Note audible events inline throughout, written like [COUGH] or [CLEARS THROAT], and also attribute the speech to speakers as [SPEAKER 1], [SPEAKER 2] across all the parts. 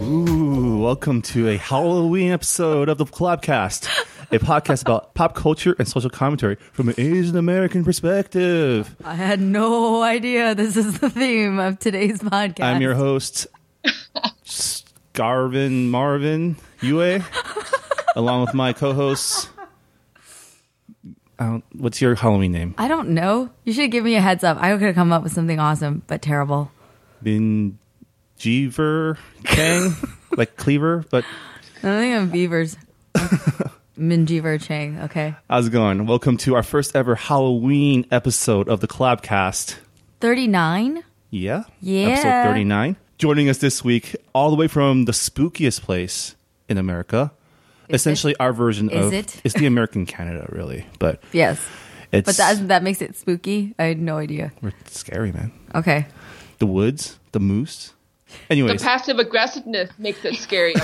[SPEAKER 1] Ooh, welcome to a Halloween episode of the Clubcast, a podcast about pop culture and social commentary from an Asian American perspective.
[SPEAKER 2] I had no idea this is the theme of today's podcast.
[SPEAKER 1] I'm your host, Scarvin Marvin Yue, along with my co-hosts. I don't- What's your Halloween name?
[SPEAKER 2] I don't know. You should give me a heads up. I could have come up with something awesome, but terrible.
[SPEAKER 1] Binjeever Kang, like Cleaver. But
[SPEAKER 2] I don't think I'm beavers. [LAUGHS] Minjiver Chang. Okay.
[SPEAKER 1] how's it going? Welcome to our first ever Halloween episode of the Clubcast.
[SPEAKER 2] 39?
[SPEAKER 1] Yeah.
[SPEAKER 2] Yeah.
[SPEAKER 1] Episode 39. Joining us this week, all the way from the spookiest place in America. Essentially, our version
[SPEAKER 2] Is
[SPEAKER 1] of
[SPEAKER 2] it?
[SPEAKER 1] [LAUGHS] it's the American Canada, really, but
[SPEAKER 2] Yes.
[SPEAKER 1] it's
[SPEAKER 2] But that, that makes it spooky. I had no idea.
[SPEAKER 1] it's scary, man.
[SPEAKER 2] Okay.
[SPEAKER 1] The woods, the moose.
[SPEAKER 3] The
[SPEAKER 1] Anyways,
[SPEAKER 3] passive aggressiveness makes
[SPEAKER 1] [LAUGHS]
[SPEAKER 3] it scary.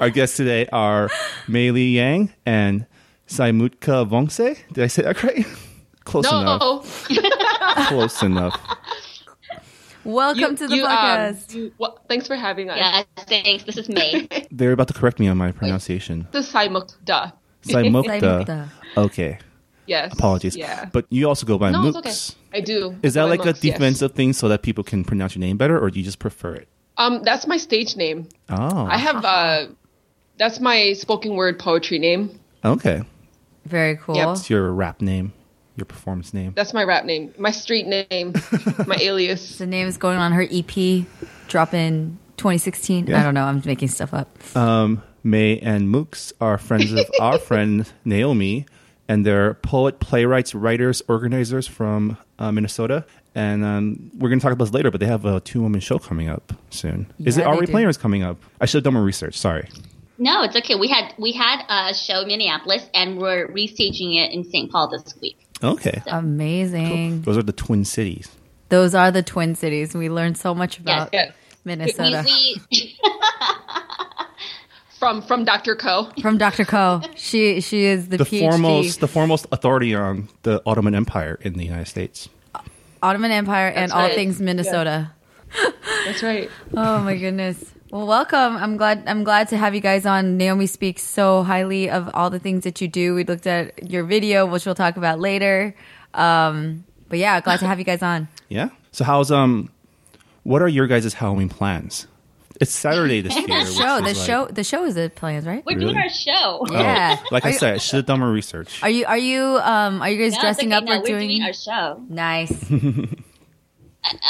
[SPEAKER 1] our guests today
[SPEAKER 3] [LAUGHS]
[SPEAKER 1] are Mei Li Yang and Saimutka Vongse. Did I say that right? [LAUGHS] Close enough.
[SPEAKER 3] no,
[SPEAKER 1] Close enough.
[SPEAKER 2] Welcome
[SPEAKER 3] You-
[SPEAKER 2] to the
[SPEAKER 3] you, um,
[SPEAKER 2] podcast.
[SPEAKER 3] you- well, thanks for having us.
[SPEAKER 4] Yeah, thanks. This is May.
[SPEAKER 1] They're about to correct me on my pronunciation.
[SPEAKER 3] [LAUGHS] This is Saimukta.
[SPEAKER 1] Saimukta.
[SPEAKER 2] Saimukta.
[SPEAKER 1] Okay.
[SPEAKER 3] Yes.
[SPEAKER 1] Apologies.
[SPEAKER 3] Yeah.
[SPEAKER 1] But you also go by
[SPEAKER 3] no,
[SPEAKER 1] Mooks.
[SPEAKER 3] it's okay. I do.
[SPEAKER 1] Is that
[SPEAKER 3] Soy
[SPEAKER 1] like a
[SPEAKER 3] Mooks, yes.
[SPEAKER 1] defensive thing so that people can pronounce your name better, or do you just prefer it?
[SPEAKER 3] Um, that's my stage name.
[SPEAKER 1] Oh,
[SPEAKER 3] I have uh, that's my spoken word poetry name.
[SPEAKER 1] okay.
[SPEAKER 2] Very cool.
[SPEAKER 3] Yep.
[SPEAKER 1] It's your rap name, your performance name.
[SPEAKER 3] That's my rap name. My street
[SPEAKER 1] [LAUGHS]
[SPEAKER 3] name. my alias.
[SPEAKER 2] The name is going on her EP, drop in 2016.
[SPEAKER 1] Yeah. Uh,
[SPEAKER 2] I don't know. I'm making stuff up.
[SPEAKER 1] May and Mooks are friends of our friend Naomi, and they're poet, playwrights, writers, organizers from uh, Minnesota. And um, we're going to talk about this later, but they have a two woman show coming up soon. Is
[SPEAKER 2] Yeah,
[SPEAKER 1] it
[SPEAKER 2] they
[SPEAKER 1] already
[SPEAKER 2] do.
[SPEAKER 1] playing or is it coming up? I should have done more research. Sorry.
[SPEAKER 4] No, it's okay. We had we had a show in Minneapolis, and we're restaging it in St. Paul this week.
[SPEAKER 1] Okay.
[SPEAKER 2] Amazing.
[SPEAKER 1] Those are the Twin Cities.
[SPEAKER 2] Those are the Twin Cities. We learned so much about
[SPEAKER 3] Yes.
[SPEAKER 4] We,
[SPEAKER 2] Minnesota.
[SPEAKER 4] we
[SPEAKER 3] From from Dr. Co.
[SPEAKER 2] from Dr. Co. She she is the,
[SPEAKER 1] The
[SPEAKER 2] PhD
[SPEAKER 1] foremost, the foremost authority on the Ottoman Empire in the United States.
[SPEAKER 2] Ottoman Empire and
[SPEAKER 3] That's
[SPEAKER 2] all
[SPEAKER 3] right.
[SPEAKER 2] things Minnesota.
[SPEAKER 3] That's right.
[SPEAKER 2] Oh my goodness. Well, welcome. I'm glad I'm glad to have you guys on. Naomi speaks so highly of all the things that you do. We looked at your video, which we'll talk about later. Um, but yeah, glad to have you guys
[SPEAKER 4] [LAUGHS]
[SPEAKER 2] on.
[SPEAKER 1] Yeah. So how's um, what are your guys' Halloween plans? It's Saturday
[SPEAKER 2] [LAUGHS]
[SPEAKER 1] this year. which
[SPEAKER 2] Show the
[SPEAKER 1] is like-
[SPEAKER 2] show the show is the plans, right?
[SPEAKER 4] we're
[SPEAKER 1] Really?
[SPEAKER 4] doing our
[SPEAKER 1] Oh,
[SPEAKER 4] show.
[SPEAKER 2] Yeah.
[SPEAKER 1] like I
[SPEAKER 2] Are you-
[SPEAKER 1] said, I should have done more research.
[SPEAKER 2] Are you are you um are you guys
[SPEAKER 4] No, it's
[SPEAKER 2] dressing
[SPEAKER 4] okay.
[SPEAKER 2] up
[SPEAKER 4] No,
[SPEAKER 2] or
[SPEAKER 4] we're doing, our show.
[SPEAKER 2] nice.
[SPEAKER 4] [LAUGHS]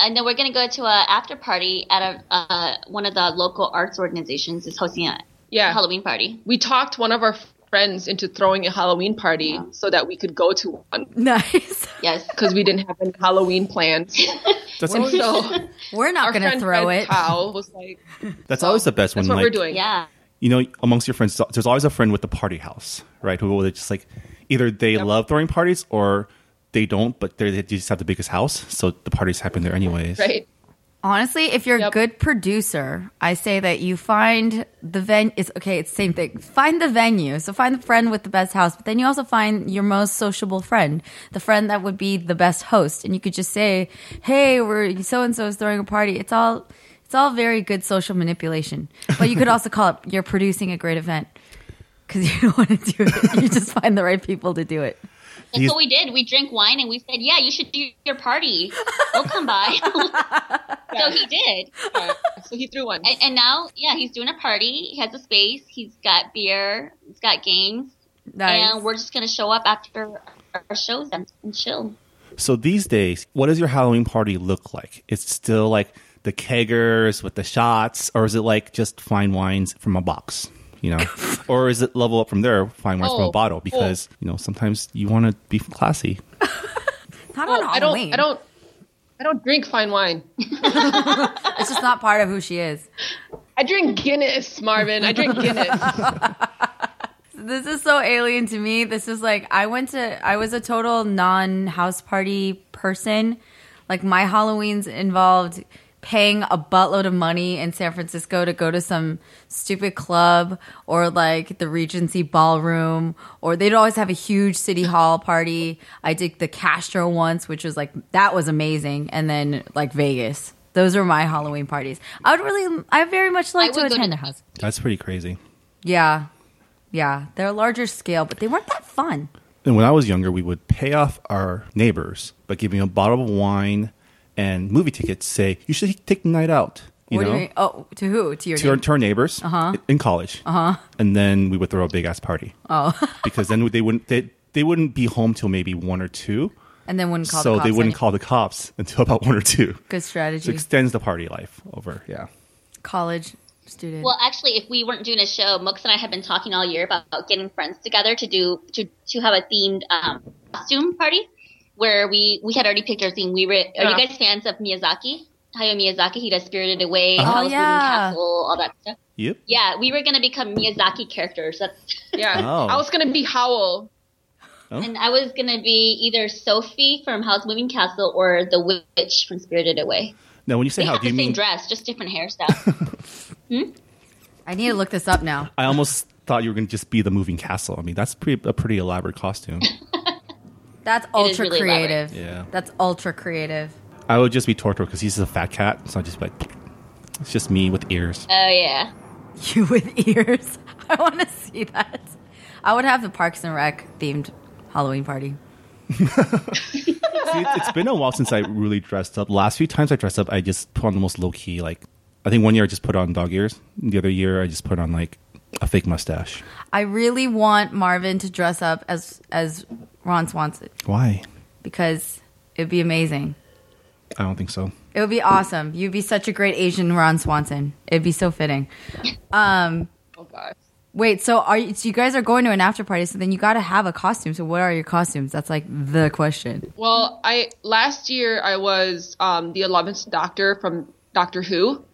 [SPEAKER 4] And then we're going to go to a after party at a uh, one of the local arts organizations is hosting a
[SPEAKER 3] Yeah.
[SPEAKER 4] Halloween party.
[SPEAKER 3] We talked one of our friends into throwing a Halloween party so that we could go to one
[SPEAKER 2] nice.
[SPEAKER 4] Yes,
[SPEAKER 3] because we didn't have any
[SPEAKER 2] [LAUGHS]
[SPEAKER 3] Halloween plans.
[SPEAKER 1] That's,
[SPEAKER 3] And so
[SPEAKER 2] We're not going to throw
[SPEAKER 3] Fred
[SPEAKER 2] it.
[SPEAKER 3] Powell was like,
[SPEAKER 1] that's always the best
[SPEAKER 3] "That's
[SPEAKER 1] when
[SPEAKER 3] what
[SPEAKER 1] like
[SPEAKER 3] we're doing."
[SPEAKER 4] yeah.
[SPEAKER 1] you know amongst your friends. There's always a friend with the party house, right? Who will just like either they love throwing parties or they don't, but they're- they just have the biggest house, so the parties happen there anyways.
[SPEAKER 3] right?
[SPEAKER 2] [LAUGHS] Honestly, if you're a
[SPEAKER 3] Yep.
[SPEAKER 2] good producer, I say that you find the venue. It's okay. It's the same thing. Find the venue. So find the friend with the best house, but then you also find your most sociable friend, the friend that would be the best host, and you could just say, "Hey, we're so and so is throwing a party." It's all it's all very good social manipulation, but you could also call it you're producing a great event because [LAUGHS] you don't want to do it. You just find the right people to do it.
[SPEAKER 4] That's
[SPEAKER 1] These-
[SPEAKER 4] what we did. We drank wine and we said, "Yeah, you should do your party. We'll
[SPEAKER 2] [LAUGHS]
[SPEAKER 4] come by." [LAUGHS] so he did.
[SPEAKER 3] Yeah. So he threw one.
[SPEAKER 4] And, and now, yeah, he's doing a party. He has a space. He's got beer. He's got games.
[SPEAKER 2] Nice.
[SPEAKER 4] And we're just gonna show up after our shows and, and chill.
[SPEAKER 1] So these days, what does your Halloween party look like? It's still like the keggers with the shots, or is it like just fine wines from a box? You
[SPEAKER 2] [LAUGHS]
[SPEAKER 1] know, or is it level up from there, fine wines from a
[SPEAKER 3] Oh,
[SPEAKER 1] bottle?
[SPEAKER 3] oh.
[SPEAKER 1] Because you know sometimes you want to be classy.
[SPEAKER 2] Not on
[SPEAKER 3] Well, I
[SPEAKER 2] Halloween.
[SPEAKER 3] don't. I don't. I don't drink fine wine.
[SPEAKER 2] It's just not part of who she is.
[SPEAKER 3] I drink Guinness, Marvin. I drink Guinness.
[SPEAKER 2] [LAUGHS] This is so alien to me. This is like I went to I was a total non house party person. Like my Halloween's involved paying a buttload of money in San Francisco to go to some stupid club or like the Regency ballroom or they'd always have a huge city hall party. I did the Castro once, which was like that was amazing and then like Vegas. Those Those are my Halloween parties. I would really, I very much like
[SPEAKER 4] I
[SPEAKER 2] to
[SPEAKER 4] would go
[SPEAKER 2] attend
[SPEAKER 4] to-
[SPEAKER 2] a house.
[SPEAKER 1] That's pretty crazy.
[SPEAKER 2] Yeah, yeah, they're larger scale, but they weren't that fun.
[SPEAKER 1] And when I was younger, we would pay off our neighbors by giving a bottle of wine and movie tickets. Say, you should take the night out. You
[SPEAKER 2] what
[SPEAKER 1] know,
[SPEAKER 2] do you mean? Oh, to who? To your
[SPEAKER 1] to our,
[SPEAKER 2] neighbor?
[SPEAKER 1] to our neighbors
[SPEAKER 2] Uh-huh.
[SPEAKER 1] in college, and then we would throw a big ass party. Oh, [LAUGHS] because then they wouldn't they, they wouldn't be home till maybe one or two,
[SPEAKER 2] and then wouldn't call.
[SPEAKER 1] so
[SPEAKER 2] the cops
[SPEAKER 1] they
[SPEAKER 2] on
[SPEAKER 1] wouldn't
[SPEAKER 2] you.
[SPEAKER 1] call the cops until about one or two.
[SPEAKER 2] Good
[SPEAKER 1] So
[SPEAKER 2] strategy.
[SPEAKER 1] it extends the party life over. Yeah,
[SPEAKER 2] College student.
[SPEAKER 4] Well, actually, if we weren't doing a show, Mooks and I have been talking all year about getting friends together to do to to have a themed um, costume party where we we had already picked our theme. We were are
[SPEAKER 3] Yeah.
[SPEAKER 4] you guys fans of Miyazaki? Hayao Miyazaki, he does Spirited Away,
[SPEAKER 1] Oh,
[SPEAKER 4] Howl's Moving
[SPEAKER 2] yeah.
[SPEAKER 4] Castle, all that stuff.
[SPEAKER 1] yep.
[SPEAKER 4] Yeah, we were gonna become Miyazaki characters. That's
[SPEAKER 3] Yeah.
[SPEAKER 1] Oh.
[SPEAKER 3] I was gonna be Howl.
[SPEAKER 4] And I was gonna be either Sophie from Howl's Moving Castle or the witch from Spirited Away.
[SPEAKER 1] Now, when you say
[SPEAKER 4] They
[SPEAKER 1] how,
[SPEAKER 4] have
[SPEAKER 1] do
[SPEAKER 4] the
[SPEAKER 1] you
[SPEAKER 4] same
[SPEAKER 1] mean?
[SPEAKER 4] dress, just different hairstyles.
[SPEAKER 1] [LAUGHS]
[SPEAKER 2] I need to look this up now.
[SPEAKER 1] I almost thought you were going to just be the moving castle. I mean, that's pretty a pretty elaborate costume.
[SPEAKER 2] That's
[SPEAKER 4] It is
[SPEAKER 2] ultra
[SPEAKER 4] really
[SPEAKER 2] creative.
[SPEAKER 1] Yeah.
[SPEAKER 2] That's ultra creative. [LAUGHS]
[SPEAKER 1] I would just be Torto because he's a fat cat, so I just be like, it's just me with ears.
[SPEAKER 4] oh yeah.
[SPEAKER 2] You with ears. [LAUGHS] I want to see that. I would have the Parks and Rec themed Halloween party.
[SPEAKER 1] See, it's- it's been a while since I really dressed up. Last few times I dressed up, I just put on the most low key. Like, I think one year I just put on dog ears. The other year I just put on like a fake mustache.
[SPEAKER 2] I really want Marvin to dress up as as Ron Swanson
[SPEAKER 1] Why?
[SPEAKER 2] because it'd be amazing.
[SPEAKER 1] I don't think so.
[SPEAKER 2] It would be awesome. You'd be such a great Asian Ron Swanson. It'd be so fitting.
[SPEAKER 3] Oh gosh.
[SPEAKER 2] Wait, so are you, so you guys are going to an after party? So then you got to have a costume. So what are your costumes? That's like the question.
[SPEAKER 3] Well, I last year I was um, the eleventh Doctor from Doctor Who,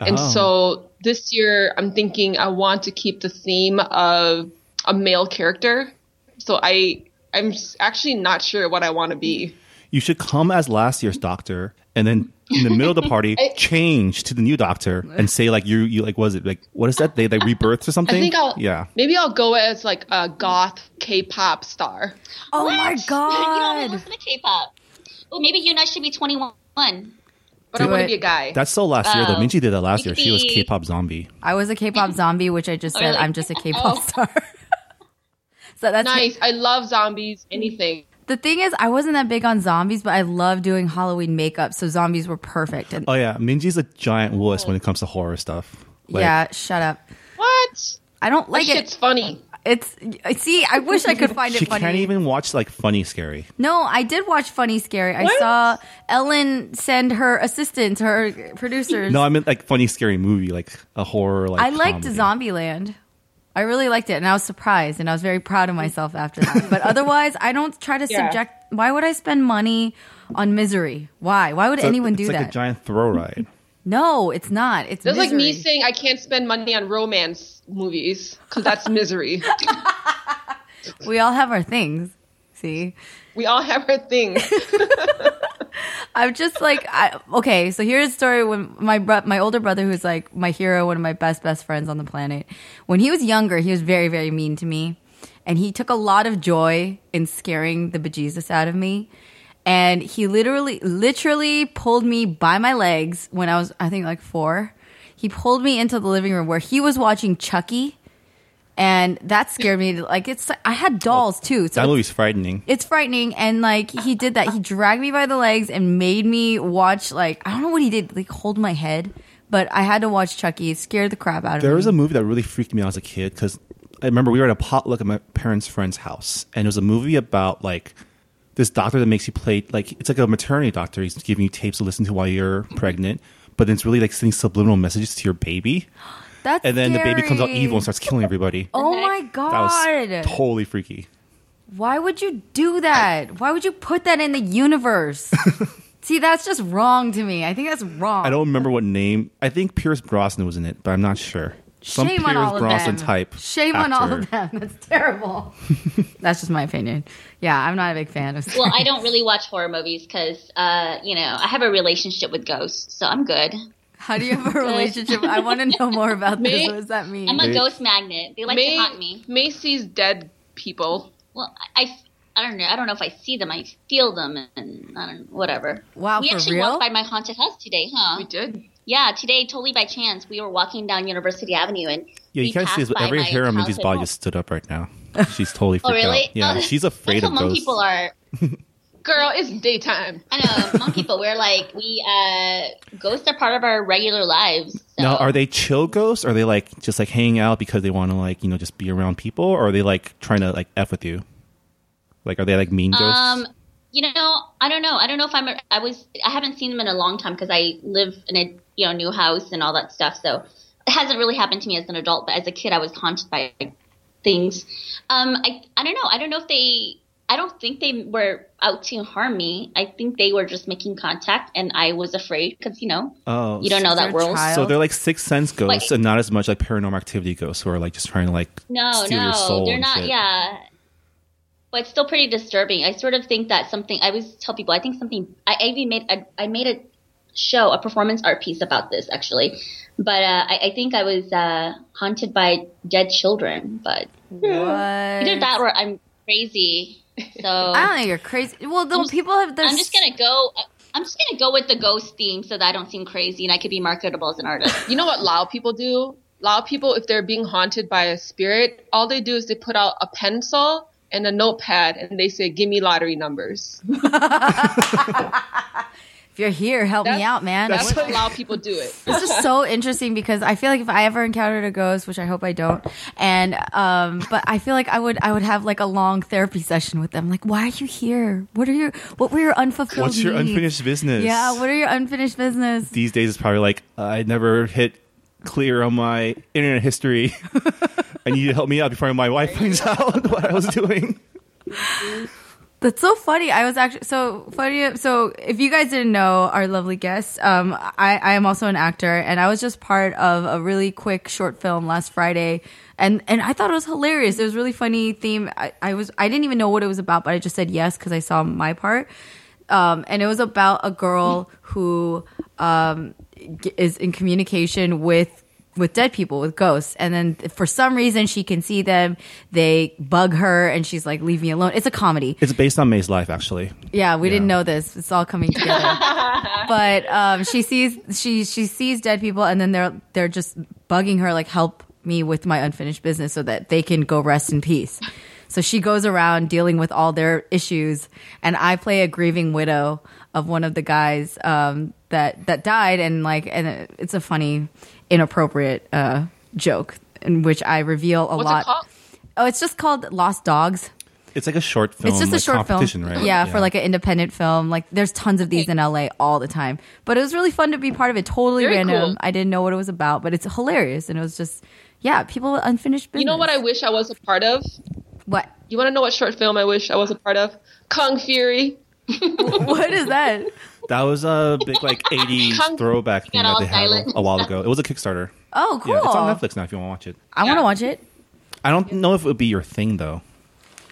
[SPEAKER 3] and
[SPEAKER 1] Oh.
[SPEAKER 3] so this year I'm thinking I want to keep the theme of a male character. So I I'm s- actually not sure what I want to be.
[SPEAKER 1] You should come as last year's doctor, and then in the middle of the
[SPEAKER 3] [LAUGHS]
[SPEAKER 1] party, change to the new doctor and say like you you like was it like what is that they like rebirths or something?
[SPEAKER 3] I think I'll
[SPEAKER 1] yeah.
[SPEAKER 3] maybe I'll go as like a goth K-pop star.
[SPEAKER 2] Oh my
[SPEAKER 4] [LAUGHS] you don't even
[SPEAKER 2] god!
[SPEAKER 4] listen to K-pop. Well, maybe you and I should be 21.
[SPEAKER 3] But I
[SPEAKER 2] Do
[SPEAKER 3] want
[SPEAKER 2] it.
[SPEAKER 3] to be a guy.
[SPEAKER 1] That's so last year though.
[SPEAKER 4] Oh.
[SPEAKER 1] Minji did that last
[SPEAKER 4] You
[SPEAKER 1] year.
[SPEAKER 4] could
[SPEAKER 1] She was
[SPEAKER 4] be-
[SPEAKER 1] K-pop zombie.
[SPEAKER 2] I was a
[SPEAKER 4] [LAUGHS]
[SPEAKER 2] K-pop zombie, which I just said
[SPEAKER 4] Oh, really?
[SPEAKER 2] I'm just a K-pop
[SPEAKER 4] Oh.
[SPEAKER 2] star. [LAUGHS] so that's
[SPEAKER 3] nice. I love zombies. Anything.
[SPEAKER 2] The thing is, I wasn't that big on zombies, but I love doing Halloween makeup, so zombies were perfect. And
[SPEAKER 1] Oh yeah, Minji's a giant wuss when it comes to horror stuff. Like,
[SPEAKER 2] yeah, shut up.
[SPEAKER 3] What?
[SPEAKER 2] I don't like
[SPEAKER 3] Shit's
[SPEAKER 2] it.
[SPEAKER 3] funny.
[SPEAKER 2] It's I see. I wish I could find
[SPEAKER 1] She
[SPEAKER 2] it funny.
[SPEAKER 1] can't even watch like funny scary.
[SPEAKER 2] no, I did watch Funny Scary. I saw Ellen send her assistants, her producers.
[SPEAKER 1] No, I meant like funny scary movie, like a horror like
[SPEAKER 2] I liked
[SPEAKER 1] comedy.
[SPEAKER 2] Zombieland. I really liked it, and I was surprised, and I was very proud of myself after that.
[SPEAKER 3] [LAUGHS]
[SPEAKER 2] But otherwise, I don't try to
[SPEAKER 3] Yeah.
[SPEAKER 2] subject. Why would I spend money on misery? Why? Why would
[SPEAKER 1] So
[SPEAKER 2] anyone
[SPEAKER 1] it's
[SPEAKER 2] do
[SPEAKER 1] like
[SPEAKER 2] that?
[SPEAKER 1] a giant throw
[SPEAKER 2] [LAUGHS]
[SPEAKER 1] ride.
[SPEAKER 2] no, it's not. It's
[SPEAKER 3] That's like me
[SPEAKER 2] misery.
[SPEAKER 3] saying I can't spend money on romance movies because that's misery.
[SPEAKER 2] We all have our things. See,
[SPEAKER 3] we all have our [LAUGHS] things.
[SPEAKER 2] I'm just like, I, okay. So here's a story when my bro- my older brother, who's like my hero, one of my best best friends on the planet. When he was younger, he was very very mean to me, and he took a lot of joy in scaring the bejesus out of me. And he literally literally pulled me by my legs when I was I think like four. He pulled me into the living room where he was watching Chucky. And that scared me. Like it's, I had dolls too. So
[SPEAKER 1] That
[SPEAKER 2] it's-
[SPEAKER 1] movie's frightening.
[SPEAKER 2] it's frightening and like he did that he dragged me by the legs and made me watch like i don't know what he did like hold my head but i had to watch chucky it scared the crap out of
[SPEAKER 1] There
[SPEAKER 2] me
[SPEAKER 1] was a movie that really freaked me out as a kid because I remember we were at a potluck at my parents' friend's house, and it was a movie about like this doctor that makes you play like it's like a maternity doctor. He's giving you tapes to listen to while you're pregnant, but then it's really like sending subliminal messages to your baby,
[SPEAKER 2] that's
[SPEAKER 1] and then the baby comes out
[SPEAKER 2] scary.
[SPEAKER 1] evil and starts killing everybody.
[SPEAKER 2] oh my
[SPEAKER 1] that was
[SPEAKER 2] god
[SPEAKER 1] totally freaky.
[SPEAKER 2] why would you do that why would you put that in
[SPEAKER 1] [LAUGHS]
[SPEAKER 2] the universe see that's just wrong to me i think that's wrong
[SPEAKER 1] I don't remember what name. I think Pierce Brosnan was in it, but I'm not sure. Some
[SPEAKER 2] Shame
[SPEAKER 1] Pierce
[SPEAKER 2] on all of
[SPEAKER 1] Brosnan
[SPEAKER 2] them.
[SPEAKER 1] type.
[SPEAKER 2] Shame on all
[SPEAKER 1] actor.
[SPEAKER 2] of them. [LAUGHS]
[SPEAKER 1] [LAUGHS]
[SPEAKER 2] That's terrible. That's just my opinion. Yeah, I'm not a big fan of.
[SPEAKER 4] Well, I don't really watch horror movies because, uh, you know, I have a relationship with ghosts, so I'm good.
[SPEAKER 2] How do you
[SPEAKER 4] [LAUGHS]
[SPEAKER 2] have a relationship? I want to know more about this.
[SPEAKER 3] Me?
[SPEAKER 2] What does that mean?
[SPEAKER 4] I'm a
[SPEAKER 1] They-
[SPEAKER 4] ghost magnet. They like to haunt me.
[SPEAKER 3] Macy's dead people.
[SPEAKER 4] Well, I, I- I don't know. I don't know if I see them. I feel them, and I don't whatever.
[SPEAKER 2] Wow,
[SPEAKER 4] we
[SPEAKER 2] for
[SPEAKER 4] actually
[SPEAKER 2] real?
[SPEAKER 4] walked by my haunted house today, huh?
[SPEAKER 3] We did.
[SPEAKER 4] Yeah, today totally by chance we were walking down University Avenue and
[SPEAKER 1] Yeah, you
[SPEAKER 4] we
[SPEAKER 1] kind of see
[SPEAKER 4] passed
[SPEAKER 1] this.
[SPEAKER 4] by
[SPEAKER 1] Every
[SPEAKER 4] my
[SPEAKER 1] Hera movie's
[SPEAKER 4] childhood
[SPEAKER 1] body
[SPEAKER 4] home.
[SPEAKER 1] just stood up right
[SPEAKER 2] [LAUGHS]
[SPEAKER 1] now. She's totally
[SPEAKER 4] Oh
[SPEAKER 1] freaked
[SPEAKER 4] really?
[SPEAKER 1] out. Yeah,
[SPEAKER 4] Oh,
[SPEAKER 1] she's afraid of
[SPEAKER 4] that's how Hmong
[SPEAKER 1] ghosts.
[SPEAKER 4] people are.
[SPEAKER 3] Girl, it's daytime.
[SPEAKER 4] I know Hmong people. We're like we uh, ghosts are part of our regular lives. So.
[SPEAKER 1] Now, are they chill ghosts? Are they like just like hanging out because they want to like you know just be around people, or are they like trying to like f with you? Like, are they like mean ghosts?
[SPEAKER 4] Um, you know, I don't know. I don't know if I'm. A, I was. I haven't seen them in a long time because I live in a you know new house and all that stuff. So it hasn't really happened to me as an adult. But as a kid, I was haunted by things. Um, I I don't know. I don't know if they. I don't think they were out to harm me. I think they were just making contact, and I was afraid because you know
[SPEAKER 1] oh,
[SPEAKER 4] you don't know
[SPEAKER 2] Is there
[SPEAKER 4] that
[SPEAKER 2] a
[SPEAKER 4] world.
[SPEAKER 2] child?
[SPEAKER 1] So they're like sixth sense ghosts,
[SPEAKER 4] Like-
[SPEAKER 1] and not as much like paranormal activity ghosts who are like just trying to like
[SPEAKER 4] No,
[SPEAKER 1] steal your
[SPEAKER 4] no,
[SPEAKER 1] soul
[SPEAKER 4] they're
[SPEAKER 1] and
[SPEAKER 4] not.
[SPEAKER 1] shit.
[SPEAKER 4] Yeah, but it's still pretty disturbing. I sort of think that something. I always tell people. I think something. I I even made. A, I made a show, a performance art piece about this actually. But uh, I, I think I was uh, haunted by dead children. But either
[SPEAKER 2] What?
[SPEAKER 4] that or I'm crazy.
[SPEAKER 2] [LAUGHS]
[SPEAKER 4] So
[SPEAKER 2] I
[SPEAKER 4] I'm
[SPEAKER 2] don't think you're crazy. Well, the
[SPEAKER 4] just-
[SPEAKER 2] people have. There's,
[SPEAKER 4] just gonna go. I'm just gonna go with the ghost theme so that I don't seem crazy and I could be marketable as an artist.
[SPEAKER 2] [LAUGHS]
[SPEAKER 3] You know what Lao people do? Lao people, if they're being haunted by a spirit, all they do is they put out a pencil and a notepad and they say, "Give me lottery numbers."
[SPEAKER 2] If you're here, help me
[SPEAKER 3] That's-
[SPEAKER 2] out, man.
[SPEAKER 4] [LAUGHS]
[SPEAKER 3] That's what Lao people do it.
[SPEAKER 2] this is so interesting because I feel like if I ever encountered a ghost, which I hope I don't, and um, but I feel like I would I would have like a long therapy session with them. Like, why are you here? What are your what were your unfulfilled?
[SPEAKER 1] What's your
[SPEAKER 2] needs?
[SPEAKER 1] unfinished business?
[SPEAKER 2] Yeah, what are your unfinished business?
[SPEAKER 1] These days, it's probably like uh, I never hit clear on my internet history. I need you to help me out before my wife finds out [LAUGHS] what I was doing.
[SPEAKER 2] That's so funny. I was actually so funny. So if you guys didn't know our lovely guest, um, I, I am also an actor, and I was just part of a really quick short film last Friday, and and I thought it was hilarious. It was a really funny theme. I, I was I didn't even know what it was about, but I just said yes because I saw my part, um, and it was about a girl who um, g- is in communication with with dead people with ghosts and then for some reason she can see them they bug her and she's like leave me alone it's a comedy
[SPEAKER 1] It's based on May's life, actually.
[SPEAKER 2] yeah, we didn't know this. It's all coming
[SPEAKER 3] [LAUGHS]
[SPEAKER 2] together. but um, she sees she she sees dead people, and then they're they're just bugging her like, "Help me with my unfinished business," so that they can go rest in peace. So she goes around dealing with all their issues, and I play a grieving widow of one of the guys um, that that died, and like, and it's a funny, inappropriate uh, joke in which I reveal a
[SPEAKER 3] What's
[SPEAKER 2] lot.
[SPEAKER 3] it called?
[SPEAKER 2] Oh, it's just called Lost Dogs.
[SPEAKER 1] It's like a short film.
[SPEAKER 2] It's just
[SPEAKER 1] like,
[SPEAKER 2] a short
[SPEAKER 1] competition,
[SPEAKER 2] film,
[SPEAKER 1] right?
[SPEAKER 2] Yeah, for like an independent film. Like there's tons of these in LA all the time. But it was really fun to be part of it. Totally
[SPEAKER 3] Very
[SPEAKER 2] random.
[SPEAKER 3] cool.
[SPEAKER 2] I didn't know what it was about, but it's hilarious. And it was just, yeah, people with unfinished business.
[SPEAKER 3] You know what I wish I was a part of?
[SPEAKER 2] what?
[SPEAKER 3] You want to know what short film I wish I was a part of? Kung Fury.
[SPEAKER 2] What [LAUGHS] is that?
[SPEAKER 1] That was a big
[SPEAKER 2] [LAUGHS]
[SPEAKER 1] like '80s
[SPEAKER 3] Kung-
[SPEAKER 1] throwback thing
[SPEAKER 4] Got
[SPEAKER 1] that
[SPEAKER 4] all
[SPEAKER 1] they had a,
[SPEAKER 4] silent.
[SPEAKER 1] a while ago. It was a Kickstarter.
[SPEAKER 2] Oh, cool.
[SPEAKER 1] Yeah, it's on Netflix now if you want to watch it.
[SPEAKER 2] I want to watch it.
[SPEAKER 1] I don't know if it would be your thing though.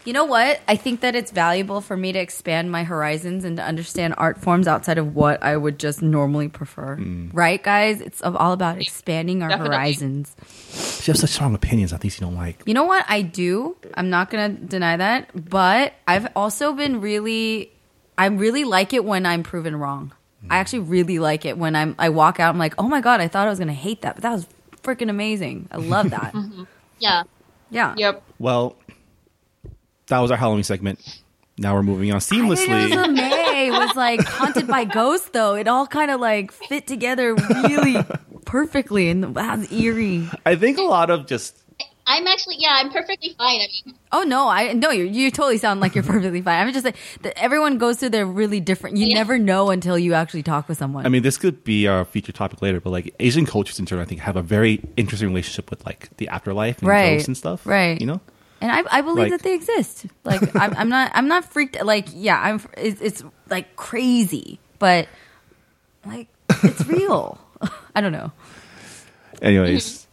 [SPEAKER 2] You know what? I think that it's valuable for me to expand my horizons and to understand art forms outside of what I would just normally prefer.
[SPEAKER 1] Mm.
[SPEAKER 2] Right, guys? It's all about expanding our
[SPEAKER 3] Definitely.
[SPEAKER 2] horizons.
[SPEAKER 1] You have such strong opinions on things you don't like.
[SPEAKER 2] You know what? I do. I'm not going to deny that. But I've also been really, I really like it when I'm proven wrong. I actually really like it when I'm, I walk out, I'm like, oh my God, I thought I was going to hate that, but that was freaking amazing. I love that.
[SPEAKER 4] yeah.
[SPEAKER 2] Yeah.
[SPEAKER 3] Yep.
[SPEAKER 1] Well, that was our Halloween segment. Now we're moving on
[SPEAKER 2] I didn't know
[SPEAKER 1] seamlessly.
[SPEAKER 2] Zoe May was [LAUGHS] like haunted by ghosts, though. It all kind of like fit together [LAUGHS] really perfectly and that's eerie.
[SPEAKER 1] I think a lot of just
[SPEAKER 4] I'm actually yeah. I'm perfectly fine. I mean,
[SPEAKER 2] Oh no, I no, you you totally sound like you're [LAUGHS] perfectly fine. I'm just like that everyone goes through their really different. You
[SPEAKER 4] Yeah.
[SPEAKER 2] never know until you actually talk with someone.
[SPEAKER 1] I mean, this could be our feature topic later, but like Asian cultures in general, I think have a very interesting relationship with like the afterlife and
[SPEAKER 2] Right.
[SPEAKER 1] ghosts and stuff.
[SPEAKER 2] Right.
[SPEAKER 1] You know,
[SPEAKER 2] and I, I believe
[SPEAKER 1] Like-
[SPEAKER 2] that they exist.
[SPEAKER 1] [LAUGHS]
[SPEAKER 2] Like I'm, I'm not I'm not freaked. Like yeah, I'm. It's, it's like crazy, but like
[SPEAKER 1] [LAUGHS]
[SPEAKER 2] it's real. [LAUGHS] I don't know.
[SPEAKER 1] Anyways,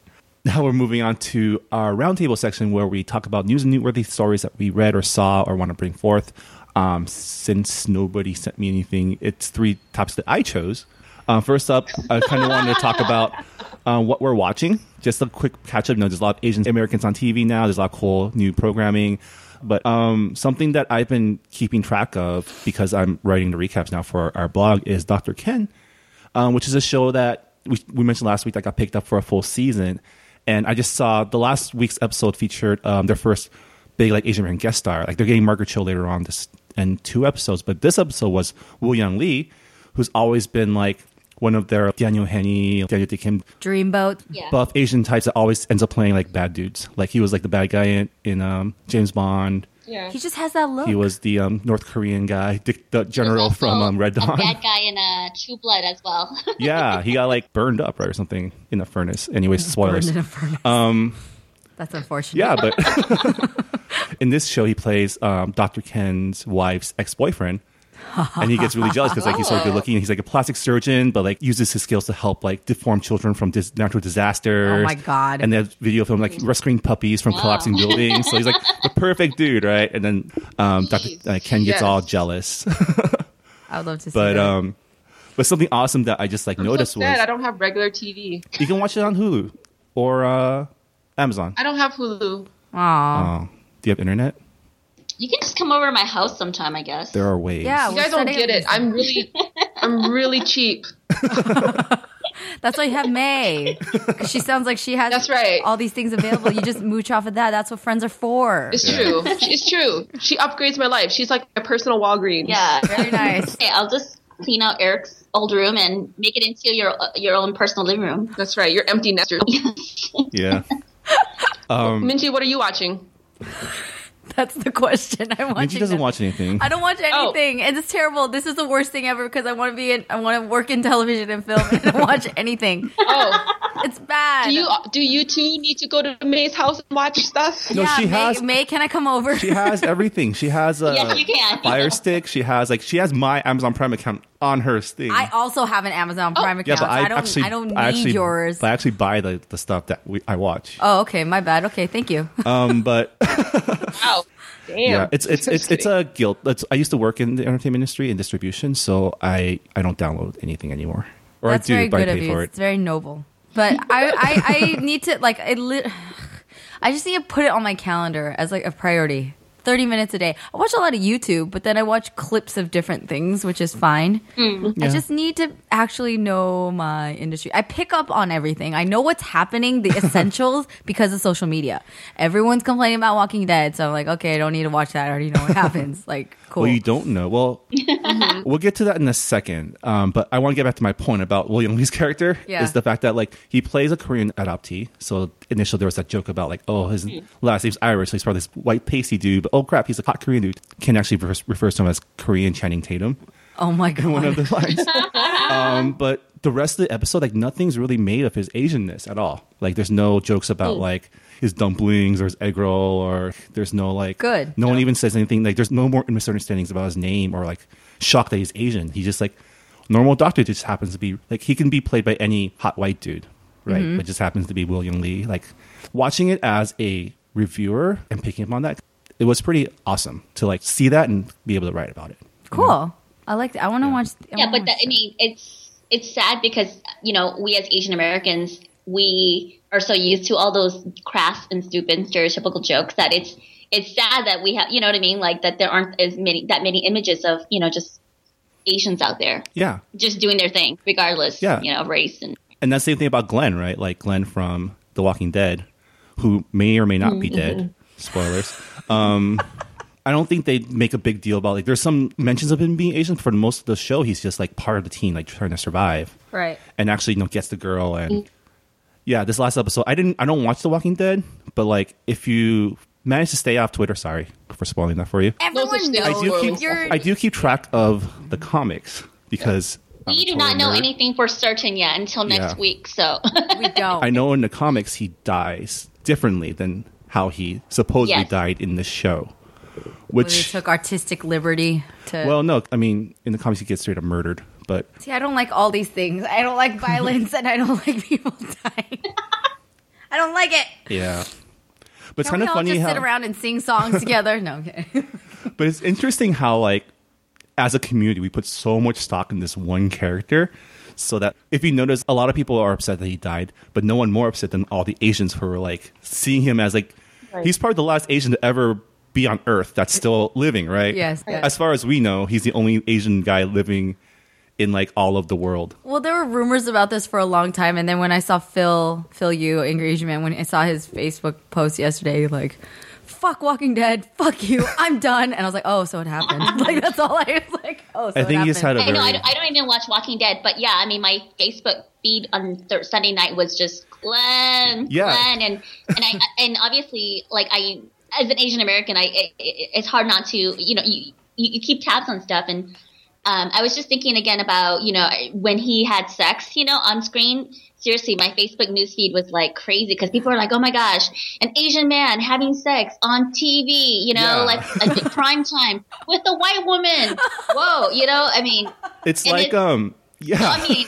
[SPEAKER 1] now we're moving on to our roundtable section where we talk about news and noteworthy stories that we read or saw or want to bring forth. Um, since nobody sent me anything, it's three topics that I chose. Uh, first up, I kind of wanted to talk about uh, what we're watching. Just a quick catch up. You know, there's a lot of Asian Americans on TV now. There's a lot of cool new programming. But um, something that I've been keeping track of because I'm writing the recaps now for our, our blog is Dr. Ken, um, which is a show that we, we mentioned last week that got picked up for a full season. And I just saw the last week's episode featured um, their first big like Asian American guest star. Like they're getting Margaret Cho later on this and two episodes, but this episode was Woo Young Lee, who's always been like one of their Daniel Henny, Daniel Day Kim
[SPEAKER 2] Dreamboat.
[SPEAKER 4] Yeah.
[SPEAKER 1] buff Asian types that always ends up playing like bad dudes. Like he was like the bad guy in, in um, James Bond.
[SPEAKER 3] Yeah.
[SPEAKER 2] He just has that look.
[SPEAKER 1] He was the um, North Korean guy, the, the
[SPEAKER 4] There's
[SPEAKER 1] general
[SPEAKER 4] also
[SPEAKER 1] from um, Red
[SPEAKER 4] A
[SPEAKER 1] Dawn.
[SPEAKER 4] bad guy in uh, True Blood as well. [LAUGHS]
[SPEAKER 1] yeah, he got like burned up right or something in a furnace. Anyways, spoilers.
[SPEAKER 2] Burned in a furnace. That's unfortunate.
[SPEAKER 1] Yeah, but [LAUGHS] in this show, he plays um, Dr. Ken's wife's ex boyfriend. and he gets really jealous because like he's so
[SPEAKER 4] Oh.
[SPEAKER 1] good looking. He's like a plastic surgeon, but like uses his skills to help like deform children from dis- natural disasters.
[SPEAKER 2] Oh, my God.
[SPEAKER 1] And that video of him like rescuing puppies from collapsing buildings. So he's like the perfect dude, right? And then um, Dr. Uh, Ken gets
[SPEAKER 3] Yes.
[SPEAKER 1] all jealous.
[SPEAKER 2] I would love to see
[SPEAKER 1] but
[SPEAKER 2] that.
[SPEAKER 1] um, but something awesome that I just like
[SPEAKER 3] I'm
[SPEAKER 1] noticed
[SPEAKER 3] so sad. I
[SPEAKER 1] was
[SPEAKER 3] don't have regular TV.
[SPEAKER 1] you can watch it on Hulu or uh, Amazon.
[SPEAKER 3] I don't have Hulu.
[SPEAKER 2] Aw.
[SPEAKER 1] Oh, do you have internet?
[SPEAKER 4] you can just come over to my house sometime, I guess.
[SPEAKER 1] There are ways.
[SPEAKER 2] Yeah,
[SPEAKER 3] You
[SPEAKER 2] we're
[SPEAKER 3] guys don't
[SPEAKER 2] studying
[SPEAKER 3] get it.
[SPEAKER 2] these.
[SPEAKER 3] I'm really, I'm [LAUGHS] really cheap.
[SPEAKER 2] That's why you have May. 'Cause she sounds like she has
[SPEAKER 3] That's right.
[SPEAKER 2] all these things available. You just mooch off of that. That's what friends are for.
[SPEAKER 3] It's true. It's true. She upgrades my life. She's like my personal Walgreens.
[SPEAKER 4] yeah.
[SPEAKER 2] Very nice.
[SPEAKER 4] Okay, I'll just clean out Eric's old room and make it into your your own personal living room.
[SPEAKER 3] That's right. You're
[SPEAKER 2] [LAUGHS]
[SPEAKER 3] empty nester.
[SPEAKER 1] Yeah. Um,
[SPEAKER 3] Minty, what are you watching?
[SPEAKER 2] That's the question. I'm watching.
[SPEAKER 1] Minji doesn't
[SPEAKER 2] this.
[SPEAKER 1] watch anything.
[SPEAKER 2] I don't watch
[SPEAKER 3] Oh.
[SPEAKER 2] anything, and it's terrible. This is the worst thing ever because I want to be in. I want to work in television and film, and [LAUGHS] I don't watch anything.
[SPEAKER 3] Oh,
[SPEAKER 2] It's bad.
[SPEAKER 3] do you do you two need to go to May's house and watch stuff?
[SPEAKER 1] No,
[SPEAKER 2] yeah,
[SPEAKER 1] she
[SPEAKER 2] May,
[SPEAKER 1] has-
[SPEAKER 2] May, can I come over?
[SPEAKER 1] She has everything. She has a
[SPEAKER 4] Yes, you
[SPEAKER 2] [LAUGHS]
[SPEAKER 4] can.
[SPEAKER 1] Fire Stick. She has like she has my Amazon Prime account on her thing.
[SPEAKER 2] I also have an Amazon
[SPEAKER 3] Oh.
[SPEAKER 2] Prime account.
[SPEAKER 1] yeah,
[SPEAKER 2] so
[SPEAKER 1] but I,
[SPEAKER 2] don't.
[SPEAKER 1] actually
[SPEAKER 2] I don't need
[SPEAKER 1] actually,
[SPEAKER 2] yours.
[SPEAKER 1] I actually buy the, the stuff that we, I watch.
[SPEAKER 2] oh, okay. My bad. Okay, thank you.
[SPEAKER 1] Um,
[SPEAKER 2] [LAUGHS]
[SPEAKER 1] but
[SPEAKER 3] Wow. Damn.
[SPEAKER 1] yeah, it's it's it's, it's um, a guilt. It's, I used to work in the entertainment industry and distribution, so I I don't download anything anymore. Or I
[SPEAKER 2] That's
[SPEAKER 1] do,
[SPEAKER 2] very
[SPEAKER 1] but
[SPEAKER 2] good
[SPEAKER 1] I
[SPEAKER 2] of
[SPEAKER 1] pay
[SPEAKER 2] you.
[SPEAKER 1] for
[SPEAKER 2] It's
[SPEAKER 1] it.
[SPEAKER 2] very noble. But I, I, I need to like I, lit [SIGHS] I just need to put it on my calendar as like a priority. Thirty minutes a day. I watch a lot of YouTube, but then I watch clips of different things, which is fine. I
[SPEAKER 4] Mm.
[SPEAKER 1] Yeah.
[SPEAKER 2] just need to actually know my industry. I pick up on everything. I know what's happening, the essentials, [LAUGHS] because of social media. Everyone's complaining about Walking Dead, so I'm like, okay, I don't need to watch that. I already know what happens. Like, cool.
[SPEAKER 1] Well, you don't know. Well, we'll get to that in a second. Um, but I want to get back to my point about William Lee's character
[SPEAKER 2] Yeah.
[SPEAKER 1] is the fact that like he plays a Korean adoptee. So initially there was that joke about like, oh, his last name's Irish, so he's probably this white pasty dude. But oh crap, he's a hot Korean dude. Ken actually refers, refers to him as Korean Channing Tatum
[SPEAKER 2] oh my god.
[SPEAKER 1] in [LAUGHS] one of the lines. um, but the rest of the episode, like nothing's really made of his Asianness at all. Like there's no jokes about like his dumplings or his egg roll or there's no like
[SPEAKER 2] Good.
[SPEAKER 1] No one even says anything. Like there's no more misunderstandings about his name or like shock that he's Asian. He's just like normal doctor. Just happens to be like he can be played by any hot white dude, right? But just happens to be William Lee. Like watching it as a reviewer and picking up on that. It was pretty awesome to like see that and be able to write about it. you know?
[SPEAKER 2] cool. I like. That. I want to watch. I
[SPEAKER 4] Yeah,
[SPEAKER 2] wanna
[SPEAKER 4] but
[SPEAKER 2] watch
[SPEAKER 4] that, I mean, it's it's sad because you know we as Asian Americans we are so used to all those crass and stupid stereotypical jokes that it's it's sad that we have you know what I mean like that there aren't as many that many images of you know just Asians out there
[SPEAKER 1] Yeah,
[SPEAKER 4] just doing their thing regardless
[SPEAKER 1] Yeah.
[SPEAKER 4] you know of race and
[SPEAKER 1] and that's the same thing about Glenn, right? Like Glenn from The Walking Dead, who may or may not
[SPEAKER 4] Mm-hmm.
[SPEAKER 1] be dead. Spoilers. Um, I don't think they make a big deal about like. There's some mentions of him being Asian, but for most of the show, he's just like part of the team, like trying to survive,
[SPEAKER 2] Right.
[SPEAKER 1] and actually, you know, gets the girl.
[SPEAKER 4] Mm.
[SPEAKER 1] And yeah, this last episode, I didn't, I don't watch The Walking Dead, but like, if you manage to stay off Twitter, sorry for spoiling that for you.
[SPEAKER 3] No
[SPEAKER 2] Everyone
[SPEAKER 3] such thing.
[SPEAKER 2] knows.
[SPEAKER 1] I do keep,
[SPEAKER 2] you're,
[SPEAKER 1] I do keep track of the comics because I'm a
[SPEAKER 4] we do
[SPEAKER 1] total
[SPEAKER 4] not know
[SPEAKER 1] nerd.
[SPEAKER 4] anything for certain yet until next
[SPEAKER 1] Yeah.
[SPEAKER 4] week so
[SPEAKER 2] we don't.
[SPEAKER 1] I know in the comics he dies differently than how he supposedly
[SPEAKER 4] Yes.
[SPEAKER 1] died in the show.
[SPEAKER 2] Where they
[SPEAKER 1] Which,
[SPEAKER 2] took artistic liberty to.
[SPEAKER 1] well, no, I mean, in the comics he gets straight up murdered, but
[SPEAKER 2] See, I don't like all these things. I don't like violence, and I don't [LAUGHS] like people dying. I don't like it.
[SPEAKER 1] yeah. But it's
[SPEAKER 2] Can
[SPEAKER 1] kind
[SPEAKER 2] we
[SPEAKER 1] of
[SPEAKER 2] all
[SPEAKER 1] funny
[SPEAKER 2] just
[SPEAKER 1] how,
[SPEAKER 2] sit around and
[SPEAKER 1] [LAUGHS]
[SPEAKER 2] sing songs together? No, okay.
[SPEAKER 1] but it's interesting how like as a community we put so much stock in this one character. So that if you notice, a lot of people are upset that he died, but no one more upset than all the Asians who were like seeing him as like he's probably the last Asian to ever be on Earth that's still living, right?
[SPEAKER 2] Yes, yes.
[SPEAKER 1] As far as we know, he's the only Asian guy living in like all of the world.
[SPEAKER 2] [LAUGHS] Well, there were rumors about this for a long time, and then when I saw Phil, Phil, you, Angry Asian Man, when I saw his Facebook post yesterday, like, "Fuck Walking Dead, fuck you, I'm done," and I was like, "Oh, so it happened." [LAUGHS] like that's all I was like. Oh, so
[SPEAKER 1] I think
[SPEAKER 2] it
[SPEAKER 1] he just had
[SPEAKER 2] happened.
[SPEAKER 1] a very
[SPEAKER 4] [LAUGHS] I know I don't, I don't even watch Walking Dead, but yeah, I mean my Facebook feed on thir- Sunday night was just Glenn,
[SPEAKER 1] Yeah.
[SPEAKER 4] Glenn, and and I [LAUGHS] and obviously like I as an Asian American, I it, it, it's hard not to you know you you you keep tabs on stuff and. Um, I was just thinking again about you know when he had sex, you know, on screen. Seriously, my Facebook newsfeed was like crazy because people were like, "Oh my gosh, an Asian man having sex on TV," you know,
[SPEAKER 1] Yeah.
[SPEAKER 4] like, like prime time with a white woman. Whoa, you know, I mean,
[SPEAKER 1] It's
[SPEAKER 4] and
[SPEAKER 1] like
[SPEAKER 4] it's-
[SPEAKER 1] um yeah.
[SPEAKER 4] I mean,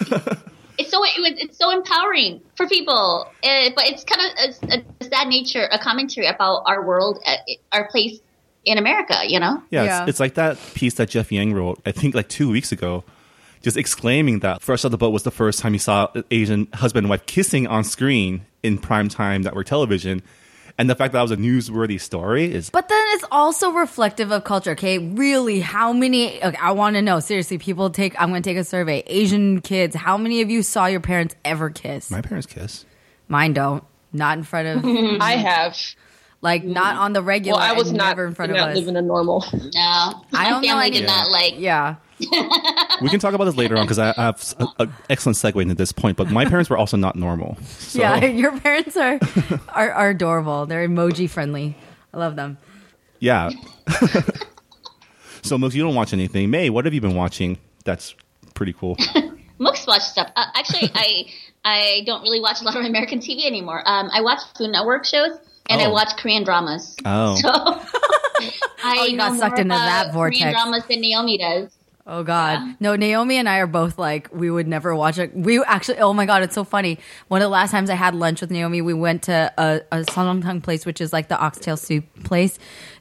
[SPEAKER 4] it's so it was, it's so empowering for people, uh, but it's kind of a, a sad nature, a commentary about our world, uh, our place in America. You know,
[SPEAKER 1] Yeah,
[SPEAKER 2] Yeah.
[SPEAKER 1] It's, it's like that piece that Jeff Yang wrote, I think like two weeks ago, just exclaiming that Fresh Out the Boat was the first time he saw Asian husband and wife kissing on screen in primetime network television. And the fact that that was a newsworthy story is
[SPEAKER 2] But then it's also reflective of culture. Okay, really, how many? Okay, I want to know seriously. People take. I'm going to take a survey. Asian kids, how many of you saw your parents ever kiss?
[SPEAKER 1] my parents kiss.
[SPEAKER 2] Mine don't. Not in front
[SPEAKER 3] [LAUGHS]
[SPEAKER 2] of,
[SPEAKER 3] I have.
[SPEAKER 2] like, not on the regular.
[SPEAKER 3] Well, I was
[SPEAKER 2] and
[SPEAKER 3] not,
[SPEAKER 2] never in front
[SPEAKER 3] did
[SPEAKER 2] of
[SPEAKER 3] not
[SPEAKER 2] us.
[SPEAKER 3] living
[SPEAKER 2] [LAUGHS]
[SPEAKER 3] a normal.
[SPEAKER 4] no,
[SPEAKER 2] I
[SPEAKER 4] my
[SPEAKER 2] don't know
[SPEAKER 4] family
[SPEAKER 2] any-
[SPEAKER 4] did not like.
[SPEAKER 2] yeah.
[SPEAKER 1] We can talk about this later on because I I have an excellent segue into this point. But my parents were also not normal. So
[SPEAKER 2] Yeah, [LAUGHS] your parents are, are are adorable. They're emoji friendly. I love them.
[SPEAKER 1] [LAUGHS] yeah. [LAUGHS] so Mooks, you don't watch anything. May, what have you been watching? That's pretty cool.
[SPEAKER 4] Mooks watch stuff. Uh,
[SPEAKER 2] [LAUGHS]
[SPEAKER 4] actually, I I don't really watch a lot of American TV anymore. Um, I watch Food Network shows and I
[SPEAKER 1] Oh.
[SPEAKER 4] watch Korean dramas.
[SPEAKER 1] Oh.
[SPEAKER 4] So I
[SPEAKER 2] Oh, you got
[SPEAKER 4] know
[SPEAKER 2] sucked
[SPEAKER 4] more
[SPEAKER 2] into that
[SPEAKER 4] about
[SPEAKER 2] vortex.
[SPEAKER 4] Korean dramas than Naomi does.
[SPEAKER 2] Oh God, no! Naomi and I are both like we would never watch it. We actually, oh my God, it's so funny. One of the last times I had lunch with Naomi, we went to a, a Sanongtang place, which is like the oxtail soup place,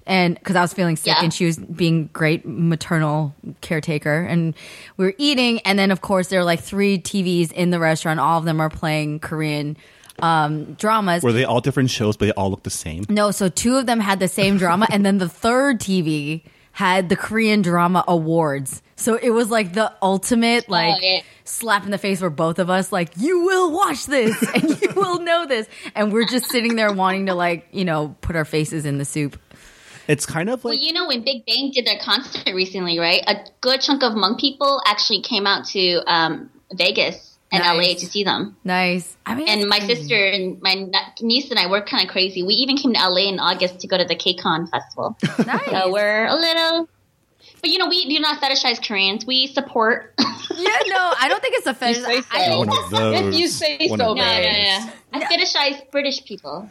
[SPEAKER 2] and because I was feeling sick
[SPEAKER 4] Yeah.
[SPEAKER 2] and she was being great maternal caretaker, and we were eating, and then of course there are like three TVs in the restaurant. All of them are playing Korean um, dramas.
[SPEAKER 1] Were they all different shows, but they all look the same?
[SPEAKER 2] No, so two of them had the same drama, and then the third TV had the Korean Drama Awards. So it was like the ultimate, like
[SPEAKER 4] yeah.
[SPEAKER 2] slap in the face for both of us. Like you will watch this, [LAUGHS] and you will know this, and we're just sitting there wanting to, like, you know, put our faces in the soup.
[SPEAKER 1] It's kind of like
[SPEAKER 4] Well, you know, when Big Bang did their concert recently, right? A good chunk of Hmong people actually came out to um, Vegas and
[SPEAKER 2] Nice.
[SPEAKER 4] LA to see them.
[SPEAKER 2] Nice. I mean,
[SPEAKER 4] And
[SPEAKER 2] it's
[SPEAKER 4] my
[SPEAKER 2] crazy.
[SPEAKER 4] sister and my n- niece and I were kind of crazy. We even came to LA in August to go to the
[SPEAKER 2] [LAUGHS]
[SPEAKER 4] KCON festival.
[SPEAKER 2] [LAUGHS] Nice.
[SPEAKER 4] so uh, we're a little. But you know, we do not fetishize Koreans. We support. [LAUGHS] no,
[SPEAKER 2] yeah, no, I don't think it's a fetish.
[SPEAKER 3] say so.
[SPEAKER 2] I think
[SPEAKER 1] one of those.
[SPEAKER 3] [LAUGHS] If you say
[SPEAKER 1] One
[SPEAKER 3] so,
[SPEAKER 1] of
[SPEAKER 3] man.
[SPEAKER 1] those.
[SPEAKER 4] no, no. I fetishize British people.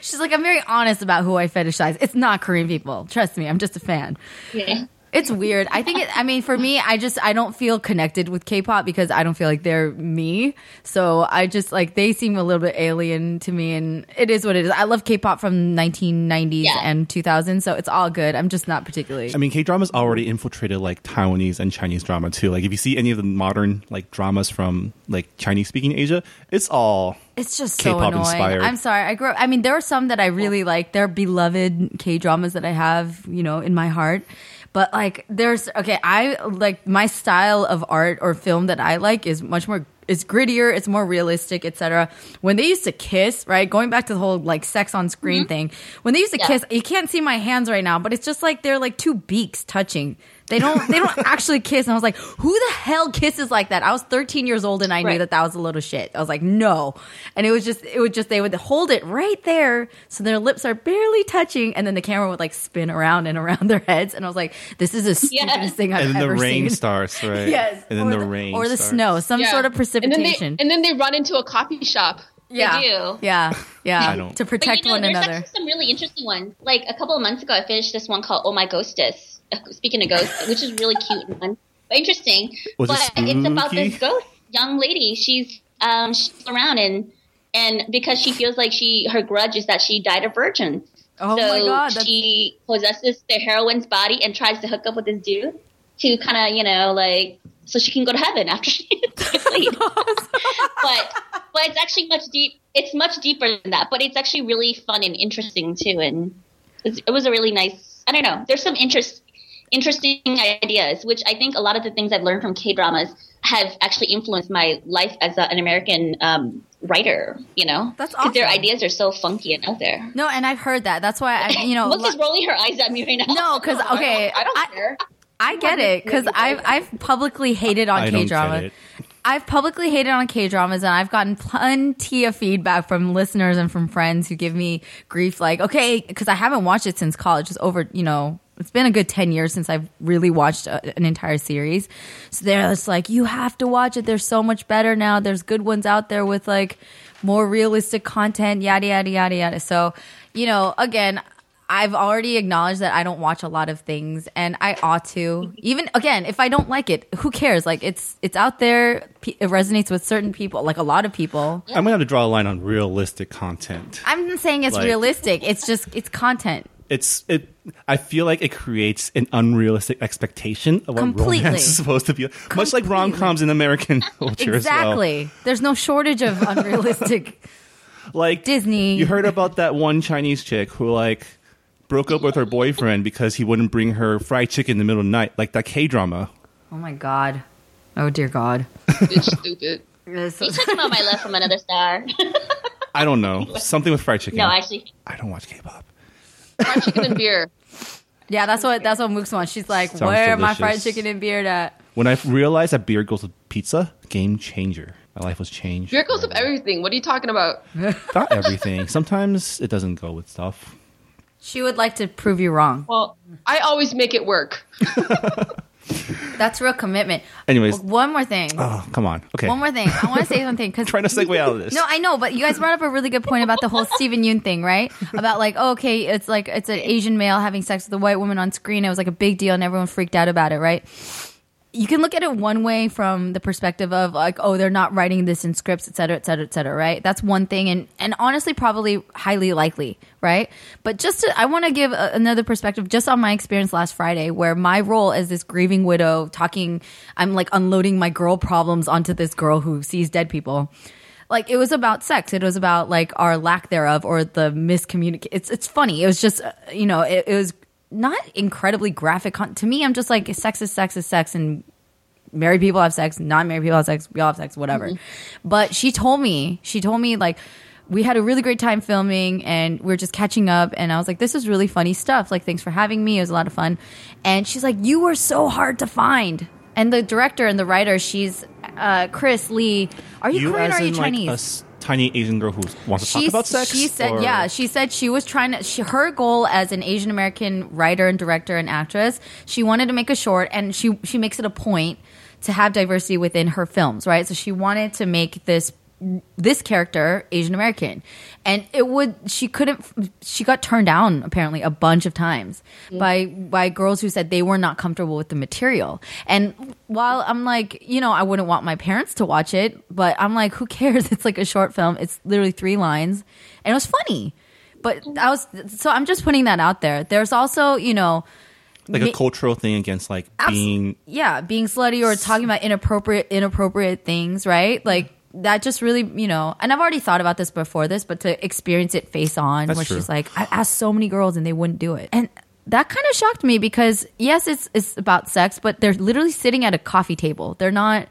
[SPEAKER 2] she's like, I'm very honest about who I fetishize. It's not Korean people. Trust me, I'm just a fan.
[SPEAKER 4] Yeah.
[SPEAKER 2] It's weird. I think it, I mean, for me, I just, I don't feel connected with K pop because I don't feel like they're me. So I just, like, they seem a little bit alien to me and it is what it is. I love K pop from 1990s
[SPEAKER 4] Yeah.
[SPEAKER 2] and 2000s, so it's all good. I'm just not particularly.
[SPEAKER 1] I mean, K drama's already infiltrated like Taiwanese and Chinese drama too. Like, if you see any of the modern like dramas from like Chinese speaking Asia, it's all
[SPEAKER 2] It's just so
[SPEAKER 1] K-pop
[SPEAKER 2] annoying.
[SPEAKER 1] inspired.
[SPEAKER 2] I'm sorry. I grew up, I mean, there are some that I really like. They're beloved K dramas that I have, you know, in my heart. But like, there's, okay, I like my style of art or film that I like is much more, it's grittier, it's more realistic, etc. When they used to kiss, right? Going back to the whole like sex on screen thing, when they used to
[SPEAKER 4] Yeah.
[SPEAKER 2] kiss, you can't see my hands right now, but it's just like they're like two beaks touching. They don't. They
[SPEAKER 4] [LAUGHS]
[SPEAKER 2] don't actually kiss. And I was like, "Who the hell kisses like that?" I was 13 years old, and I knew
[SPEAKER 4] Right.
[SPEAKER 2] that that was a little shit. I was like, no. And it was just, it would just, they would hold it right there. So their lips are barely touching. And then the camera would like spin around and around [LAUGHS] their heads. And I was like, this is the stupidest
[SPEAKER 4] Yes.
[SPEAKER 2] thing I've
[SPEAKER 1] and then the
[SPEAKER 2] ever
[SPEAKER 1] rain
[SPEAKER 2] seen.
[SPEAKER 1] starts, right?
[SPEAKER 2] [LAUGHS] Yes.
[SPEAKER 1] And then
[SPEAKER 2] Or
[SPEAKER 1] the, rain
[SPEAKER 2] Or the
[SPEAKER 1] starts.
[SPEAKER 2] snow, some
[SPEAKER 3] Yeah.
[SPEAKER 2] sort of precipitation.
[SPEAKER 3] And then, they, and then they run into a coffee shop.
[SPEAKER 2] [LAUGHS] yeah.
[SPEAKER 4] do.
[SPEAKER 2] Yeah.
[SPEAKER 1] I
[SPEAKER 2] Yeah.
[SPEAKER 1] don't-
[SPEAKER 2] To
[SPEAKER 4] But
[SPEAKER 2] protect
[SPEAKER 4] you know,
[SPEAKER 2] one
[SPEAKER 4] there's
[SPEAKER 2] another.
[SPEAKER 4] actually some really interesting ones. Like a couple of months ago, I finished this one called "Oh My Ghostess." [LAUGHS] Speaking of ghosts, which is really cute and fun, but interesting.
[SPEAKER 1] Was it
[SPEAKER 4] but it's about
[SPEAKER 1] spooky?
[SPEAKER 4] this ghost young lady. She's um she's around and and because she feels like she her grudge is that she died a virgin.
[SPEAKER 2] Oh
[SPEAKER 4] so
[SPEAKER 2] my God, that's-
[SPEAKER 4] She possesses the heroine's body and tries to hook up with this dude to kind of you know like so she can go to heaven after she [LAUGHS] gets
[SPEAKER 2] [LAUGHS]
[SPEAKER 4] laid. but but it's actually much deep. It's much deeper than that. But it's actually really fun and interesting too. And it's, it was a really nice. I don't know. There's some interest interesting ideas, which I think a lot of the things I've learned from K dramas have actually influenced my life as a, an American um, writer. You know,
[SPEAKER 2] That's
[SPEAKER 4] 'Cause Their
[SPEAKER 2] awesome.
[SPEAKER 4] ideas are so funky and out there.
[SPEAKER 2] No, and I've heard that. That's why I, you know,
[SPEAKER 4] Look,
[SPEAKER 2] lo-
[SPEAKER 4] is rolling her eyes at me right now.
[SPEAKER 2] no,
[SPEAKER 4] [LAUGHS]
[SPEAKER 2] because okay,
[SPEAKER 3] I don't care.
[SPEAKER 2] I get it because I've I've publicly hated on
[SPEAKER 1] I don't
[SPEAKER 2] K
[SPEAKER 1] get
[SPEAKER 2] drama.
[SPEAKER 1] it.
[SPEAKER 2] I've publicly hated on K dramas, and I've gotten plenty of feedback from listeners and from friends who give me grief, like okay, because I haven't watched it since college. It's over, you know. It's been a good 10 years since I've really watched a, an entire series. So they're just like, you have to watch it. There's so much better now. There's good ones out there with like more realistic content, yada, yada, yada, yada. So, you know, again, I've already acknowledged that I don't watch a lot of things and I ought to. Even again, if I don't like it, who cares? Like it's it's out there. P- It resonates with certain people, like a lot of people.
[SPEAKER 1] I'm gonna have to draw a line on realistic content.
[SPEAKER 2] I'm not saying it's
[SPEAKER 1] Like-
[SPEAKER 2] realistic. It's just it's content.
[SPEAKER 1] It's it. I feel like it creates an unrealistic expectation of what
[SPEAKER 2] Completely.
[SPEAKER 1] romance is supposed to be, much like rom coms in American [LAUGHS] culture. as well.
[SPEAKER 2] Exactly. There's no shortage [LAUGHS] of unrealistic.
[SPEAKER 1] like
[SPEAKER 2] Disney.
[SPEAKER 1] You heard about that one Chinese chick who like broke up with her boyfriend because he wouldn't bring her fried chicken in the middle of the night, like that K drama.
[SPEAKER 2] oh my god. Oh dear God.
[SPEAKER 3] It's stupid.
[SPEAKER 2] This
[SPEAKER 4] You
[SPEAKER 2] is-
[SPEAKER 4] took him out my left from another star. [LAUGHS]
[SPEAKER 1] I don't know, something with fried chicken.
[SPEAKER 4] no, actually,
[SPEAKER 1] I don't watch K-pop.
[SPEAKER 3] Fried chicken and beer.
[SPEAKER 2] yeah, that's what that's what Mooks wants. She's like,
[SPEAKER 1] Sounds
[SPEAKER 2] where are my fried
[SPEAKER 1] delicious.
[SPEAKER 2] chicken and beard at?
[SPEAKER 1] When I realized that beer goes with pizza, game changer. My life was changed.
[SPEAKER 3] Beer goes with everything. What are you
[SPEAKER 2] [LAUGHS]
[SPEAKER 3] talking about?
[SPEAKER 1] Not everything. Sometimes it doesn't go with stuff.
[SPEAKER 2] She would like to prove you wrong.
[SPEAKER 3] Well, I always make it work.
[SPEAKER 2] That's real commitment.
[SPEAKER 1] Anyways,
[SPEAKER 2] One more thing.
[SPEAKER 1] oh, come on. Okay,
[SPEAKER 2] One more thing. I want to say something
[SPEAKER 1] [LAUGHS]
[SPEAKER 2] because
[SPEAKER 1] trying to segue out of this.
[SPEAKER 2] No, I know, but you guys brought up a really good point about the whole Stephen Yoon thing, right? About like, oh, okay, it's like it's an Asian male having sex with a white woman on screen. It was like a big deal, and everyone freaked out about it, right? You can look at it one way from the perspective of like, oh, they're not writing this in scripts, et cetera, et cetera, et cetera, right? That's one thing, and and honestly, probably highly likely, right? But just to, I want to give a, another perspective just on my experience last Friday, where my role as this grieving widow talking, I'm like unloading my girl problems onto this girl who sees dead people like it was about sex it was about like our lack thereof or the miscommunication it's it's funny it was just uh, you know it, it was not incredibly graphic con- to me i'm just like sex is sex is sex and married people have sex not married people have sex we all have sex whatever but she told me she told me like we had a really great time filming and we are just catching up and i was like this is really funny stuff like thanks for having me it was a lot of fun and she's like you were so hard to find and the director and the writer she's uh, chris lee are you,
[SPEAKER 1] you
[SPEAKER 2] korean or
[SPEAKER 1] as
[SPEAKER 2] are you
[SPEAKER 1] in
[SPEAKER 2] chinese
[SPEAKER 1] like a s- tiny Asian girl who wants to talk about sex.
[SPEAKER 2] she said,
[SPEAKER 1] or-
[SPEAKER 2] yeah, she said she was trying to. She, her goal as an Asian American writer and director and actress, she wanted to make a short, and she she makes it a point to have diversity within her films, right? So she wanted to make this this character Asian American, and it would she couldn't. She got turned down apparently a bunch of times by by girls who said they were not comfortable with the material. And while I'm like, you know, I wouldn't want my parents to watch it, but I'm like, who cares? [LAUGHS] It's like a short film. It's literally three lines, and it was funny. But I was so I'm just putting that out there. There's also, you know,
[SPEAKER 1] like a
[SPEAKER 2] ma-
[SPEAKER 1] cultural thing against like being
[SPEAKER 2] yeah, being slutty or talking about inappropriate inappropriate things, right? Like that just really, you know, and I've already thought about this before this, but to experience it face on,
[SPEAKER 1] That's
[SPEAKER 2] where
[SPEAKER 1] true.
[SPEAKER 2] she's like, I asked so many girls and they wouldn't do it, and that kind of shocked me because yes, it's it's about sex, but they're literally sitting at a coffee table. They're not.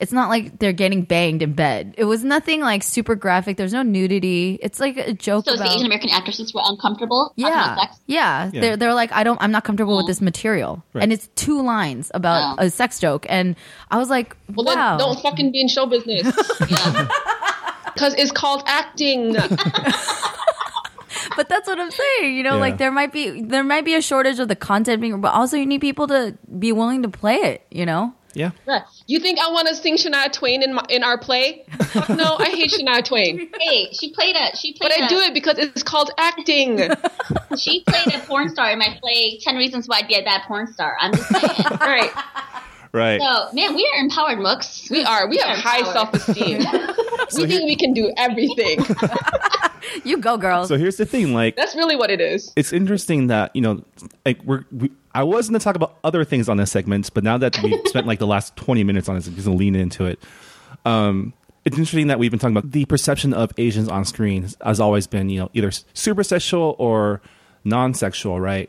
[SPEAKER 2] It's not like they're getting banged in bed. It was nothing like super graphic. There's no nudity. It's like a joke.
[SPEAKER 4] so
[SPEAKER 2] about,
[SPEAKER 4] the Asian American actresses were uncomfortable. talking
[SPEAKER 2] yeah,
[SPEAKER 4] about sex.
[SPEAKER 2] yeah. They're they're like, I don't, I'm not comfortable
[SPEAKER 3] Oh.
[SPEAKER 2] with this material,
[SPEAKER 1] Right.
[SPEAKER 2] and it's two lines about
[SPEAKER 4] Wow.
[SPEAKER 2] a sex joke, and I was like,
[SPEAKER 3] Well, then
[SPEAKER 2] wow,
[SPEAKER 3] don't fucking be in show business. Because it's called acting.
[SPEAKER 2] but that's what I'm saying. You know,
[SPEAKER 1] Yeah.
[SPEAKER 2] like there might be there might be a shortage of the content being, but also you need people to be willing to play it. You know,
[SPEAKER 1] yeah.
[SPEAKER 4] Look,
[SPEAKER 3] You think I want to sing Shania Twain in my, in our play? Fuck no, I hate Shania Twain.
[SPEAKER 4] [LAUGHS] hey, she played a she played.
[SPEAKER 3] But I
[SPEAKER 4] a-
[SPEAKER 3] do it because it's called acting.
[SPEAKER 4] She played a porn star in my play Ten Reasons Why I'd Be a Bad Porn Star. I'm just saying.
[SPEAKER 3] [LAUGHS] Right.
[SPEAKER 1] Right.
[SPEAKER 4] So man, we are empowered mooks.
[SPEAKER 3] We are. We have high
[SPEAKER 4] empowered.
[SPEAKER 3] self esteem. we think we can do everything.
[SPEAKER 2] you go, girls.
[SPEAKER 1] So here's the thing, like
[SPEAKER 3] That's really what it is.
[SPEAKER 1] it's interesting that you know, like we're. We, I was going to talk about other things on this segment, but now that
[SPEAKER 2] [LAUGHS]
[SPEAKER 1] we spent like the last twenty minutes on this, I'm just going to lean into it. Um, it's interesting that we've been talking about the perception of Asians on screen has always been, you know, either super sexual or non-sexual, right?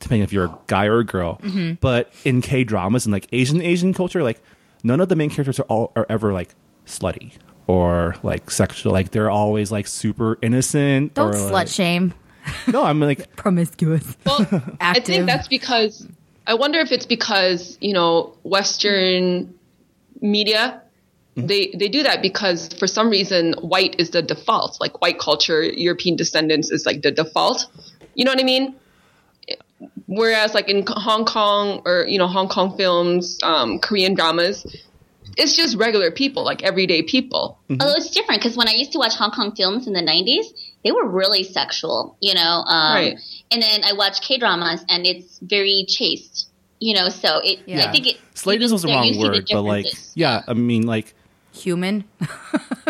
[SPEAKER 1] Depending if you're a guy or a girl.
[SPEAKER 2] Mm-hmm.
[SPEAKER 1] But in K dramas and like Asian Asian culture, like none of the main characters are all are ever like slutty or like sexual. Like they're always like super innocent.
[SPEAKER 2] Don't
[SPEAKER 1] or,
[SPEAKER 2] slut
[SPEAKER 1] like-
[SPEAKER 2] shame.
[SPEAKER 1] No, I'm like
[SPEAKER 2] Promiscuous.
[SPEAKER 3] Well, I
[SPEAKER 2] Active.
[SPEAKER 3] think that's because I wonder if it's because you know Western media
[SPEAKER 1] Mm-hmm.
[SPEAKER 3] they they do that because for some reason white is the default. Like white culture, European descendants is like the default. You know what I mean? Whereas like in Hong Kong or you know Hong Kong films, um, Korean dramas, it's just regular people, like everyday people.
[SPEAKER 1] Mm-hmm.
[SPEAKER 4] Although Oh, it's different because when I used to watch Hong Kong films in the '90s, they were really sexual, you know. Um,
[SPEAKER 3] Right.
[SPEAKER 4] And then I watch K dramas, and it's very chaste, you know. So it,
[SPEAKER 2] Yeah.
[SPEAKER 4] I think it
[SPEAKER 1] Slatism was the
[SPEAKER 4] they're
[SPEAKER 1] wrong
[SPEAKER 4] used to the
[SPEAKER 1] word, but like,
[SPEAKER 4] differences.
[SPEAKER 1] yeah, I mean, like,
[SPEAKER 2] Human.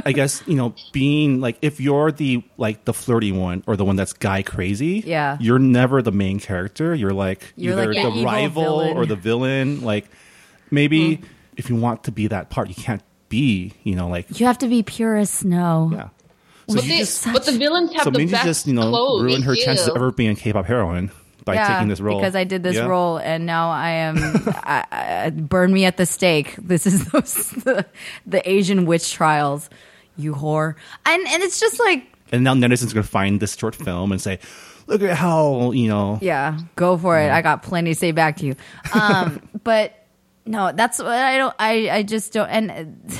[SPEAKER 1] I guess you know, being like, if you're the like the flirty one or the one that's guy crazy,
[SPEAKER 2] Yeah.
[SPEAKER 1] you're never the main character. You're like
[SPEAKER 2] You're
[SPEAKER 1] either
[SPEAKER 2] like an
[SPEAKER 1] the
[SPEAKER 2] evil
[SPEAKER 1] rival
[SPEAKER 2] villain.
[SPEAKER 1] or the villain. Like, maybe
[SPEAKER 4] Hmm.
[SPEAKER 1] if you want to be that part, you can't be, you know, like,
[SPEAKER 2] You have to be pure as snow.
[SPEAKER 1] yeah. So
[SPEAKER 3] But,
[SPEAKER 1] you
[SPEAKER 3] they,
[SPEAKER 1] just,
[SPEAKER 3] but the villains have
[SPEAKER 1] so
[SPEAKER 3] the
[SPEAKER 1] Minji
[SPEAKER 3] best
[SPEAKER 1] just you know
[SPEAKER 3] clothes.
[SPEAKER 1] ruined her
[SPEAKER 4] They
[SPEAKER 1] chances of
[SPEAKER 4] do.
[SPEAKER 1] ever being a K-pop heroine by
[SPEAKER 2] Yeah,
[SPEAKER 1] taking this role
[SPEAKER 2] because I did this
[SPEAKER 1] Yeah.
[SPEAKER 2] role, and now
[SPEAKER 1] [LAUGHS]
[SPEAKER 2] I am I, I, burn me at the stake. This is [LAUGHS] those, the the Asian witch trials, you whore. And and it's just like,
[SPEAKER 1] and now netizens are gonna find this short film and say, look at how you know
[SPEAKER 2] yeah, go for it. I got plenty to say back to you.
[SPEAKER 1] [LAUGHS]
[SPEAKER 2] Um, but no, that's what I don't. I I just don't. And uh,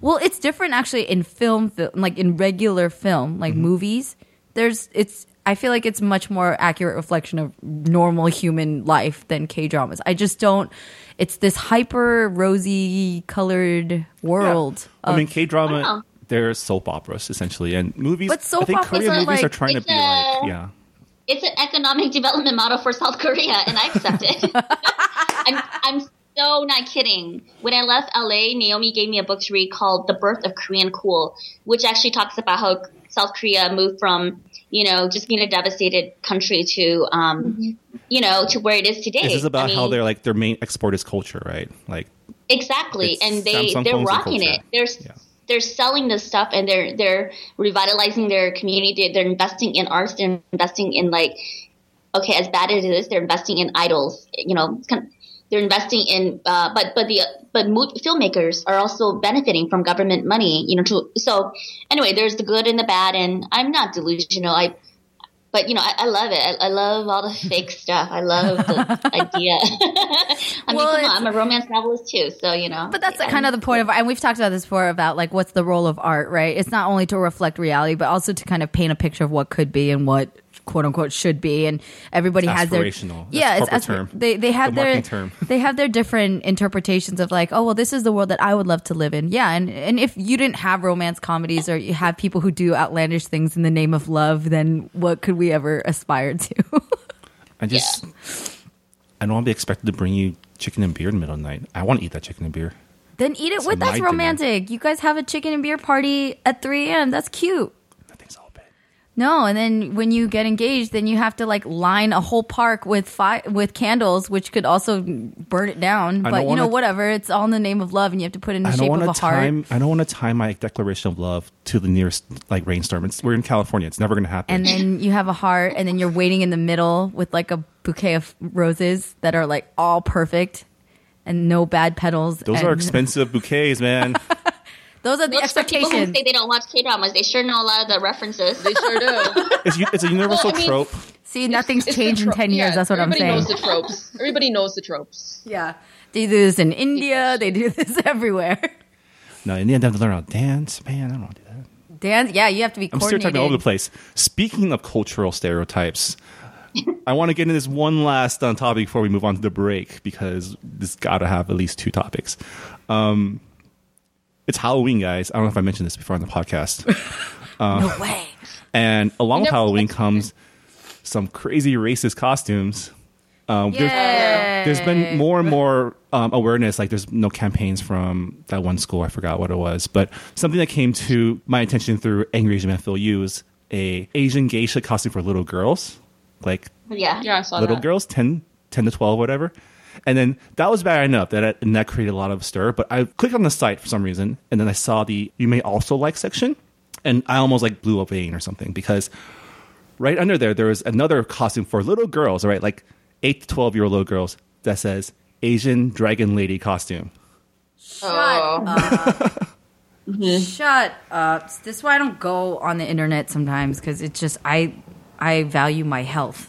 [SPEAKER 2] well, it's different actually in film, fil- like in regular film,
[SPEAKER 1] Mm-hmm.
[SPEAKER 2] like movies. There's it's. I feel like it's much more accurate reflection of normal human life than K dramas. I just don't. It's this hyper rosy colored world.
[SPEAKER 1] Yeah. I
[SPEAKER 2] of-
[SPEAKER 1] mean, K drama,
[SPEAKER 4] Wow.
[SPEAKER 1] they're soap operas essentially, and movies.
[SPEAKER 2] But soap
[SPEAKER 1] I think
[SPEAKER 2] operas
[SPEAKER 1] Korean
[SPEAKER 2] are
[SPEAKER 1] movies
[SPEAKER 2] like-
[SPEAKER 1] are trying to
[SPEAKER 4] it's
[SPEAKER 1] be
[SPEAKER 4] a-
[SPEAKER 1] like, yeah,
[SPEAKER 4] it's an economic [LAUGHS] development model for South Korea, and I accept it. [LAUGHS] I'm, I'm so not kidding. When I left LA, Naomi gave me a book to read called The Birth of Korean Cool, which actually talks about how South Korea moved from, you know, just being a devastated country to, um, you know, to where it is today.
[SPEAKER 1] this Mm-hmm. is about
[SPEAKER 4] I
[SPEAKER 1] how
[SPEAKER 4] mean,
[SPEAKER 1] their like their main export is culture, right? Like,
[SPEAKER 4] Exactly,
[SPEAKER 1] It's
[SPEAKER 4] and they
[SPEAKER 1] Samsung
[SPEAKER 4] they're
[SPEAKER 1] phones and
[SPEAKER 4] rocking
[SPEAKER 1] culture.
[SPEAKER 4] it. They're
[SPEAKER 1] Yeah.
[SPEAKER 4] they're selling this stuff, and they're they're revitalizing their community. They're investing in arts. They're investing in like, okay, as bad as it is, they're investing in idols. You know, it's kind of- they're investing in, uh, but but the but mo- filmmakers are also benefiting from government money. You know, to, so anyway, there's the good and the bad, and I'm not delusional. I. But you know, I, I love it. I, I love all the
[SPEAKER 1] [LAUGHS]
[SPEAKER 4] fake stuff. I love the idea. [LAUGHS] I mean,
[SPEAKER 2] Well,
[SPEAKER 4] come
[SPEAKER 2] it's-
[SPEAKER 4] on, I'm a romance novelist too, so you know.
[SPEAKER 2] But that's kind of the point of, and we've talked about this before about like what's the role of art, right? It's not only to reflect reality, but also to kind of paint a picture of what could be and what quote unquote should be, and everybody has their
[SPEAKER 1] aspirational. That's
[SPEAKER 2] yeah, it's
[SPEAKER 1] corporate term.
[SPEAKER 2] aspir- They they have
[SPEAKER 1] The
[SPEAKER 2] their
[SPEAKER 1] marketing term.
[SPEAKER 2] they have their different interpretations of like, oh well, this is the world that I would love to live in. Yeah, and and if you didn't have romance comedies or you have people who do outlandish things in the name of love, then what could we ever aspire to? [LAUGHS]
[SPEAKER 1] I just, I don't want to be expected to bring you chicken and beer in the middle of the night. I want to eat that chicken and beer.
[SPEAKER 2] then eat it with
[SPEAKER 1] my
[SPEAKER 2] us,
[SPEAKER 1] dinner.
[SPEAKER 2] romantic. You guys have a chicken and beer party at three a.m. That's cute.
[SPEAKER 1] That thing's all bad.
[SPEAKER 2] No, and then when you get engaged, then you have to like line a whole park with fi- with candles, which could also burn it down.
[SPEAKER 1] I
[SPEAKER 2] but
[SPEAKER 1] don't
[SPEAKER 2] you know,
[SPEAKER 1] wanna-
[SPEAKER 2] whatever. It's all in the name of love, and you have to put it in the
[SPEAKER 1] I don't
[SPEAKER 2] shape of
[SPEAKER 1] want
[SPEAKER 2] a
[SPEAKER 1] to
[SPEAKER 2] heart.
[SPEAKER 1] time. I don't want to time my declaration of love to the nearest like rainstorm. It's, we're in California. It's never going to happen.
[SPEAKER 2] And then you have a heart, and then you're waiting in the middle with like a bouquet of roses that are like all perfect and no bad petals.
[SPEAKER 1] Those
[SPEAKER 2] and-
[SPEAKER 1] are expensive bouquets, man.
[SPEAKER 2] [LAUGHS] Those are the
[SPEAKER 4] Looks for people who
[SPEAKER 2] expectations.
[SPEAKER 4] say they don't watch K dramas. They sure know a lot of the references. [LAUGHS]
[SPEAKER 3] They
[SPEAKER 1] [LAUGHS]
[SPEAKER 3] sure do.
[SPEAKER 1] it's, u- it's a universal
[SPEAKER 3] mean-
[SPEAKER 1] trope.
[SPEAKER 2] See, nothing's
[SPEAKER 3] It's the
[SPEAKER 2] changed in
[SPEAKER 3] trope-
[SPEAKER 2] ten years.
[SPEAKER 3] yeah,
[SPEAKER 2] that's what I'm saying.
[SPEAKER 3] Everybody knows the tropes. Everybody knows the tropes.
[SPEAKER 2] [LAUGHS] yeah, they do this in India. They do this [LAUGHS] everywhere.
[SPEAKER 1] No, in the end, I have to learn how to dance. Man, I don't want to do that.
[SPEAKER 2] Dance. Yeah, you have to be.
[SPEAKER 1] I'm
[SPEAKER 2] coordinated.
[SPEAKER 1] stereotyping all over the place. Speaking of cultural stereotypes, I want to get into this one last on topic before we move on to the break because this got to have at least two topics. Um, it's Halloween, guys. I don't know if I mentioned this before on the
[SPEAKER 2] [LAUGHS]
[SPEAKER 1] podcast. Uh,
[SPEAKER 2] No way.
[SPEAKER 1] And along with
[SPEAKER 3] Never-
[SPEAKER 1] Halloween comes some crazy racist costumes. Um, there's-
[SPEAKER 2] Yay.
[SPEAKER 1] there's been more and more um, awareness. Like there's no campaigns from that one school. I forgot what it was, but something that came to my attention through Angry Asian Man Phil Hughes a Asian geisha costume for little girls, like
[SPEAKER 4] Yeah.
[SPEAKER 3] Yeah, I saw
[SPEAKER 1] little
[SPEAKER 3] that.
[SPEAKER 1] girls 10, 10 to 12 whatever and then that was bad enough that and that created a lot of stir but i clicked on the site for some reason and then i saw the you may also like section and i almost like blew up a vein or something because right under there there was another costume for little girls right like 8 to 12 year old little girls that says asian dragon lady costume
[SPEAKER 2] Shut
[SPEAKER 3] Oh.
[SPEAKER 2] up. [LAUGHS] Shut up. This is why I don't go on the internet sometimes because it's just I I value my health.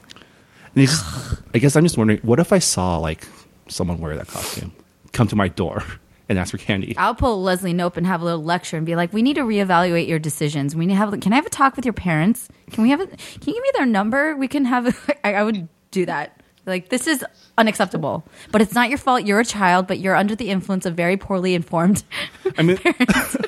[SPEAKER 1] and it's just, i guess i'm just wondering what if i saw like someone wear that costume come to my door [LAUGHS] and ask for candy
[SPEAKER 2] I'll pull Leslie Nope and have a little lecture and be like, "We need to reevaluate your decisions. We need to have. Can I have a talk with your parents? Can we have? A, can you give me their number? We can have. [LAUGHS] I, I would do that. Like this is unacceptable. But it's not your fault. You're a child, but you're under the influence of very poorly informed.
[SPEAKER 1] I mean,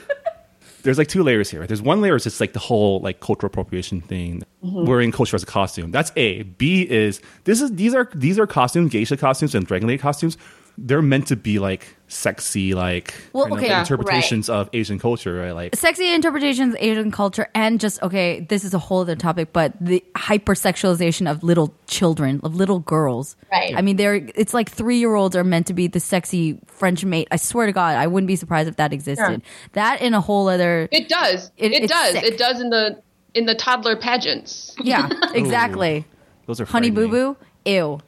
[SPEAKER 1] [LAUGHS] there's like two layers here. There's one layer is just like the whole like cultural appropriation thing, wearing culture as a costume. That's A. B is this is these are these are costumes, geisha costumes and dragon lady costumes. They're meant to be like sexy, like
[SPEAKER 2] Well,
[SPEAKER 1] kind of
[SPEAKER 2] okay, yeah,
[SPEAKER 1] interpretations of Asian culture, right? Like
[SPEAKER 2] Sexy interpretations, Asian culture, and just okay. This is a whole other topic, but the hypersexualization of little children, of little girls.
[SPEAKER 4] Right.
[SPEAKER 2] I mean, they're it's like three year olds are meant to be the sexy French maid. I swear to God, I wouldn't be surprised if that existed. That in a whole
[SPEAKER 3] [LAUGHS]
[SPEAKER 2] other.
[SPEAKER 3] It does.
[SPEAKER 2] It-
[SPEAKER 3] It,
[SPEAKER 2] it's
[SPEAKER 3] does.
[SPEAKER 2] sick.
[SPEAKER 3] It does in the in the toddler pageants.
[SPEAKER 2] Yeah, exactly.
[SPEAKER 1] those are
[SPEAKER 2] Honey Boo
[SPEAKER 1] frightening.
[SPEAKER 2] Boo, ew.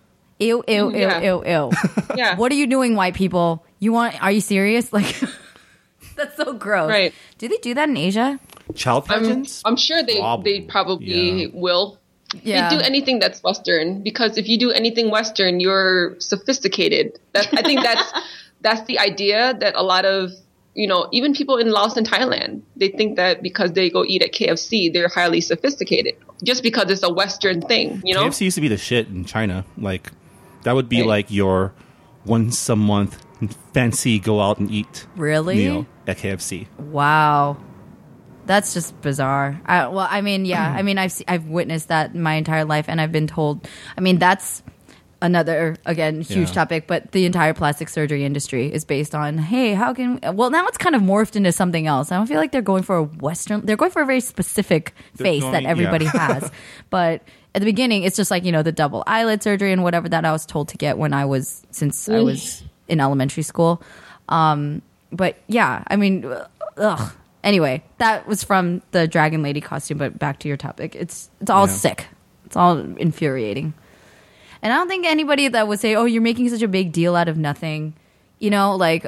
[SPEAKER 2] Ew, ew, ew,
[SPEAKER 3] yeah.
[SPEAKER 2] ew,
[SPEAKER 3] [LAUGHS]
[SPEAKER 2] ew.
[SPEAKER 3] Yeah.
[SPEAKER 2] What are you doing, white people? You want, are you serious? Like, [LAUGHS] that's so gross.
[SPEAKER 3] Right.
[SPEAKER 2] Do they do that in Asia?
[SPEAKER 1] Child
[SPEAKER 3] I'm,
[SPEAKER 1] pageants.
[SPEAKER 3] I'm sure they
[SPEAKER 1] Probably,
[SPEAKER 3] they probably
[SPEAKER 1] yeah.
[SPEAKER 3] will.
[SPEAKER 2] Yeah.
[SPEAKER 3] They do anything that's Western because if you do anything Western, you're sophisticated. That, I
[SPEAKER 2] [LAUGHS]
[SPEAKER 3] think that's that's the idea that a lot of you know even people in Laos and Thailand they think that because they go eat at KFC they're highly sophisticated just because it's a Western thing. You know,
[SPEAKER 1] KFC used to be the shit in China. Like that would be
[SPEAKER 3] Right.
[SPEAKER 1] like your once a month fancy go out and eat
[SPEAKER 2] Really?
[SPEAKER 1] meal at KFC.
[SPEAKER 2] Wow. That's just bizarre. I, well, I mean, yeah.
[SPEAKER 1] [CLEARS THROAT]
[SPEAKER 2] I mean, I've se- I've witnessed that my entire life, and I've been told. I mean, that's another again huge
[SPEAKER 1] Yeah.
[SPEAKER 2] topic. But the entire plastic surgery industry is based on, hey, how can? Well, now it's kind of morphed into something else. I don't feel like they're going for a Western. They're going for a very specific
[SPEAKER 1] They're
[SPEAKER 2] face
[SPEAKER 1] going- e-,
[SPEAKER 2] that
[SPEAKER 1] yeah. [LAUGHS]
[SPEAKER 2] everybody has. But at the beginning, it's just like you know the double eyelid surgery and whatever that I was told to get when I was since I was in elementary school but yeah, I mean, ugh. Anyway, that was from the Dragon Lady costume. But back to your topic, it's it's all
[SPEAKER 1] Yeah.
[SPEAKER 2] sick. It's all infuriating. And I don't think anybody that would say, "Oh, you're making such a big deal out of nothing," you know, like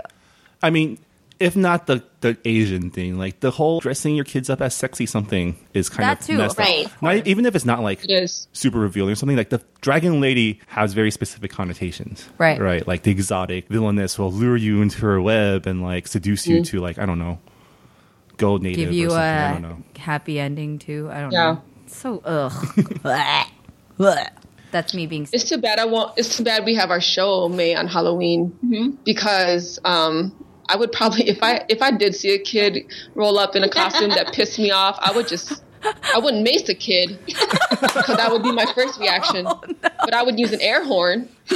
[SPEAKER 1] I mean, if not the the Asian thing, like the whole dressing your kids up as sexy something is kind
[SPEAKER 2] That
[SPEAKER 1] of
[SPEAKER 2] too,
[SPEAKER 1] messed
[SPEAKER 4] right.
[SPEAKER 1] up. Not, e, even if it's not like
[SPEAKER 3] it is.
[SPEAKER 1] super revealing or something, like the dragon lady has very specific connotations,
[SPEAKER 2] Right.
[SPEAKER 1] Right, like the exotic villainess will lure you into her web and like seduce you to like I don't know, go native
[SPEAKER 2] Mm. give you
[SPEAKER 1] or something. I I don't
[SPEAKER 2] a
[SPEAKER 1] know.
[SPEAKER 2] happy ending too. I don't
[SPEAKER 3] Yeah.
[SPEAKER 2] know. It's so ugh. [LAUGHS] Blech. Blech. That's me being.
[SPEAKER 3] It's too bad I won't. It's too bad we have our show May on Halloween because um, I would probably if I if I did see a kid roll up in a costume that pissed me off, I would just I wouldn't mace a kid because that would be my first reaction. But I would use an air horn.
[SPEAKER 4] I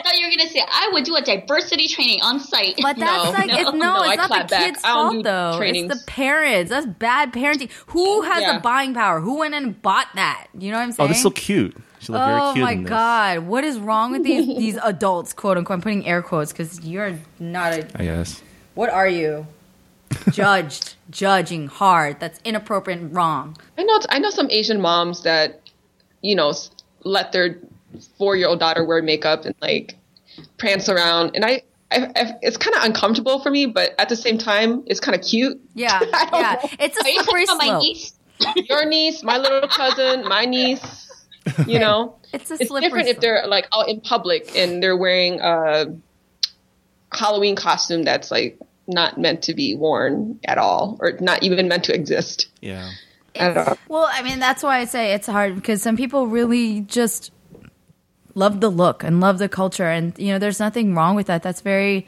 [SPEAKER 4] thought you were gonna say I would do a diversity training on site.
[SPEAKER 2] But
[SPEAKER 4] [LAUGHS]
[SPEAKER 2] that's
[SPEAKER 3] No,
[SPEAKER 2] like it's no,
[SPEAKER 3] no, I
[SPEAKER 2] it's not
[SPEAKER 3] clap
[SPEAKER 2] the
[SPEAKER 3] back.
[SPEAKER 2] kids'
[SPEAKER 3] I don't
[SPEAKER 2] fault
[SPEAKER 3] do
[SPEAKER 2] though. It's
[SPEAKER 3] trainings.
[SPEAKER 2] the parents. That's bad parenting. Who has
[SPEAKER 3] Yeah.
[SPEAKER 2] the buying power? Who went and bought that? You know what I'm
[SPEAKER 1] Oh,
[SPEAKER 2] saying?
[SPEAKER 1] this is so cute. She looked
[SPEAKER 2] Oh
[SPEAKER 1] very cute.
[SPEAKER 2] my
[SPEAKER 1] in this.
[SPEAKER 2] god, what is wrong with these these adults, quote unquote? I'm putting air quotes because you're not a
[SPEAKER 1] I guess.
[SPEAKER 2] what are you? Judged, judging hard. That's inappropriate and wrong.
[SPEAKER 3] I know I know some Asian moms that you know s- let their four year old daughter wear makeup and like prance around, and I. I, I, it's kind of uncomfortable for me, but at the same time, it's kind of cute.
[SPEAKER 2] Yeah,
[SPEAKER 3] I don't
[SPEAKER 2] yeah.
[SPEAKER 3] know.
[SPEAKER 2] It's a
[SPEAKER 4] Are you
[SPEAKER 2] slippery
[SPEAKER 4] talking about my
[SPEAKER 2] slope.
[SPEAKER 4] niece?
[SPEAKER 3] your niece, my little cousin, my niece. You know,
[SPEAKER 2] It's a
[SPEAKER 3] it's
[SPEAKER 2] slippery
[SPEAKER 3] different if
[SPEAKER 2] slope.
[SPEAKER 3] they're like out in public and they're wearing a Halloween costume that's like not meant to be worn at all, or not even meant to exist
[SPEAKER 1] Yeah.
[SPEAKER 3] at all.
[SPEAKER 2] Well, I mean, that's why I say it's hard because some people really just love the look and love the culture, and you know, there's nothing wrong with that. That's very,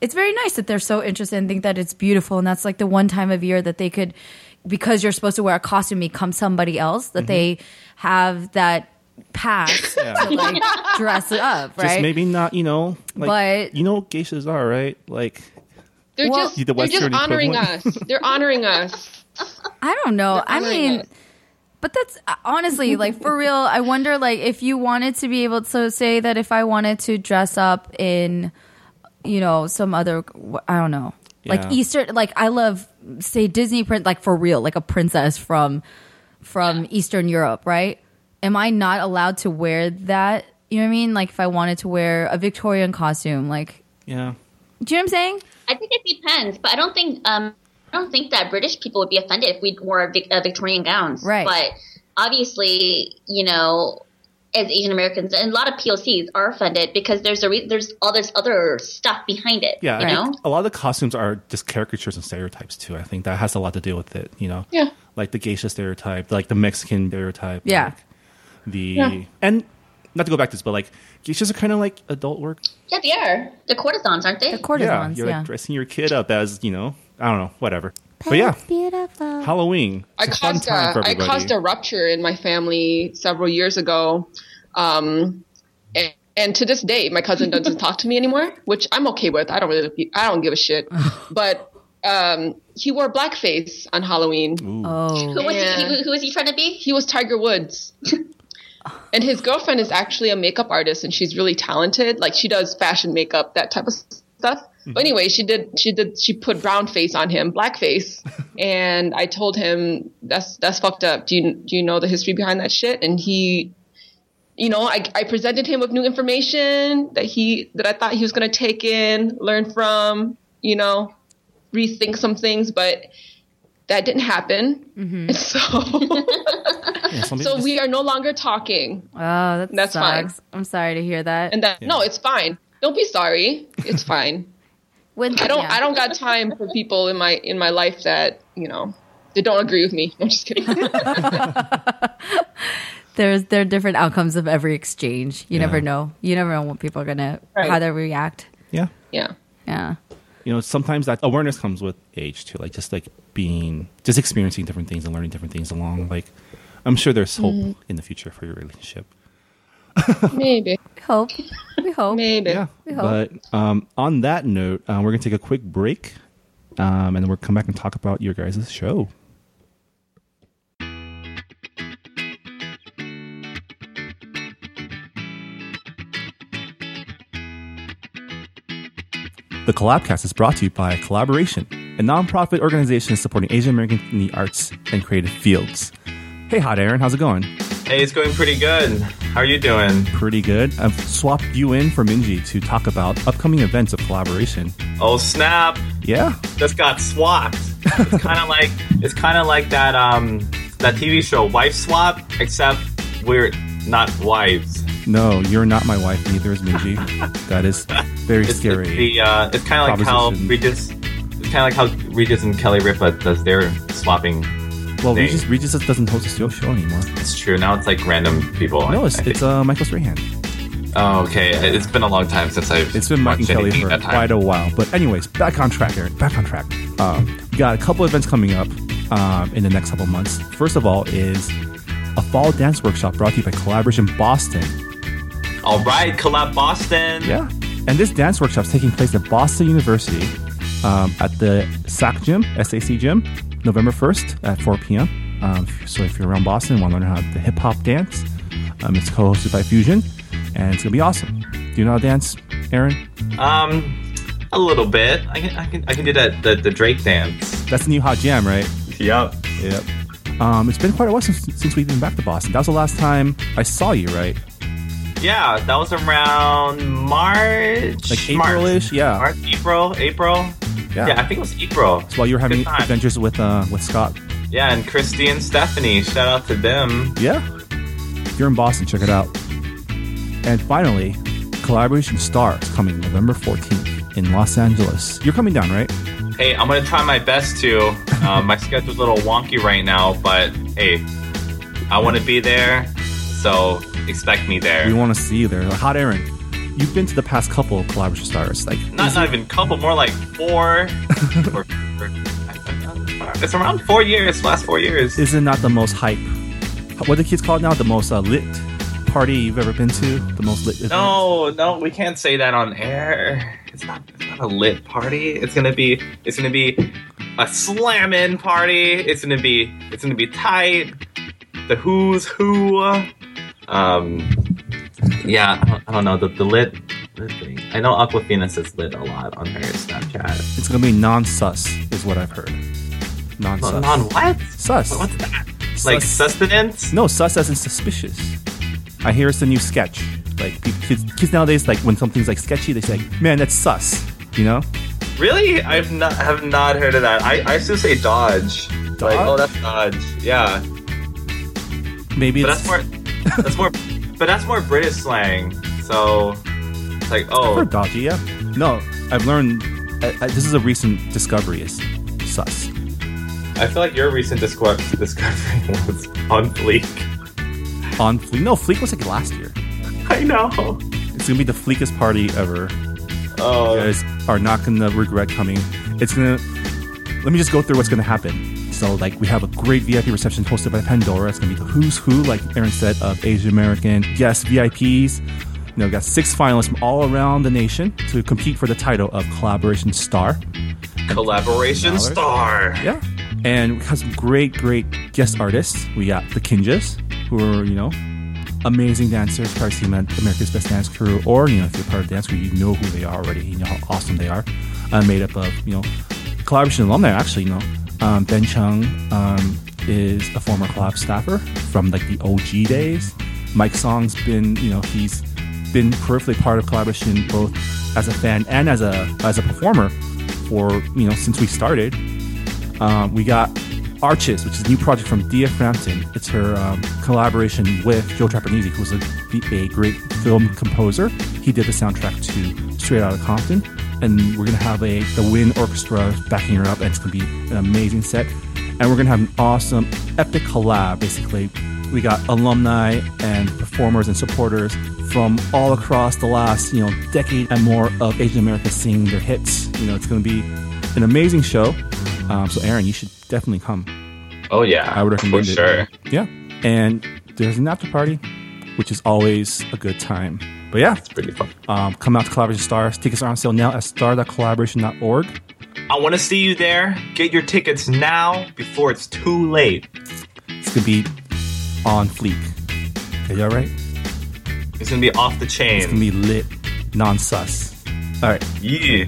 [SPEAKER 2] it's very nice that they're so interested and think that it's beautiful, and that's like the one time of year that they could, because you're supposed to wear a costume, become somebody else that they have that pass to like dress up, right?
[SPEAKER 1] Just maybe not, you know, like
[SPEAKER 2] But-
[SPEAKER 1] you know what geishas are, right? Like
[SPEAKER 3] They're
[SPEAKER 2] Well-
[SPEAKER 3] just
[SPEAKER 1] The
[SPEAKER 3] they're just
[SPEAKER 1] Western
[SPEAKER 3] honoring
[SPEAKER 1] equivalent.
[SPEAKER 3] us. They're honoring us.
[SPEAKER 2] I don't know.
[SPEAKER 3] They're
[SPEAKER 2] I
[SPEAKER 3] following
[SPEAKER 2] mean,
[SPEAKER 3] it.
[SPEAKER 2] but that's uh, honestly like for real. I wonder like if you wanted to be able to say that if I wanted to dress up in, you know, some other I don't know,
[SPEAKER 1] Yeah.
[SPEAKER 2] like Easter. Like I love say Disney print like for real, like a princess from from Eastern Europe, right? Am I not allowed to wear that? You know what I mean? Like if I wanted to wear a Victorian costume, like
[SPEAKER 1] Yeah.
[SPEAKER 2] do you know what I'm saying?
[SPEAKER 4] I think it depends, but I don't think um, I don't think that British people would be offended if we wore Vic- uh, Victorian gowns.
[SPEAKER 2] Right.
[SPEAKER 4] But obviously, you know, as Asian Americans and a lot of POCs are offended because there's a re- there's all this other stuff behind it.
[SPEAKER 1] Yeah,
[SPEAKER 4] You
[SPEAKER 1] I
[SPEAKER 4] know.
[SPEAKER 1] think a lot of the costumes are just caricatures and stereotypes too. I think that has a lot to do with it. You know,
[SPEAKER 3] Yeah.
[SPEAKER 1] like the geisha stereotype, like the Mexican stereotype.
[SPEAKER 2] Yeah.
[SPEAKER 1] like the
[SPEAKER 3] Yeah.
[SPEAKER 1] and not to go back to this, but like geishas are kind of like adult work.
[SPEAKER 4] Yeah, they are. They're courtesans, aren't they?
[SPEAKER 2] The courtesans,
[SPEAKER 1] yeah,
[SPEAKER 2] yeah.
[SPEAKER 1] you're like dressing your kid up as you know, I don't know, whatever. but yeah, Halloween.
[SPEAKER 3] I
[SPEAKER 1] It's a fun
[SPEAKER 3] caused
[SPEAKER 1] time for
[SPEAKER 3] a, I
[SPEAKER 1] everybody.
[SPEAKER 3] caused a rupture in my family several years ago. Um, and, and to this day, my
[SPEAKER 1] [LAUGHS]
[SPEAKER 3] cousin doesn't talk to me anymore, which I'm okay with. I don't really, I don't give
[SPEAKER 1] [SIGHS]
[SPEAKER 3] a shit. But um, he wore blackface on Halloween.
[SPEAKER 2] Oh,
[SPEAKER 4] [LAUGHS] who was
[SPEAKER 3] Yeah.
[SPEAKER 4] he? Who, who was he trying to be?
[SPEAKER 3] He was Tiger Woods. [LAUGHS] and his girlfriend is actually a makeup artist and she's really talented. Like she does fashion makeup, that type of stuff. But anyway, she did she did she put brown face on him, blackface. and I told him that's that's fucked up. Do you do you know the history behind that shit? And he you know, I, I presented him with new information that he that I thought he was going to take in, learn from, you know, rethink some things, but that didn't happen. And [LAUGHS] so
[SPEAKER 1] Yeah, some people
[SPEAKER 3] so
[SPEAKER 1] just-
[SPEAKER 3] we are no longer talking,
[SPEAKER 2] oh, that
[SPEAKER 3] That's fine.
[SPEAKER 2] sucks. I'm sorry to hear that.
[SPEAKER 3] and that no, it's fine. Don't be sorry. It's fine.
[SPEAKER 2] When,
[SPEAKER 3] I don't.
[SPEAKER 2] yeah.
[SPEAKER 3] I don't got time for people in my in my life that you know they don't agree with me. [LAUGHS] I'm just
[SPEAKER 2] [LAUGHS]
[SPEAKER 3] kidding.
[SPEAKER 2] There's there are different outcomes of every exchange. You
[SPEAKER 1] Yeah.
[SPEAKER 2] never know. You never know what people are gonna
[SPEAKER 3] Right.
[SPEAKER 2] how they react.
[SPEAKER 1] yeah,
[SPEAKER 3] yeah.
[SPEAKER 2] Yeah.
[SPEAKER 1] you know, sometimes that awareness comes with age too, like just like being, just experiencing different things and learning different things along. Like, I'm sure there's hope in the future for your relationship.
[SPEAKER 3] Maybe.
[SPEAKER 2] We hope. We hope.
[SPEAKER 3] [LAUGHS] Maybe.
[SPEAKER 1] Yeah.
[SPEAKER 2] We hope.
[SPEAKER 1] But um, on that note, uh, we're going to take a quick break um, and then we'll come back and talk about your guys' show. The Collabcast is brought to you by Collaboration, a nonprofit organization supporting Asian Americans in the arts and creative fields. Hey, Hot Aaron, how's it going?
[SPEAKER 5] Hey, it's going pretty good. How are you doing?
[SPEAKER 1] pretty good. I've swapped you in for Minji to talk about upcoming events of collaboration.
[SPEAKER 5] Oh snap!
[SPEAKER 1] Yeah.
[SPEAKER 5] Just got swapped.
[SPEAKER 1] [LAUGHS]
[SPEAKER 5] It's kind of like it's kind of like that um that TV show Wife Swap, except we're not wives.
[SPEAKER 1] No, you're not my wife, neither is
[SPEAKER 5] [LAUGHS]
[SPEAKER 1] Minji. that is very
[SPEAKER 5] It's
[SPEAKER 1] scary.
[SPEAKER 5] the, the, uh, it's kind of like how
[SPEAKER 1] Proposition.
[SPEAKER 5] Regis, it's kind of like how Regis and Kelly Ripa does their swapping.
[SPEAKER 1] well,
[SPEAKER 5] thing.
[SPEAKER 1] Regis, Regis doesn't host a show, show anymore.
[SPEAKER 5] It's true. Now it's like random people. I-
[SPEAKER 1] No, it's,
[SPEAKER 5] I think.
[SPEAKER 1] it's uh, Michael Strahan.
[SPEAKER 5] oh, okay. It's been a long time since I've.
[SPEAKER 1] It's been Mike and
[SPEAKER 5] watched
[SPEAKER 1] Kelly
[SPEAKER 5] anything
[SPEAKER 1] for
[SPEAKER 5] that time.
[SPEAKER 1] quite a while. But anyways, back on track, Aaron. Back on track. Um, we got a couple events coming up um, in the next couple months. First of all is a fall dance workshop brought to you by Collaboration Boston.
[SPEAKER 5] All right, collab Boston.
[SPEAKER 1] Yeah. And this dance workshop is taking place at Boston University um, at the SAC Gym, SAC Gym, November 1st at 4 p.m. Um, so if you're around Boston and want to learn how to hip hop dance, um, it's co hosted by Fusion and it's going to be awesome. Do you know how to dance, Aaron?
[SPEAKER 5] Um, a little bit. I can I can I can do that the, the Drake dance.
[SPEAKER 1] That's the new hot jam, right?
[SPEAKER 5] Yep.
[SPEAKER 1] Yep. Um, it's been quite a while since, since we've been back to Boston. That was the last time I saw you, right?
[SPEAKER 5] Yeah, that was around March.
[SPEAKER 1] Like April-ish,
[SPEAKER 5] March.
[SPEAKER 1] yeah.
[SPEAKER 5] March, April, April.
[SPEAKER 1] Yeah.
[SPEAKER 5] I think it was April.
[SPEAKER 1] So while you were having
[SPEAKER 5] Good time.
[SPEAKER 1] adventures with uh, with Scott.
[SPEAKER 5] Yeah, and Christy and Stephanie. Shout out to them.
[SPEAKER 1] Yeah. If you're in Boston, check it out. And finally, Collaboration Star is coming November 14th in Los Angeles. You're coming down, right?
[SPEAKER 5] Hey, I'm gonna try my best to.
[SPEAKER 1] [LAUGHS]
[SPEAKER 5] Um, my schedule's a little wonky right now, but hey, I want to be there, so expect me there.
[SPEAKER 1] We want to see you there. Hot Aaron, you've been to the past couple of Collaboration Stars. Like,
[SPEAKER 5] not, not even a couple, more like
[SPEAKER 1] [LAUGHS]
[SPEAKER 5] four. or, or, it's around four years, last four years.
[SPEAKER 1] is it not the most hype? What the kids call it now? The most uh, lit party you've ever been to? The most lit event?
[SPEAKER 5] No, no, we can't say that on air. It's not. It's not a lit party. It's gonna be. It's gonna be a slam in party. It's gonna be it's gonna be tight. The who's who. Um, yeah, I don't, I don't know the, the lit, lit thing. I know Aquafina says lit a lot on her Snapchat.
[SPEAKER 1] It's gonna be non-sus, is what I've heard. Non-sus.
[SPEAKER 5] On, on what?
[SPEAKER 1] sus.
[SPEAKER 5] What's that? Like
[SPEAKER 1] Sus.
[SPEAKER 5] sustenance?
[SPEAKER 1] No, sus as in suspicious. I hear it's the new sketch. Like pe- kids, kids nowadays, like when something's like sketchy, they say, "Man, that's sus." You know?
[SPEAKER 5] Really? I've not have not heard of that. I I still say dodge. Like,
[SPEAKER 1] Dodge?
[SPEAKER 5] oh, that's dodge. Yeah,
[SPEAKER 1] Maybe
[SPEAKER 5] but
[SPEAKER 1] it's
[SPEAKER 5] that's more. That's more. but that's more British slang. So it's like,
[SPEAKER 1] I've
[SPEAKER 5] oh,
[SPEAKER 1] heard dodgy. Yeah. No, I've learned. I, I, this is a recent discovery. Is sus.
[SPEAKER 5] I feel like your recent discover- discovery [LAUGHS] was on fleek.
[SPEAKER 1] on Fleek. No, Fleek was like last year.
[SPEAKER 5] I know.
[SPEAKER 1] It's gonna be the fleekest party ever.
[SPEAKER 5] Oh,
[SPEAKER 1] You guys are not gonna regret coming. It's gonna. Let me just go through what's gonna happen. So, like, we have a great VIP reception hosted by Pandora. It's gonna be the who's who, like Aaron said, of Asian American guest VIPs. You know, we got six finalists from all around the nation to compete for the title of collaboration star.
[SPEAKER 5] collaboration
[SPEAKER 1] Dollars?
[SPEAKER 5] star.
[SPEAKER 1] Yeah. And we have some great, great guest artists. We got the Kinjas, who are, you know, amazing dancers, probably seen them at America's Best Dance Crew, or, you know, if you're part of the dance crew, you know who they are already, you know how awesome they are. Uh, made up of, you know, collaboration alumni, actually, you know. Um, ben Chung um, is a former collab staffer from like the OG days. Mike Song's been, you know, he's been peripherally part of collaboration both as a fan and as a as a performer for you know since we started um, we got Arches, which is a new project from Dia Frampton. It's her um, collaboration with Joe Trapanese, who's a, a great film composer. He did the soundtrack to Straight Outta Compton. And we're going to have a the Wind Orchestra backing her up, and it's going to be an amazing set. And we're going to have an awesome, epic collab, basically. We got alumni and performers and supporters from all across the last, you know, decade and more of Asian America singing their hits. You know, it's going to be an amazing show. Um, so, Aaron, you should definitely come.
[SPEAKER 5] Oh yeah,
[SPEAKER 1] I would recommend
[SPEAKER 5] for
[SPEAKER 1] it.
[SPEAKER 5] sure.
[SPEAKER 1] Yeah. And there's an after party, which is always a good time. But yeah,
[SPEAKER 5] It's pretty fun.
[SPEAKER 1] um, come out to Collaboration Stars. Tickets are on sale now at star.collaboration.org.
[SPEAKER 5] I want to see you there. Get your tickets now before it's too late.
[SPEAKER 1] It's going to be on fleek. Is that right?
[SPEAKER 5] It's gonna be off the
[SPEAKER 1] It's going
[SPEAKER 5] chain.
[SPEAKER 1] to be lit, non sus. All right.
[SPEAKER 5] yeah.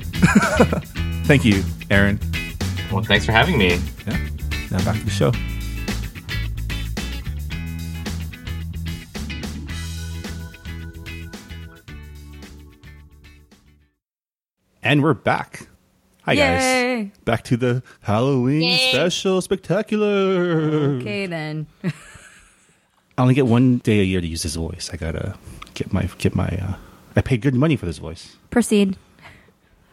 [SPEAKER 1] Thank you, Aaron.
[SPEAKER 5] Well, thanks for having me.
[SPEAKER 1] Yeah. Now back to the show. And we're back. Hi
[SPEAKER 2] Yay.
[SPEAKER 1] guys. Back to the Halloween
[SPEAKER 4] Yay.
[SPEAKER 1] special spectacular.
[SPEAKER 2] Okay, then.
[SPEAKER 1] I only get one day a year to use this voice. I gotta get my get my. Uh, I paid good money for this voice.
[SPEAKER 2] Proceed.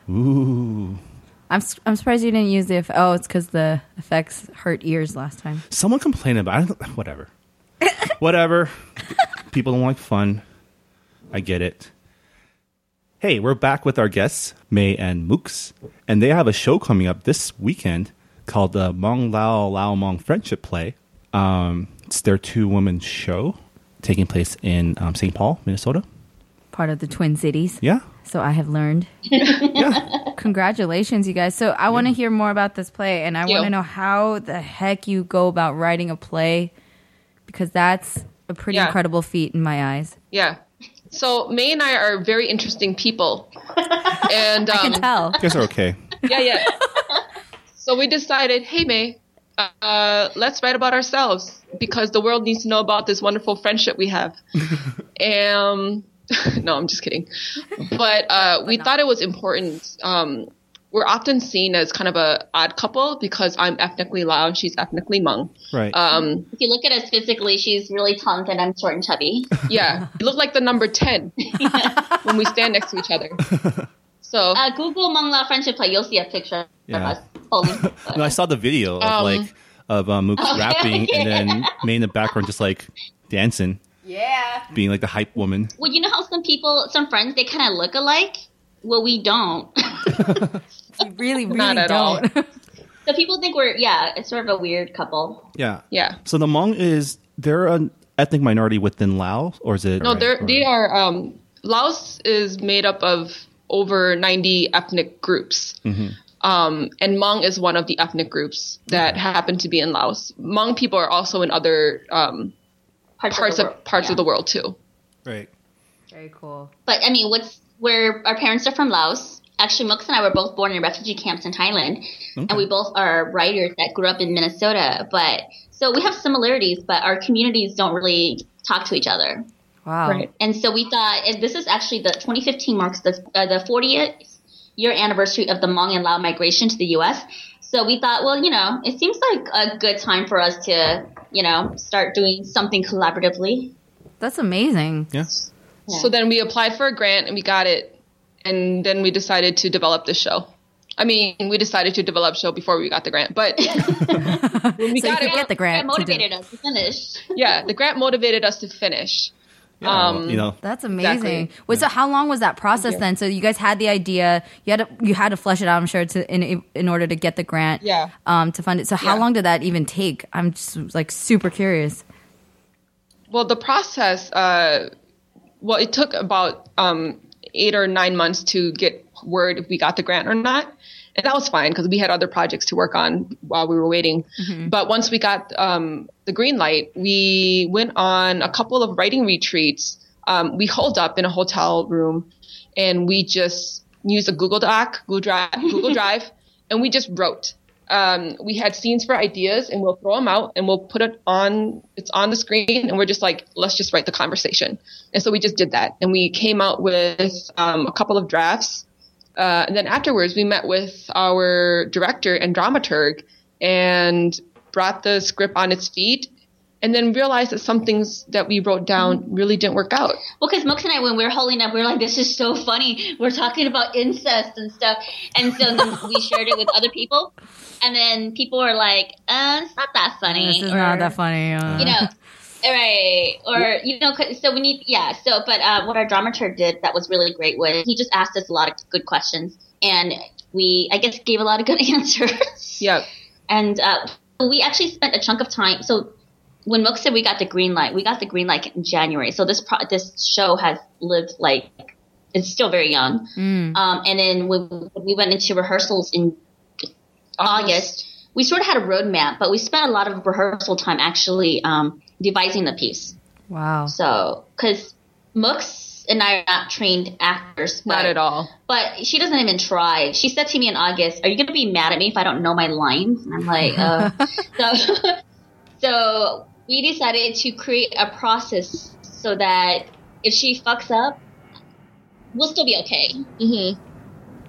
[SPEAKER 1] Ooh.
[SPEAKER 2] I'm, s- I'm surprised you didn't use the. Eff- oh, it's because the effects hurt ears last time.
[SPEAKER 1] Someone complained about I don't, [LAUGHS] whatever. whatever. People don't like fun. I get it. Hey, we're back with our guests, May and Mooks, and they have a show coming up this weekend called the Mong Lao Lao Mong Friendship Play. Um, it's their two woman show taking place in um, St. Paul, Minnesota.
[SPEAKER 2] Part of the Twin Cities.
[SPEAKER 1] Yeah.
[SPEAKER 2] So I have learned.
[SPEAKER 1] Yeah.
[SPEAKER 2] Congratulations, you guys. So I want to hear more about this play, and I
[SPEAKER 3] Yeah.
[SPEAKER 2] want to know how the heck you go about writing a play because that's a pretty
[SPEAKER 3] Yeah.
[SPEAKER 2] incredible feat in my
[SPEAKER 3] [LAUGHS]
[SPEAKER 2] eyes.
[SPEAKER 3] Yeah. So May and I are very
[SPEAKER 2] [LAUGHS]
[SPEAKER 3] interesting people, and
[SPEAKER 2] I
[SPEAKER 3] um,
[SPEAKER 2] can tell.
[SPEAKER 1] you guys are okay.
[SPEAKER 3] yeah, yeah. so we decided, hey May, uh, let's write about ourselves because the world needs to know about this wonderful friendship we have. um, [LAUGHS] no, I'm just kidding. But uh, we thought it was important. Um, we're often seen as kind of a odd couple because I'm ethnically Lao and she's ethnically Hmong.
[SPEAKER 1] Right.
[SPEAKER 3] Um,
[SPEAKER 4] If you look at us physically, she's really tall and I'm short and chubby.
[SPEAKER 3] yeah, we look like the number ten [LAUGHS] when we stand next to each other. So
[SPEAKER 4] Uh, Google Hmong Lao friendship play. You'll see a picture
[SPEAKER 1] Yeah.
[SPEAKER 4] of us holding.
[SPEAKER 1] no, I saw the video of
[SPEAKER 3] Um, Oh,
[SPEAKER 1] like of um,
[SPEAKER 3] [LAUGHS]
[SPEAKER 1] Mooks
[SPEAKER 4] Okay.
[SPEAKER 1] rapping and then May in the background just like dancing. Yeah. Being like the hype woman.
[SPEAKER 4] well, you know how some people, some friends, they kind of look alike. Well, we don't. [LAUGHS]
[SPEAKER 2] You really, really
[SPEAKER 3] Not at all.
[SPEAKER 2] don't.
[SPEAKER 4] so people think we're yeah, it's sort of a weird couple.
[SPEAKER 1] Yeah.
[SPEAKER 3] yeah.
[SPEAKER 1] So the Hmong is they're an ethnic minority within Lao, or is it?
[SPEAKER 3] No,
[SPEAKER 1] or-
[SPEAKER 3] they're,
[SPEAKER 1] or-
[SPEAKER 3] they are. Um, Laos is made up of over 90 ethnic groups. Um, and Hmong is one of the ethnic groups that happen to be in Laos. Hmong people are also in other um,
[SPEAKER 4] Parts,
[SPEAKER 3] parts
[SPEAKER 4] the
[SPEAKER 3] of,
[SPEAKER 4] world.
[SPEAKER 3] parts
[SPEAKER 4] Yeah.
[SPEAKER 3] of the world too.
[SPEAKER 1] Right.
[SPEAKER 2] Very cool.
[SPEAKER 4] But I mean, what's where our parents are from Laos. Actually, Mooks and I were both born in refugee camps in Thailand, and we both are writers that grew up in Minnesota. But so we have similarities, but our communities don't really talk to each other.
[SPEAKER 2] Wow.
[SPEAKER 4] And so we thought and this is actually the 2015 marks the uh, the 40th year anniversary of the Hmong and Lao migration to the U.S. So we thought, well, you know, it seems like a good time for us to, you know, start doing something collaboratively.
[SPEAKER 2] That's amazing.
[SPEAKER 1] Yeah.
[SPEAKER 4] Yeah.
[SPEAKER 3] So then we applied for a grant and we got it. And then we decided to develop the show. I mean, we decided to develop show before we got the grant, but
[SPEAKER 2] so you
[SPEAKER 3] got
[SPEAKER 2] could
[SPEAKER 3] it.
[SPEAKER 2] get the grant.
[SPEAKER 4] That
[SPEAKER 2] to do-
[SPEAKER 4] motivated us to finish. [LAUGHS]
[SPEAKER 3] yeah, the grant motivated us to finish.
[SPEAKER 1] Yeah,
[SPEAKER 3] Um,
[SPEAKER 1] you know,
[SPEAKER 2] That's amazing.
[SPEAKER 3] Exactly.
[SPEAKER 2] Wait, so how long was that process then? So you guys had the idea, you had to, you had to flesh it out, I'm sure, to in in order to get the grant,
[SPEAKER 3] Yeah.
[SPEAKER 2] um, to fund it. So how
[SPEAKER 3] Yeah.
[SPEAKER 2] long did that even take? I'm just like super curious.
[SPEAKER 3] Well, the process, uh, well, it took about um, eight or nine months to get word if we got the grant or not. And that was fine because we had other projects to work on while we were waiting. But once we got um, the green light, we went on a couple of writing retreats. Um, we holed up in a hotel room and we just used a Google Doc, Google Drive, Google Drive and we just wrote. Um, we had scenes for ideas and we'll throw them out and we'll put it on, it's on the screen and we're just like, let's just write the conversation. And so we just did that and we came out with um, a couple of drafts. Uh, and then afterwards, we met with our director and dramaturg and brought the script on its feet and then realized that some things that we wrote down really didn't work out.
[SPEAKER 4] Well, because Mooks and I, when we were holding up, we were like, "This is so funny. We're talking about incest and stuff." And so then we shared it with other people, and then people were like, uh, "It's not that funny."
[SPEAKER 2] This is
[SPEAKER 4] or,
[SPEAKER 2] not that funny. uh,
[SPEAKER 4] You know, right? Or you know, 'cause- so we need, yeah. So, but uh, what our dramaturg did that was really great was he just asked us a lot of good questions, and we, I guess, gave a lot of good [LAUGHS] answers.
[SPEAKER 3] Yeah.
[SPEAKER 4] And uh, we actually spent a chunk of time. So when Mook said we got the green light, we got the green light in January. So this pro- this show has lived like it's still very young.
[SPEAKER 2] Mm.
[SPEAKER 4] Um, and then when when we went into rehearsals in August, we sort of had a roadmap, but we spent a lot of rehearsal time actually um, devising the piece.
[SPEAKER 2] Wow.
[SPEAKER 4] So because Mooks and I are not trained actors, but,
[SPEAKER 3] Not at all.
[SPEAKER 4] But she doesn't even try. She said to me in August, "Are you going to be mad at me if I don't know my lines?" And I'm like, uh. so, [LAUGHS] so we decided to create a process so that if she fucks up, we'll still be okay.
[SPEAKER 3] Mm-hmm.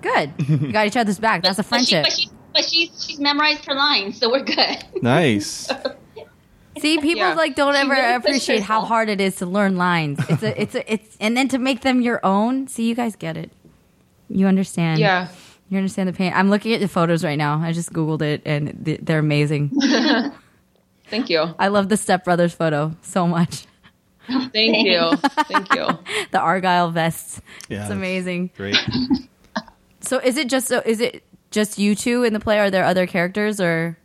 [SPEAKER 2] Good. You got each other's back. That's a friendship.
[SPEAKER 4] But, [LAUGHS] she, but, she, but she's she's memorized her lines, so we're good. [LAUGHS]
[SPEAKER 3] [LAUGHS]
[SPEAKER 1] nice.
[SPEAKER 2] See, people
[SPEAKER 3] Yeah.
[SPEAKER 2] like don't
[SPEAKER 4] She
[SPEAKER 2] ever
[SPEAKER 4] really pushed
[SPEAKER 2] appreciate how
[SPEAKER 4] herself.
[SPEAKER 2] hard it is to learn lines. It's a, it's a, it's, and then to make them your own. See, you guys get it. You understand.
[SPEAKER 3] Yeah.
[SPEAKER 2] You understand the pain. I'm looking at the photos right now. I just googled it, and th- they're amazing.
[SPEAKER 3] Thank you.
[SPEAKER 2] I love the Step Brothers photo so much. [LAUGHS]
[SPEAKER 3] Thank you. Thank you.
[SPEAKER 2] The Argyle vests.
[SPEAKER 1] Yeah,
[SPEAKER 2] it's
[SPEAKER 1] that's
[SPEAKER 2] amazing.
[SPEAKER 1] Great.
[SPEAKER 2] So is it just so is it just you two in the play? Are there other characters or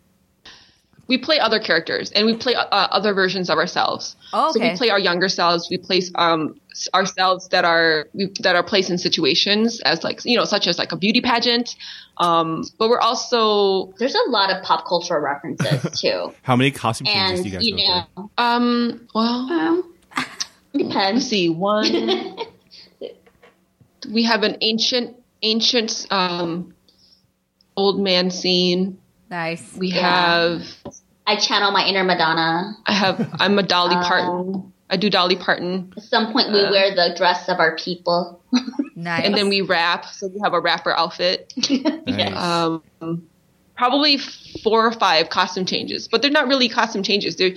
[SPEAKER 3] we play other characters and we play uh, other versions of ourselves.
[SPEAKER 2] Oh,
[SPEAKER 3] So
[SPEAKER 2] okay.
[SPEAKER 3] we play our younger selves. We place um, s- ourselves that are we, that are placed in situations as like you know such as like a beauty pageant. Um, but we're also
[SPEAKER 4] There's a lot of pop culture references too,
[SPEAKER 1] How many costume changes
[SPEAKER 4] and
[SPEAKER 1] do you guys
[SPEAKER 4] you
[SPEAKER 1] go through?
[SPEAKER 4] know,
[SPEAKER 3] um well
[SPEAKER 4] depends.
[SPEAKER 3] let's see one we have an ancient ancient um, old man scene.
[SPEAKER 2] nice?
[SPEAKER 3] We
[SPEAKER 4] Yeah.
[SPEAKER 3] have
[SPEAKER 4] I channel my inner Madonna.
[SPEAKER 3] I have I'm a Dolly Parton.
[SPEAKER 4] Um,
[SPEAKER 3] I do Dolly Parton,
[SPEAKER 4] At some point, we wear the dress of our people.
[SPEAKER 2] nice.
[SPEAKER 3] and then we rap. So we have a rapper outfit.
[SPEAKER 1] Nice.
[SPEAKER 3] um, probably four or five costume changes, but they're not really costume changes. They're,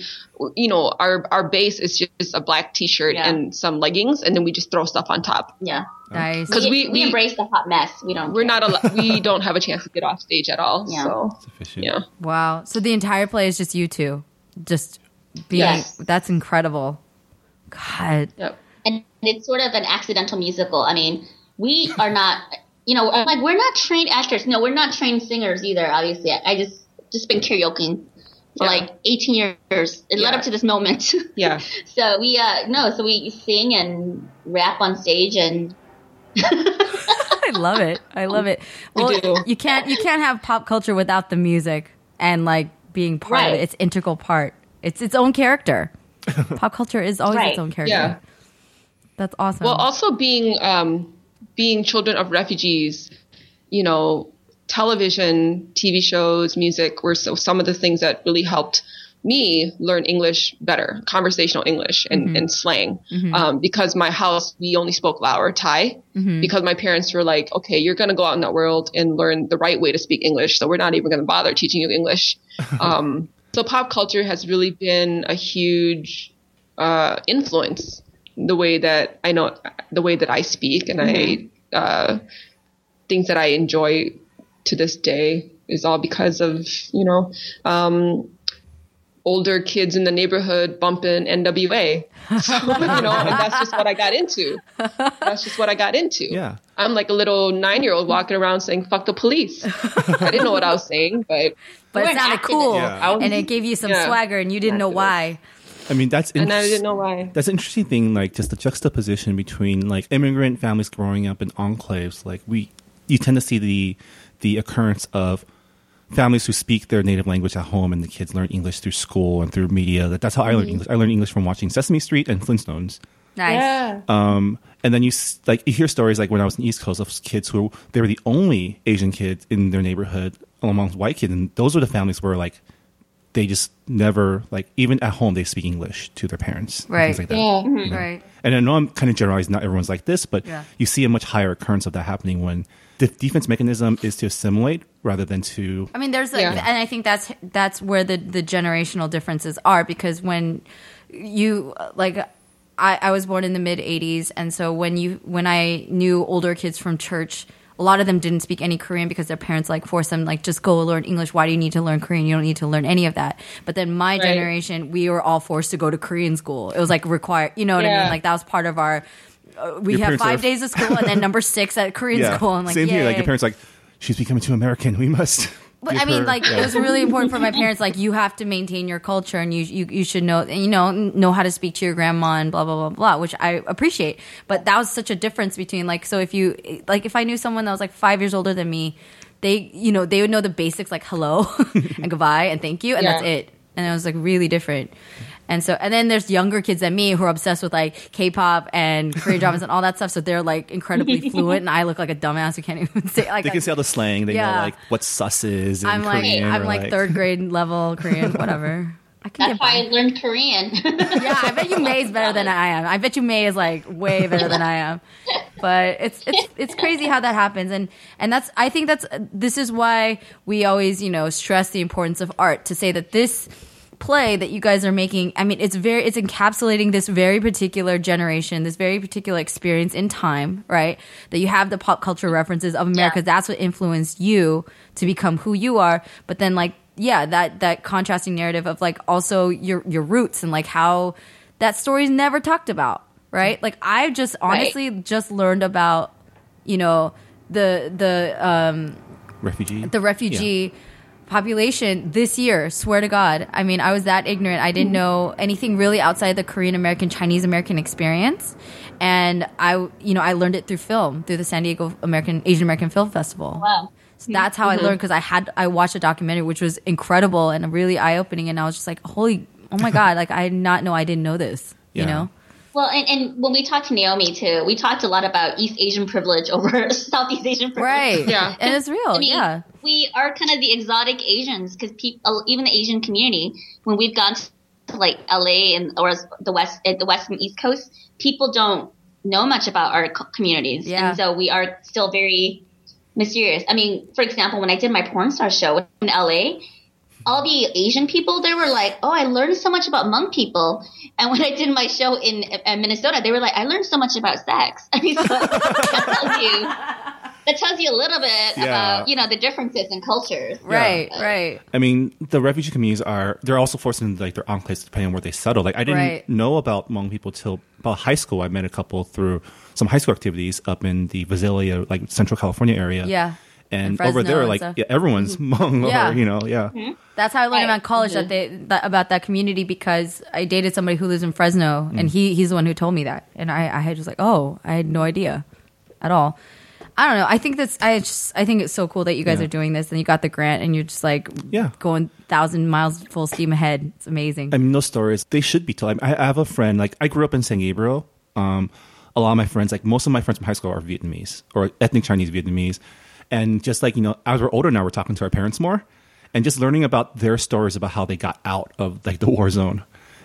[SPEAKER 3] you know, our our base is just a black T-shirt
[SPEAKER 4] Yeah.
[SPEAKER 3] and some leggings, and then we just throw stuff on top
[SPEAKER 4] Yeah,
[SPEAKER 2] nice.
[SPEAKER 3] because we,
[SPEAKER 4] we,
[SPEAKER 3] we,
[SPEAKER 4] embrace the hot mess. We don't.
[SPEAKER 3] we're
[SPEAKER 4] care.
[SPEAKER 3] not al-
[SPEAKER 4] [LAUGHS]
[SPEAKER 3] we don't have a chance to get off stage at all.
[SPEAKER 4] Yeah.
[SPEAKER 3] So
[SPEAKER 1] Sufficient.
[SPEAKER 3] yeah,
[SPEAKER 2] Wow. So the entire play is just you two, just being.
[SPEAKER 4] Yes.
[SPEAKER 2] That's incredible. God.
[SPEAKER 3] yep.
[SPEAKER 4] and it's sort of an accidental musical. I mean, we are not. You know, I'm like we're not trained actors. No, we're not trained singers either. Obviously, I, I just just been karaokeing for
[SPEAKER 3] Yeah.
[SPEAKER 4] like 18 years. It led
[SPEAKER 3] Yeah.
[SPEAKER 4] up to this moment. [LAUGHS]
[SPEAKER 3] yeah,
[SPEAKER 4] so we uh no, so we sing and rap on stage and
[SPEAKER 2] I love it. I love it.
[SPEAKER 3] We
[SPEAKER 2] Well,
[SPEAKER 3] do.
[SPEAKER 2] you can't you can't have pop culture without the music and like being part of
[SPEAKER 4] Right.
[SPEAKER 2] it. It's integral part. It's its own character. pop culture is always
[SPEAKER 4] Right.
[SPEAKER 2] its own character.
[SPEAKER 3] yeah.
[SPEAKER 2] That's awesome.
[SPEAKER 3] Well, also being um, being children of refugees, you know, television, TV shows, music were so, some of the things that really helped me learn English better, conversational English and, and slang. Um, because my house, we only spoke Lao or Thai because my parents were like, okay, you're going to go out in that world and learn the right way to speak English. So we're not even going to bother teaching you English. um, so pop culture has really been a huge uh, influence the way that I know the way that I speak and
[SPEAKER 2] Mm-hmm.
[SPEAKER 3] I uh, things that I enjoy to this day is all because of you know um, older kids in the neighborhood bumping NWA. [LAUGHS] So you know and that's just what I got into. That's just what I got into.
[SPEAKER 1] Yeah.
[SPEAKER 3] I'm like a little nine year old walking around saying "fuck the police." I didn't know what I was saying, but
[SPEAKER 2] [LAUGHS] but it
[SPEAKER 4] we're an
[SPEAKER 2] sounded
[SPEAKER 4] activist.
[SPEAKER 2] cool
[SPEAKER 1] Yeah.
[SPEAKER 2] and it gave you some
[SPEAKER 3] Yeah.
[SPEAKER 2] swagger and you didn't know why.
[SPEAKER 1] I mean, that's
[SPEAKER 3] and I
[SPEAKER 1] interest-
[SPEAKER 3] didn't know why.
[SPEAKER 1] That's an interesting thing, like just the juxtaposition between like immigrant families growing up in enclaves. Like we, you tend to see the the occurrence of families who speak their native language at home, and the kids learn English through school and through media. That, that's how I learned English. I learned English from watching Sesame Street and Flintstones.
[SPEAKER 2] Nice.
[SPEAKER 1] Um, and then you s- like you hear stories like when I was in East Coast of kids who they were the only Asian kids in their neighborhood amongst white kids, and those were the families where like they just never like even at home they speak English to their parents, and
[SPEAKER 2] Right.
[SPEAKER 1] Things like that.
[SPEAKER 3] Yeah.
[SPEAKER 2] Right.
[SPEAKER 1] And I know I'm kind of generalizing, not everyone's like this, but
[SPEAKER 2] Yeah.
[SPEAKER 1] you see a much higher occurrence of that happening when the defense mechanism is to assimilate rather than to.
[SPEAKER 2] I mean, there's like,
[SPEAKER 3] Yeah.
[SPEAKER 2] and I think that's that's where the the generational differences are because when you like, I, I was born in the mid '80s, and so when you when I knew older kids from church, a lot of them didn't speak any Korean because their parents like forced them like just go learn English. Why do you need to learn Korean? You don't need to learn any of that. But then my
[SPEAKER 3] Right.
[SPEAKER 2] generation, we were all forced to go to Korean school. It was like required, you know what I
[SPEAKER 3] Yeah.
[SPEAKER 2] mean? Like that was part of our. uh, We
[SPEAKER 1] Your
[SPEAKER 2] have
[SPEAKER 1] parents
[SPEAKER 2] five
[SPEAKER 1] are-
[SPEAKER 2] days of school and then number six
[SPEAKER 1] [LAUGHS]
[SPEAKER 2] at Korean school. I'm like,
[SPEAKER 1] Same here. Like
[SPEAKER 2] yay.
[SPEAKER 1] your parents, are like she's becoming too American. We must.
[SPEAKER 2] But
[SPEAKER 1] give
[SPEAKER 2] I mean,
[SPEAKER 1] her-"
[SPEAKER 2] like
[SPEAKER 1] Yeah.
[SPEAKER 2] it was really important for my parents. Like you have to maintain your culture, and you you you should know and, you know know how to speak to your grandma and blah blah blah blah, which I appreciate. But that was such a difference between like so if you like if I knew someone that was like five years older than me, they you know they would know the basics like hello [LAUGHS] and goodbye and thank you and that's
[SPEAKER 3] Yeah.
[SPEAKER 2] it. And it was like really different. And so, and then there's younger kids than me who are obsessed with like K-pop and Korean dramas and all that stuff. So they're like incredibly fluent, and I look like a dumbass who can't even [LAUGHS] say like
[SPEAKER 1] they
[SPEAKER 2] I-
[SPEAKER 1] can see all the slang. They know
[SPEAKER 2] Yeah.
[SPEAKER 1] like what sus is. In
[SPEAKER 2] I'm like
[SPEAKER 1] Korean,
[SPEAKER 2] I'm
[SPEAKER 1] or, [LAUGHS]
[SPEAKER 2] like, third grade level Korean, whatever. I can get
[SPEAKER 4] That's
[SPEAKER 2] by.
[SPEAKER 4] why I learned Korean. [LAUGHS]
[SPEAKER 2] Yeah, I bet you May is better than I am. I bet you May is like way better than I am. But it's it's it's crazy how that happens, and and that's I think that's this is why we always you know stress the importance of art to say that this play that you guys are making i mean it's very it's encapsulating this very particular generation this very particular experience in time right that you have the pop culture references of america
[SPEAKER 4] Yeah.
[SPEAKER 2] that's what influenced you to become who you are but then like yeah that that contrasting narrative of like also your your roots and like how that story's never talked about right like i just honestly just learned about you know the the
[SPEAKER 1] refugee.
[SPEAKER 2] the refugee population this year. Swear to God. I mean, I was that ignorant. I didn't know anything really outside the Korean American, Chinese American experience. And I, you know, I learned it through film, through the San Diego American Asian American Film Festival.
[SPEAKER 4] Wow.
[SPEAKER 2] So that's how I learned because I had I watched a documentary which was incredible and really eye opening, and I was just like, holy, oh my God! Like I did not know I didn't know this.
[SPEAKER 1] Yeah.
[SPEAKER 2] You know.
[SPEAKER 4] Well, and, and when we talked to Naomi too, we talked a lot about East Asian privilege over [LAUGHS] Southeast Asian privilege.
[SPEAKER 2] Right.
[SPEAKER 3] Yeah.
[SPEAKER 2] And it's real.
[SPEAKER 4] I mean,
[SPEAKER 2] yeah.
[SPEAKER 4] we are kind of the exotic Asians because even the Asian community, when we've gone to like LA and or the West, at the West and East Coast, people don't know much about our co- communities,
[SPEAKER 2] Yeah.
[SPEAKER 4] and so we are still very mysterious. I mean, for example, when I did my porn star show in LA. All the Asian people there were like, "Oh, I learned so much about Hmong people." And when I did my show in, uh Minnesota, they were like, "I learned so much about sex." [LAUGHS] I mean, so that tells you that tells you a little bit
[SPEAKER 1] Yeah.
[SPEAKER 4] about you know the differences in cultures.
[SPEAKER 2] Right. Right.
[SPEAKER 1] I mean, the refugee communities are they're also forced into like their enclaves depending on where they settle. Like I didn't
[SPEAKER 2] Right.
[SPEAKER 1] know about Hmong people till about high school. I met a couple through some high school activities up in the Visalia, like Central California area. Uh,
[SPEAKER 2] Yeah.
[SPEAKER 1] And,
[SPEAKER 2] And Fresno
[SPEAKER 1] over there,
[SPEAKER 2] and
[SPEAKER 1] like
[SPEAKER 2] stuff.
[SPEAKER 1] yeah, everyone's [LAUGHS] Hmong,
[SPEAKER 2] Yeah.
[SPEAKER 1] or you know, yeah,
[SPEAKER 2] That's how I learned
[SPEAKER 4] Right.
[SPEAKER 2] about college that they that, about that community because I dated somebody who lives in
[SPEAKER 1] Mm.
[SPEAKER 2] Fresno and he he's the one who told me that and I I had just like oh I had no idea at all. I don't know. I think that's I just I think it's so cool that you guys are doing this and you got the grant and you're just like
[SPEAKER 1] Yeah.
[SPEAKER 2] going thousand miles full steam ahead. It's amazing.
[SPEAKER 1] I mean, those stories they should be told. I, I have a friend like I grew up in San Gabriel. Um, a lot of my friends, like most of my friends from high school, are Vietnamese or ethnic Chinese Vietnamese, and just like you know, as we're older now, we're talking to our parents more, and just learning about their stories about how they got out of like the war zone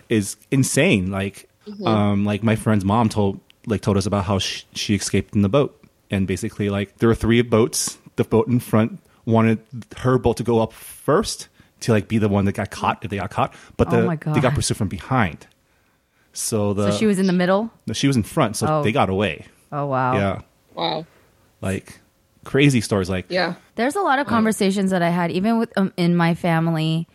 [SPEAKER 1] is insane. Like, um, like my friend's mom told like told us about how she, she escaped in the boat, and basically like there were three boats. The boat in front wanted her boat to go up first to like be the one that got caught if they got caught, but
[SPEAKER 2] Oh
[SPEAKER 1] the-
[SPEAKER 2] my
[SPEAKER 1] they got
[SPEAKER 2] God.
[SPEAKER 1] pursued from behind. So the
[SPEAKER 2] so she was in the middle.
[SPEAKER 1] no, she was in front, so
[SPEAKER 2] Oh.
[SPEAKER 1] they got away.
[SPEAKER 2] Oh wow.
[SPEAKER 1] Yeah,
[SPEAKER 3] Wow.
[SPEAKER 1] like crazy stories. Like
[SPEAKER 3] Yeah.
[SPEAKER 2] There's a lot of conversations that I had, even with um, in my family,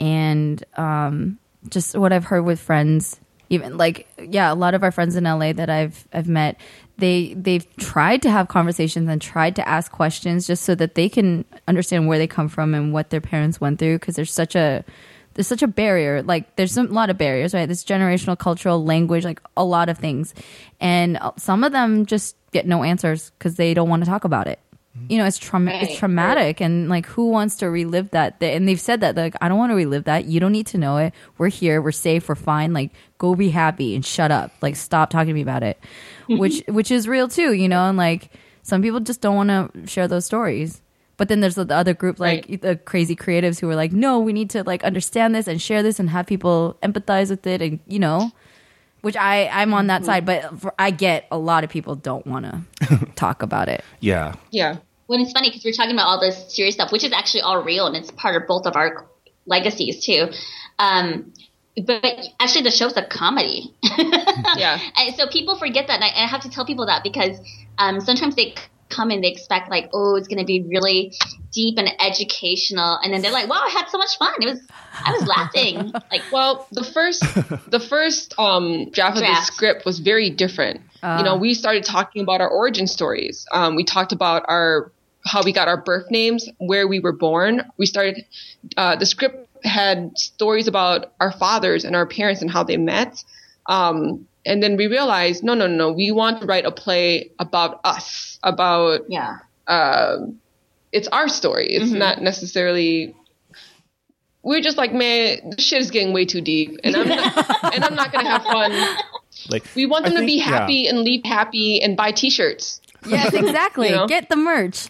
[SPEAKER 2] and um, just what I've heard with friends. Even like, yeah, a lot of our friends in LA that I've I've met, they they've tried to have conversations and tried to ask questions just so that they can understand where they come from and what their parents went through because there's such a there's such a barrier. Like there's some- a lot of barriers, right? There's generational, cultural, language, like a lot of things, and uh, some of them just get no answers because they don't want to talk about it. Mm-hmm. You know, it's trauma. It's
[SPEAKER 4] Right.
[SPEAKER 2] traumatic, and like, who wants to relive that? They- And they've said that, like, I don't want to relive that. You don't need to know it. We're here. We're safe. We're fine. Like, go be happy and shut up. Like, stop talking to me about it.
[SPEAKER 4] Mm-hmm.
[SPEAKER 2] Which, which is real too, you know. And like, some people just don't want to share those stories. But then there's the other group, like the crazy creatives who are like, no, we need to like understand this and share this and have people empathize with it, and you know, which I I'm on
[SPEAKER 4] Mm-hmm.
[SPEAKER 2] that side, but for, I get a lot of people don't want to talk about it.
[SPEAKER 1] yeah,
[SPEAKER 3] Yeah.
[SPEAKER 4] When it's funny because we're talking about all this serious stuff, which is actually all real and it's part of both of our legacies too. Um, but actually, the show's a comedy.
[SPEAKER 3] Yeah.
[SPEAKER 4] And so people forget that, and I, and I have to tell people that because um, sometimes they c- come and they expect like, oh, it's going to be really deep and educational, and then they're like, wow, I had so much fun. It was, I was laughing. like,
[SPEAKER 3] Well, the first the first um, draft, of the
[SPEAKER 4] Draft.
[SPEAKER 3] script was very different. you know, we started talking about our origin stories. Um, we talked about our how we got our birth names, where we were born. We started uh, the script had stories about our fathers and our parents and how they met. Um, and then we realized, no, no, no, we want to write a play about us, about
[SPEAKER 4] yeah,
[SPEAKER 3] it's our story. It's
[SPEAKER 4] Mm-hmm.
[SPEAKER 3] not necessarily. We're just like, man, this shit is getting way too deep, and I'm not,
[SPEAKER 4] [LAUGHS]
[SPEAKER 3] and I'm not gonna have fun.
[SPEAKER 1] like
[SPEAKER 3] We want them
[SPEAKER 1] I
[SPEAKER 3] to be
[SPEAKER 1] think- yeah.
[SPEAKER 3] happy and leave happy and buy T-shirts.
[SPEAKER 2] Yes, exactly.
[SPEAKER 3] You know?
[SPEAKER 2] Get the merch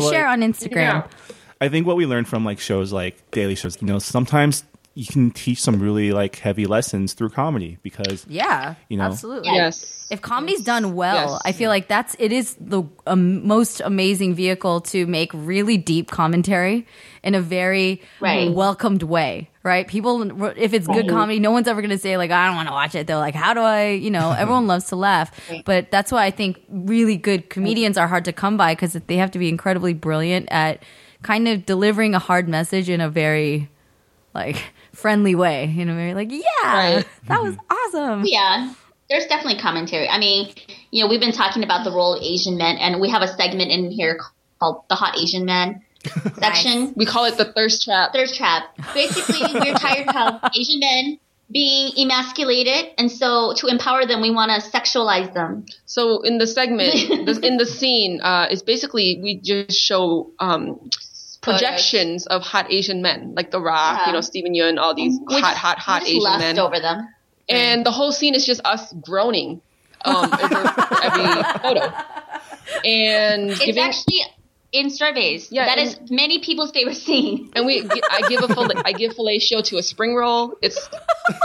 [SPEAKER 1] But, like-
[SPEAKER 2] share on Instagram.
[SPEAKER 1] I think what we learned from like shows like daily shows, you know, sometimes you can teach some really like heavy lessons through comedy because
[SPEAKER 2] Yeah,
[SPEAKER 1] You know?
[SPEAKER 2] absolutely.
[SPEAKER 3] Yes.
[SPEAKER 2] If comedy's done well,
[SPEAKER 3] Yes.
[SPEAKER 2] I feel like that's it is the um, most amazing vehicle to make really deep commentary in a very
[SPEAKER 4] Right.
[SPEAKER 2] welcomed way, right? People, if it's good comedy, no one's ever going to say like, "I don't want to watch it." They're like, "How do I?" You know, everyone loves to laugh, but that's why I think really good comedians are hard to come by because they have to be incredibly brilliant at kind of delivering a hard message in a very like friendly way, you know, very like, "Yeah,
[SPEAKER 3] Right.
[SPEAKER 2] that was awesome."
[SPEAKER 4] yeah. There's definitely commentary. I mean, you know, we've been talking about the role of Asian men, and we have a segment in here called the Hot Asian Men section.
[SPEAKER 3] We call it the thirst trap.
[SPEAKER 4] thirst trap. Basically, we're tired of Asian men being emasculated, and so to empower them, we want to sexualize them.
[SPEAKER 3] So in the
[SPEAKER 4] [LAUGHS]
[SPEAKER 3] segment, this, in the scene, uh, it's basically we just show um, projections of hot Asian men, like The Rock, you
[SPEAKER 4] Yeah.
[SPEAKER 3] know, Steven Yeun, all these
[SPEAKER 4] Which-
[SPEAKER 3] hot, hot, hot
[SPEAKER 4] just
[SPEAKER 3] Asian
[SPEAKER 4] lust
[SPEAKER 3] men.
[SPEAKER 4] over them.
[SPEAKER 3] and the whole scene is just us groaning um, over every photo and
[SPEAKER 4] It's
[SPEAKER 3] giving
[SPEAKER 4] actually in surveys.
[SPEAKER 3] Yeah,
[SPEAKER 4] that
[SPEAKER 3] and-
[SPEAKER 4] is many people's favorite scene.
[SPEAKER 3] and we I give a fillet, I give fellatio to a spring roll. It's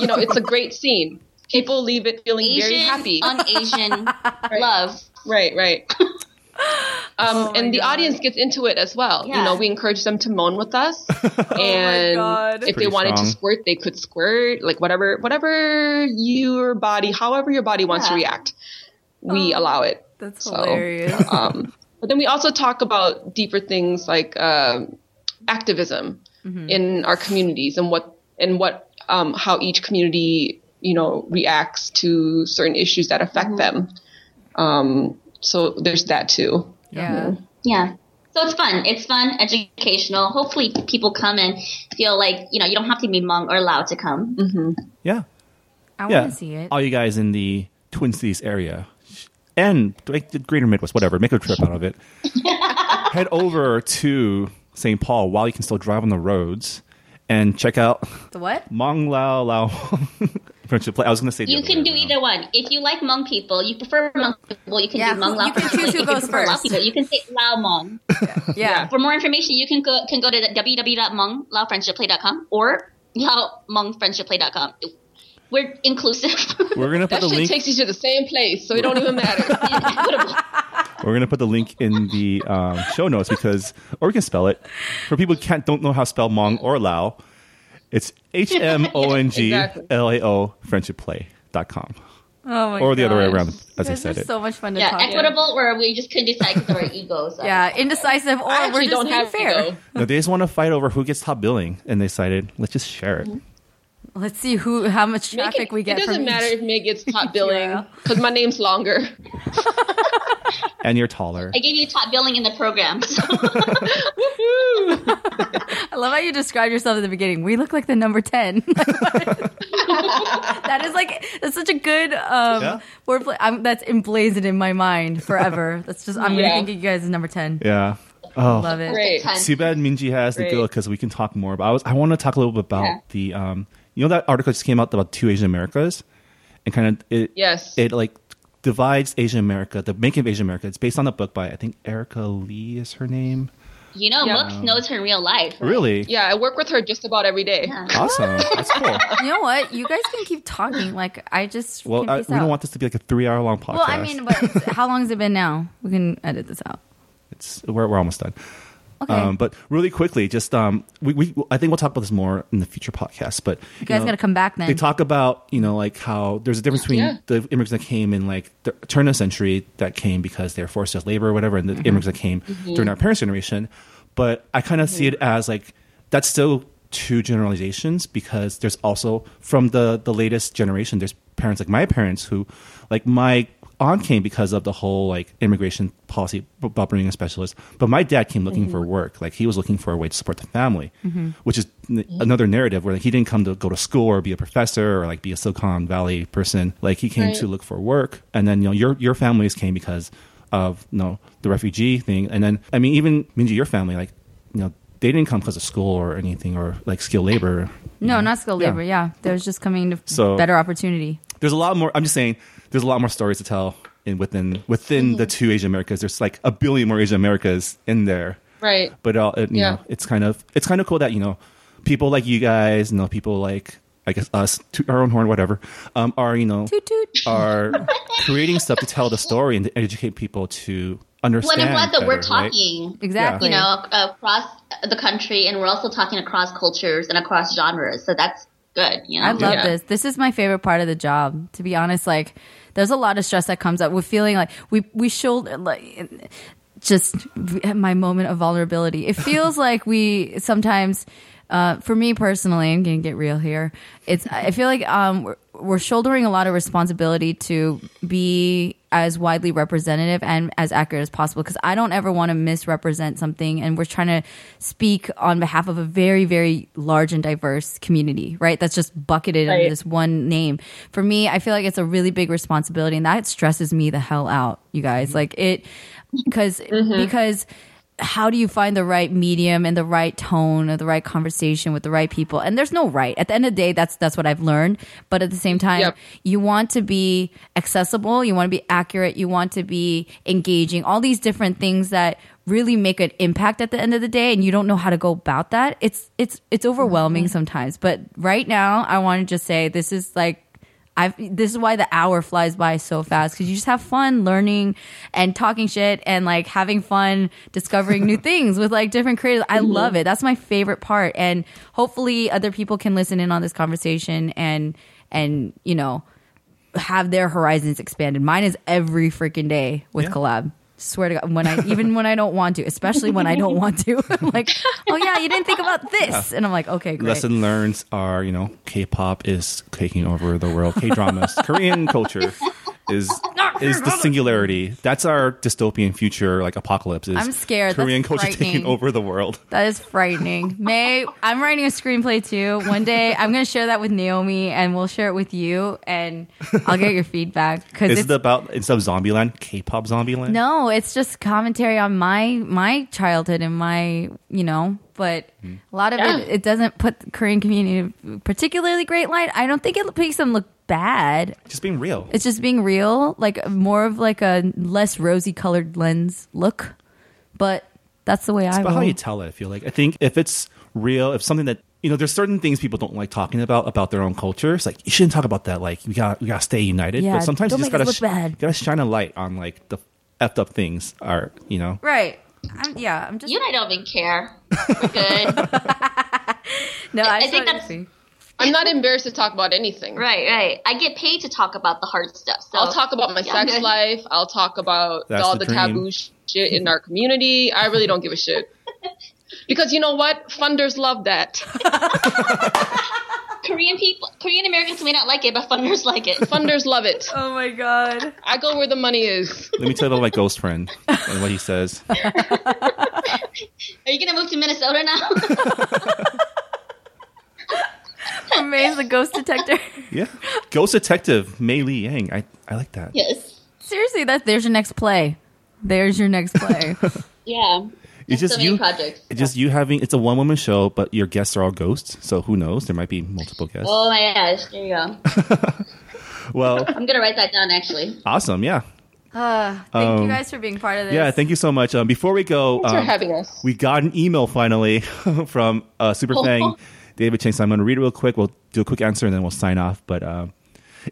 [SPEAKER 3] you know it's a great scene. People leave it feeling [LAUGHS] very happy.
[SPEAKER 4] Asian
[SPEAKER 3] [LAUGHS]
[SPEAKER 4] on Asian love.
[SPEAKER 3] right,
[SPEAKER 4] [LAUGHS]
[SPEAKER 3] right. Um, and the audience gets into it as well. You
[SPEAKER 4] Oh Yeah.
[SPEAKER 3] know, we encourage them to moan with
[SPEAKER 1] [LAUGHS]
[SPEAKER 3] us, and
[SPEAKER 2] God.
[SPEAKER 1] Oh
[SPEAKER 3] if
[SPEAKER 1] Pretty
[SPEAKER 3] they wanted
[SPEAKER 1] strong.
[SPEAKER 3] to squirt, they could squirt. Like whatever, whatever your body, however your body wants to
[SPEAKER 4] Yeah. Oh.
[SPEAKER 3] react, we allow it.
[SPEAKER 2] That's
[SPEAKER 3] So,
[SPEAKER 2] hilarious.
[SPEAKER 3] um, but then we also talk about deeper things like um activism
[SPEAKER 2] Mm-hmm.
[SPEAKER 3] in our communities and what and what um, how each community you know reacts to certain issues that affect
[SPEAKER 2] Mm-hmm.
[SPEAKER 3] them. Um, so there's that too.
[SPEAKER 2] yeah.
[SPEAKER 4] Yeah. So it's fun. It's fun, educational. Hopefully, people come and feel like you know you don't have to be Hmong or Lao to come.
[SPEAKER 3] Mm-hmm.
[SPEAKER 1] yeah,
[SPEAKER 2] I
[SPEAKER 1] yeah.
[SPEAKER 2] want to see it.
[SPEAKER 1] All you guys in the Twin Cities area, sh- and like the greater Midwest, whatever, make a trip out
[SPEAKER 3] [LAUGHS]
[SPEAKER 1] of it. Head over to St. Paul while you can still drive on the roads and check out
[SPEAKER 2] The what?
[SPEAKER 1] Mong Lao Lao. [LAUGHS] Friendship Play. I was going to say the
[SPEAKER 4] You
[SPEAKER 1] other
[SPEAKER 4] can
[SPEAKER 1] way
[SPEAKER 4] do
[SPEAKER 1] around.
[SPEAKER 4] either one. If you like Hmong people, you prefer Hmong people, you can
[SPEAKER 2] Yeah,
[SPEAKER 4] do
[SPEAKER 2] who-
[SPEAKER 4] Hmong Lao
[SPEAKER 2] you can
[SPEAKER 4] people.
[SPEAKER 2] choose who
[SPEAKER 4] If you
[SPEAKER 2] goes
[SPEAKER 4] prefer Lao
[SPEAKER 2] first.
[SPEAKER 3] [LAUGHS]
[SPEAKER 4] people, you can say Lao Hmong.
[SPEAKER 2] Yeah.
[SPEAKER 4] For more information, you can go can go to the www.hmonglaofriendshipplay.com or laomongfriendshipplay.com. We're inclusive.
[SPEAKER 1] We're gonna put
[SPEAKER 3] That
[SPEAKER 1] the
[SPEAKER 3] shit
[SPEAKER 1] link.
[SPEAKER 3] takes you to the same place, so it don't
[SPEAKER 2] [LAUGHS]
[SPEAKER 3] even matter.
[SPEAKER 1] We're gonna put the link in the um, show notes because, or we can spell it for people who can't don't know how to spell Mong or Lao. It's H M O N G L A O Friendship Play dot com,
[SPEAKER 2] Oh my
[SPEAKER 1] or the other way
[SPEAKER 2] gosh.
[SPEAKER 1] around,
[SPEAKER 2] You
[SPEAKER 1] as I
[SPEAKER 2] guys
[SPEAKER 1] said
[SPEAKER 2] are
[SPEAKER 1] it.
[SPEAKER 2] so much fun to
[SPEAKER 4] [LAUGHS] yeah,
[SPEAKER 2] talk to.
[SPEAKER 4] equitable, where we just couldn't decide because of our egos. So.
[SPEAKER 2] Yeah, indecisive, or we're
[SPEAKER 3] I actually
[SPEAKER 2] just
[SPEAKER 3] don't
[SPEAKER 2] being
[SPEAKER 3] have
[SPEAKER 2] fair.
[SPEAKER 3] ego.
[SPEAKER 1] No, they just want to fight over who gets top billing, and they decided let's just share it.
[SPEAKER 2] Let's see who how much
[SPEAKER 3] Make
[SPEAKER 2] traffic
[SPEAKER 3] it,
[SPEAKER 2] we get.
[SPEAKER 3] It doesn't
[SPEAKER 2] from
[SPEAKER 3] matter
[SPEAKER 2] Each.
[SPEAKER 3] if May gets top billing
[SPEAKER 2] Yeah.
[SPEAKER 3] because my name's longer.
[SPEAKER 1] And you're taller.
[SPEAKER 4] I gave you top billing in the program. [LAUGHS] So.
[SPEAKER 2] [LAUGHS] I love how you described yourself at the beginning. We look like the number ten. [LAUGHS] that is like that's such a good um,
[SPEAKER 1] Yeah.
[SPEAKER 2] wordplay. I'm, that's emblazoned in my mind forever. That's just I'm
[SPEAKER 3] Yeah.
[SPEAKER 2] gonna think of you guys as number ten.
[SPEAKER 1] Yeah. Oh,
[SPEAKER 2] Love it.
[SPEAKER 3] Great.
[SPEAKER 1] too bad Minji has the
[SPEAKER 3] Great.
[SPEAKER 1] go because we can talk more. But I was I want to talk a little bit about
[SPEAKER 4] Yeah.
[SPEAKER 1] the um, you know that article just came out about two Asian Americas, and kind of it
[SPEAKER 3] Yes.
[SPEAKER 1] it like divides Asian America, the making of Asian America. It's based on a book by I think Erica Lee is her name.
[SPEAKER 4] You know,
[SPEAKER 3] Yeah.
[SPEAKER 4] Mooks knows her in real life.
[SPEAKER 1] Really?
[SPEAKER 3] yeah, I work with her just about every day. [LAUGHS]
[SPEAKER 1] Awesome. That's cool.
[SPEAKER 2] You know what? You guys can keep talking. Like I just
[SPEAKER 1] Well,
[SPEAKER 2] can
[SPEAKER 1] I, we
[SPEAKER 2] peace out.
[SPEAKER 1] don't want this to be like a three-hour-long podcast.
[SPEAKER 2] well, I mean, but
[SPEAKER 1] [LAUGHS]
[SPEAKER 2] how long has it been now? We can edit this out.
[SPEAKER 1] it's we're we're almost done.
[SPEAKER 2] Okay.
[SPEAKER 1] Um, but really quickly, just um, we, we I think we'll talk about this more in the future podcast. But
[SPEAKER 2] you guys
[SPEAKER 1] know,
[SPEAKER 2] gotta come back then.
[SPEAKER 1] They talk about you know like how there's a difference between
[SPEAKER 3] Yeah.
[SPEAKER 1] the immigrants that came in like the turn of the century that came because they're forced as labor or whatever, and the immigrants that came during our parents' generation. But I kind of see it as like that's still two generalizations because there's also from the the latest generation there's parents like my parents who like my aunt came because of the whole like immigration policy b- about bringing a specialist but my dad came looking for work like he was looking for a way to support the family which is n- another narrative where like, he didn't come to go to school or be a professor or like be a silicon valley person like he came
[SPEAKER 3] Right.
[SPEAKER 1] to look for work and then you know your your families came because of you know the refugee thing and then i mean even minji your family like you know they didn't come because of school or anything or like skilled labor
[SPEAKER 2] no, not skilled
[SPEAKER 1] Yeah.
[SPEAKER 2] labor. Yeah, they're just coming to
[SPEAKER 1] So-
[SPEAKER 2] better opportunity.
[SPEAKER 1] there's a lot more i'm just saying there's a lot more stories to tell in within within
[SPEAKER 4] Mm.
[SPEAKER 1] the two asian americas there's like a billion more asian americas in there
[SPEAKER 3] Right.
[SPEAKER 1] but uh, it, you
[SPEAKER 3] Yeah.
[SPEAKER 1] know it's kind of it's kind of cool that you know people like you guys you know people like i guess us to our own horn whatever um, are you
[SPEAKER 4] [LAUGHS]
[SPEAKER 1] know
[SPEAKER 2] Toot toot.
[SPEAKER 1] are creating stuff to tell the story and to educate people to
[SPEAKER 4] Well,
[SPEAKER 1] understand
[SPEAKER 4] I'm glad that we're
[SPEAKER 1] better, right?
[SPEAKER 4] talking.
[SPEAKER 2] Exactly.
[SPEAKER 4] you know, across the country, and we're also talking across cultures and across genres. So that's good. You know,
[SPEAKER 2] I love
[SPEAKER 3] Yeah.
[SPEAKER 2] this. This is my favorite part of the job. To be honest, like there's a lot of stress that comes up with feeling like we we shoulder like just at my moment of vulnerability. It feels like we sometimes. Uh, for me personally, I'm gonna get real here. It's I feel like um, we're, we're shouldering a lot of responsibility to be as widely representative and as accurate as possible because I don't ever want to misrepresent something and we're trying to speak on behalf of a very very large and diverse community right that's just bucketed under
[SPEAKER 3] Right.
[SPEAKER 2] this one name for me I feel like it's a really big responsibility and that stresses me the hell out you guys like it because because how do you find the right medium and the right tone or the right conversation with the right people and there's no right at the end of the day that's that's what i've learned but at the same time
[SPEAKER 3] Yep.
[SPEAKER 2] you want to be accessible you want to be accurate you want to be engaging all these different things that really make an impact at the end of the day and you don't know how to go about that it's it's it's overwhelming sometimes but right now i want to just say this is like I've, this is why the hour flies by so fast because you just have fun learning and talking shit and like having fun discovering new things with like different creators. I love it. That's my favorite part, and hopefully other people can listen in on this conversation and and you know have their horizons expanded. Mine is every freaking day with
[SPEAKER 1] Yeah.
[SPEAKER 2] collab. Swear to God, when I even when I don't want to, especially when I don't want to, [LAUGHS] I'm like, oh yeah, you didn't think about this, and I'm like, okay, great.
[SPEAKER 1] lesson learns are you know
[SPEAKER 2] [LAUGHS]
[SPEAKER 1] k-pop is taking over the world k-dramas korean culture is is the singularity. That's our dystopian future, like apocalypse. Is
[SPEAKER 2] I'm scared. That's
[SPEAKER 1] Korean culture taking
[SPEAKER 2] frightening.
[SPEAKER 1] over the world.
[SPEAKER 2] That is frightening. May, I'm writing a screenplay too. One day I'm going to share that with Naomi and we'll share it with you and I'll get your feedback cuz
[SPEAKER 1] Is
[SPEAKER 2] it's
[SPEAKER 1] it about instead of Zombieland, K-pop Zombieland?
[SPEAKER 2] No, it's just commentary on my my childhood and my you know, but
[SPEAKER 1] Hmm.
[SPEAKER 2] a lot of
[SPEAKER 3] Yeah.
[SPEAKER 2] it it doesn't put the Korean community in a particularly great light. I don't think it makes them look bad.
[SPEAKER 1] just being real.
[SPEAKER 2] It's just being real, like more of like a less rosy colored lens look. But that's the way I
[SPEAKER 1] It's about how
[SPEAKER 2] roll.
[SPEAKER 1] you tell it. I feel like I think if it's real, if something that you know, there's certain things people don't like talking about about their own culture. It's like you shouldn't talk about that. Like we got we got to stay united.
[SPEAKER 2] Yeah,
[SPEAKER 1] but sometimes
[SPEAKER 2] don't
[SPEAKER 1] you just
[SPEAKER 2] make us
[SPEAKER 1] gotta
[SPEAKER 2] look bad.
[SPEAKER 1] you gotta shine a light on like the effed up things are you know.
[SPEAKER 2] right. I'm, yeah, I'm just
[SPEAKER 4] You and I don't even care. We're good.
[SPEAKER 2] no. I,
[SPEAKER 4] I
[SPEAKER 2] just wanted
[SPEAKER 4] think
[SPEAKER 2] to
[SPEAKER 4] that's-
[SPEAKER 2] see.
[SPEAKER 3] I'm not embarrassed to talk about anything.
[SPEAKER 4] right, right. I get paid to talk about the hard stuff. So
[SPEAKER 3] I'll talk about my
[SPEAKER 2] [LAUGHS]
[SPEAKER 4] Yeah.
[SPEAKER 3] sex life. I'll talk about
[SPEAKER 1] That's
[SPEAKER 3] all
[SPEAKER 1] the
[SPEAKER 3] the,
[SPEAKER 1] dream.
[SPEAKER 3] taboo sh- shit in our community. I really don't give
[SPEAKER 2] [LAUGHS]
[SPEAKER 3] a shit. Because you know what? Funders love that.
[SPEAKER 4] Korean people, Korean Americans may not like it, but funders [LAUGHS] like it.
[SPEAKER 3] Funders love it.
[SPEAKER 2] [LAUGHS] Oh my god.
[SPEAKER 3] I go where the money is.
[SPEAKER 1] Let me tell you about my ghost friend and what he
[SPEAKER 3] [LAUGHS]
[SPEAKER 1] says.
[SPEAKER 4] Are you gonna move to Minnesota now? [LAUGHS]
[SPEAKER 2] Amazing the ghost detector. [LAUGHS]
[SPEAKER 1] Yeah, ghost detective Mei Li Yang. I I like that.
[SPEAKER 4] yes.
[SPEAKER 2] Seriously, that there's your next play. There's your next
[SPEAKER 1] [LAUGHS]
[SPEAKER 2] play.
[SPEAKER 4] Yeah.
[SPEAKER 1] It's just
[SPEAKER 4] so many
[SPEAKER 1] you.
[SPEAKER 4] projects.
[SPEAKER 1] It's just you having. It's a one woman show, but your guests are all ghosts. So who knows? There might be multiple guests.
[SPEAKER 4] Oh my gosh! There you go.
[SPEAKER 1] Well,
[SPEAKER 4] I'm gonna write that down actually.
[SPEAKER 1] awesome.
[SPEAKER 3] [LAUGHS]
[SPEAKER 1] Yeah,
[SPEAKER 2] Uh, thank
[SPEAKER 1] Um,
[SPEAKER 2] you guys for being part of this.
[SPEAKER 1] yeah. Thank you so much. Um, before we go,
[SPEAKER 3] Thanks
[SPEAKER 1] um,
[SPEAKER 3] for having us.
[SPEAKER 1] we got an email finally [LAUGHS] from uh, Super Fang, David Chang. So I'm going to read it real quick. We'll do a quick answer and then we'll sign off. But um,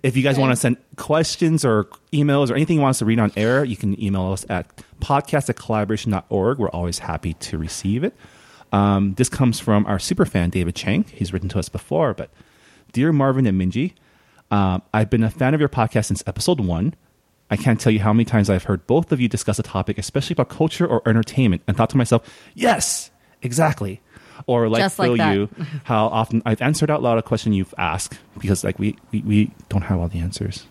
[SPEAKER 1] if you guys want to send questions or emails or anything you want us to read on air, you can email us at podcast at collaboration.org. We're always happy to receive it. Um, this comes from our super fan, David Chang. He's written to us before, but Dear Marvin and Minji, um, I've been a fan of your podcast since episode one. I can't tell you how many times I've heard both of you discuss a topic, especially about culture or entertainment, and thought to myself, yes, exactly. Or like
[SPEAKER 2] Just like
[SPEAKER 1] Phil,
[SPEAKER 2] that.
[SPEAKER 1] you, how often I've answered out loud a question you've asked because like we, we, we don't have all the answers.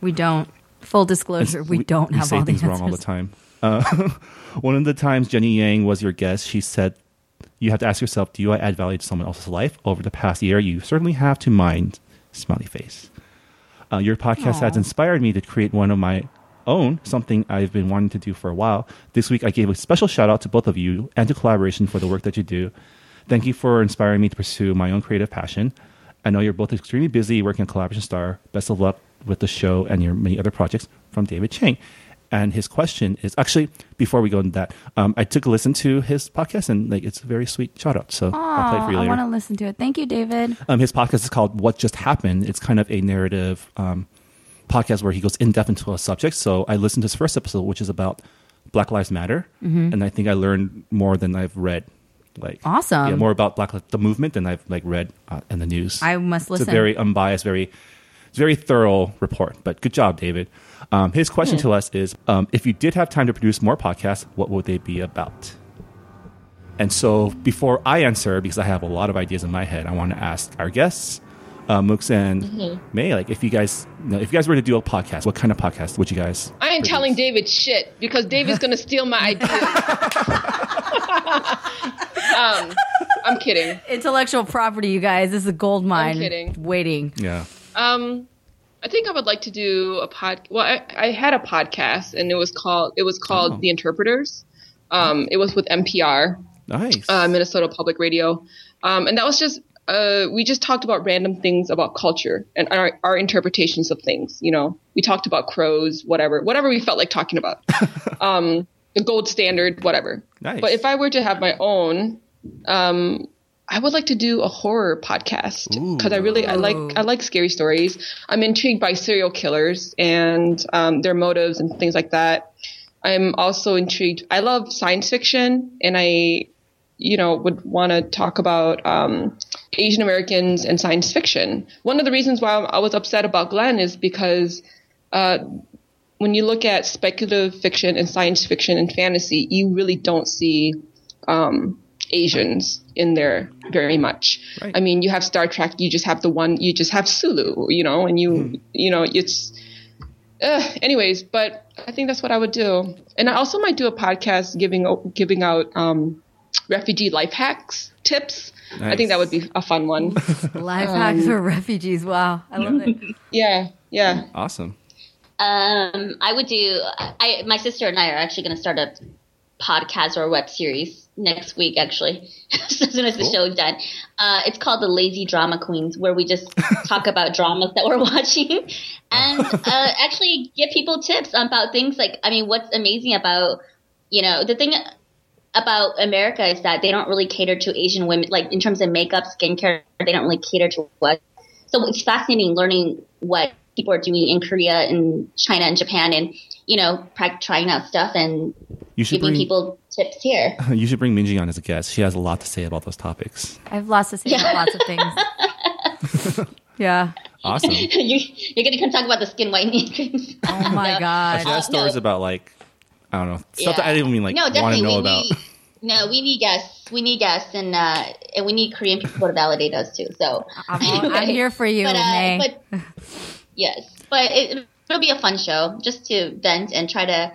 [SPEAKER 2] We don't. Full disclosure, we, don't have
[SPEAKER 1] say
[SPEAKER 2] all the
[SPEAKER 1] things
[SPEAKER 2] answers.
[SPEAKER 1] wrong all the time. Uh, [LAUGHS] one of the times Jenny Yang was your guest, she said, "You have to ask yourself: Do I add value to someone else's life? Over the past year, you certainly have to mind." Smiley face. Uh, your podcast has
[SPEAKER 2] Aw.
[SPEAKER 1] inspired me to create one of my own, something I've been wanting to do for a while. This week, I gave a special shout out to both of you and to collaboration for the work that you do. Thank you for inspiring me to pursue my own creative passion. I know you're both extremely busy working on Collaboration Star. Best of luck with the show and your many other projects from David Chang. And his question is actually before we go into that, um, I took a listen to his podcast and like it's a very sweet shout out. So I'll play it for you
[SPEAKER 2] I
[SPEAKER 1] later.
[SPEAKER 2] want to listen to it. Thank you, David.
[SPEAKER 1] Um, his podcast is called What Just Happened. It's kind of a narrative um, podcast where he goes in depth into a subject. So I listened to his first episode, which is about Black Lives Matter,
[SPEAKER 2] Mm-hmm.
[SPEAKER 1] and I think I learned more than I've read. Like
[SPEAKER 2] Awesome.
[SPEAKER 1] yeah, more about Black Li- the movement than I've like read uh, in the news.
[SPEAKER 2] I must
[SPEAKER 1] It's
[SPEAKER 2] listen.
[SPEAKER 1] a very unbiased, very it's a very thorough report. But good job, David. Um, his question to us is: um, If you did have time to produce more podcasts, what would they be about? And so, before I answer, because I have a lot of ideas in my head, I want to ask our guests, uh, Mooks and
[SPEAKER 4] Mm-hmm.
[SPEAKER 1] May, like if you guys, you know, if you guys were to do a podcast, what kind of podcast would you guys?
[SPEAKER 3] I ain't
[SPEAKER 1] produce?
[SPEAKER 3] telling David shit because David's gonna
[SPEAKER 1] [LAUGHS]
[SPEAKER 3] steal my idea. um, I'm kidding.
[SPEAKER 2] Intellectual property, you guys. This is a gold mine.
[SPEAKER 3] kidding. [LAUGHS]
[SPEAKER 2] Waiting.
[SPEAKER 1] Yeah,
[SPEAKER 3] Um, I think I would like to do a pod. Well, I, I had a podcast and it was called it was called
[SPEAKER 1] Oh.
[SPEAKER 3] The Interpreters. Um, it was with NPR,
[SPEAKER 1] nice.
[SPEAKER 3] uh,
[SPEAKER 4] Um,
[SPEAKER 3] Minnesota Public Radio, um, and that was just uh, we just talked about random things about culture and our, our interpretations of things. You know, we talked about crows, whatever, whatever we felt like talking about. um, the gold standard, whatever.
[SPEAKER 1] Nice.
[SPEAKER 3] But if I were to have my own, um, I would like to do a horror podcast because I really I
[SPEAKER 2] Ooh.
[SPEAKER 3] like I like scary stories. I'm intrigued by serial killers and um, their motives and things like that. I'm also intrigued. I love science fiction, and I, you know, would want to talk about um, Asian Americans and science fiction. One of the reasons why I was upset about Glenn is because when you look at speculative fiction and science fiction and fantasy, you really don't see um, Asians in there very much.
[SPEAKER 1] Right.
[SPEAKER 3] I mean, you have
[SPEAKER 1] Hmm.
[SPEAKER 3] Star Trek, you just have the one, you just have Sulu, you know, and you, you know, it's Ugh, anyways, but I think that's what I would do, and I also might do a podcast giving giving out um, refugee life hacks tips. I
[SPEAKER 1] Nice.
[SPEAKER 3] think that would be a
[SPEAKER 1] [LAUGHS]
[SPEAKER 3] fun one.
[SPEAKER 2] Life
[SPEAKER 3] Um,
[SPEAKER 2] hacks for refugees. Wow, I love
[SPEAKER 3] [LAUGHS]
[SPEAKER 2] it.
[SPEAKER 3] yeah, yeah.
[SPEAKER 1] Awesome.
[SPEAKER 4] Um, I would do. I my sister and I are actually going to start a podcast or a web series next week. Actually, [LAUGHS] as soon as the show's done, uh, it's called the Lazy Drama Queens, where we just talk about dramas that we're [LAUGHS] watching, and uh, actually give people tips about things like I mean, what's amazing about you know the thing about America is that they don't really cater to Asian women, like in terms of makeup, skincare, they don't really cater to what. So it's fascinating learning what people are doing in Korea and China and Japan and, you know, pra- trying out stuff and
[SPEAKER 1] You should
[SPEAKER 4] giving
[SPEAKER 1] bring
[SPEAKER 4] people tips here.
[SPEAKER 1] [LAUGHS]
[SPEAKER 4] [LAUGHS]
[SPEAKER 1] you should bring Minji on as a guest. She has a lot to say about those
[SPEAKER 4] [LAUGHS]
[SPEAKER 1] topics.
[SPEAKER 2] I have lots to say about lots of things.
[SPEAKER 3] [LAUGHS]
[SPEAKER 2] yeah.
[SPEAKER 1] Awesome. She
[SPEAKER 4] you, you're going to come talk about the skin whitening [LAUGHS] creams.
[SPEAKER 2] Oh my god.
[SPEAKER 1] has
[SPEAKER 4] Uh, no.
[SPEAKER 1] stories about like I don't know stuff
[SPEAKER 4] Yeah.
[SPEAKER 1] that I didn't even like want to know
[SPEAKER 4] we
[SPEAKER 1] about.
[SPEAKER 4] [LAUGHS] Need, no, we need guests. We need guests, and uh, and we need Korean people to validate us too. So
[SPEAKER 2] I'm, all- I'm here for you,
[SPEAKER 4] but, uh,
[SPEAKER 2] May.
[SPEAKER 4] but yes, but it, it'll be a fun show just to vent and try to.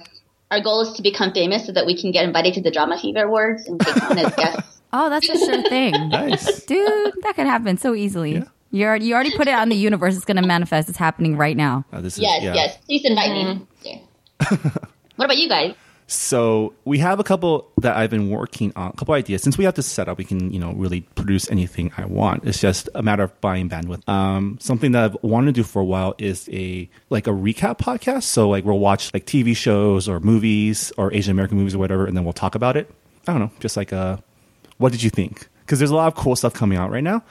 [SPEAKER 4] Our goal is to become famous so that we can get invited to the Drama Fever Awards and take
[SPEAKER 1] [LAUGHS]
[SPEAKER 4] on as guests.
[SPEAKER 2] oh, that's a sure thing,
[SPEAKER 1] nice.
[SPEAKER 2] dude. That can happen so easily. You already you already put it out in the universe. It's gonna manifest. It's happening right now.
[SPEAKER 1] Uh, this
[SPEAKER 4] Yes,
[SPEAKER 1] is, yeah.
[SPEAKER 4] yes. Please invite me. Yeah. [LAUGHS] what about you guys?
[SPEAKER 1] So we have a couple that I've been working on, a couple ideas. Since we have this setup, we can, you know, really produce anything I want. It's just a matter of buying bandwidth. Um, something that I've wanted to do for a while is a like a recap podcast. So like we'll watch like TV shows or movies or Asian American movies or whatever, and then we'll talk about it. I don't know, just like a what did you think? Because there's a lot of cool stuff coming out right now,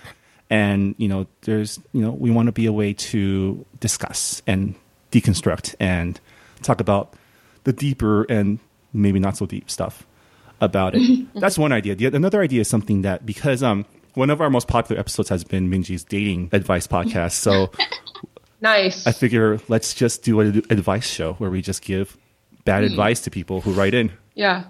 [SPEAKER 1] and you know, there's you know, we want to be a way to discuss and deconstruct and talk about the deeper and maybe not so deep stuff about it. That's one idea. The, another idea is something that because um one of our most popular episodes has been Minji's dating advice podcast, so.
[SPEAKER 3] Nice.
[SPEAKER 1] I figure let's just do an advice show where we just give bad advice to people who write in.
[SPEAKER 3] yeah.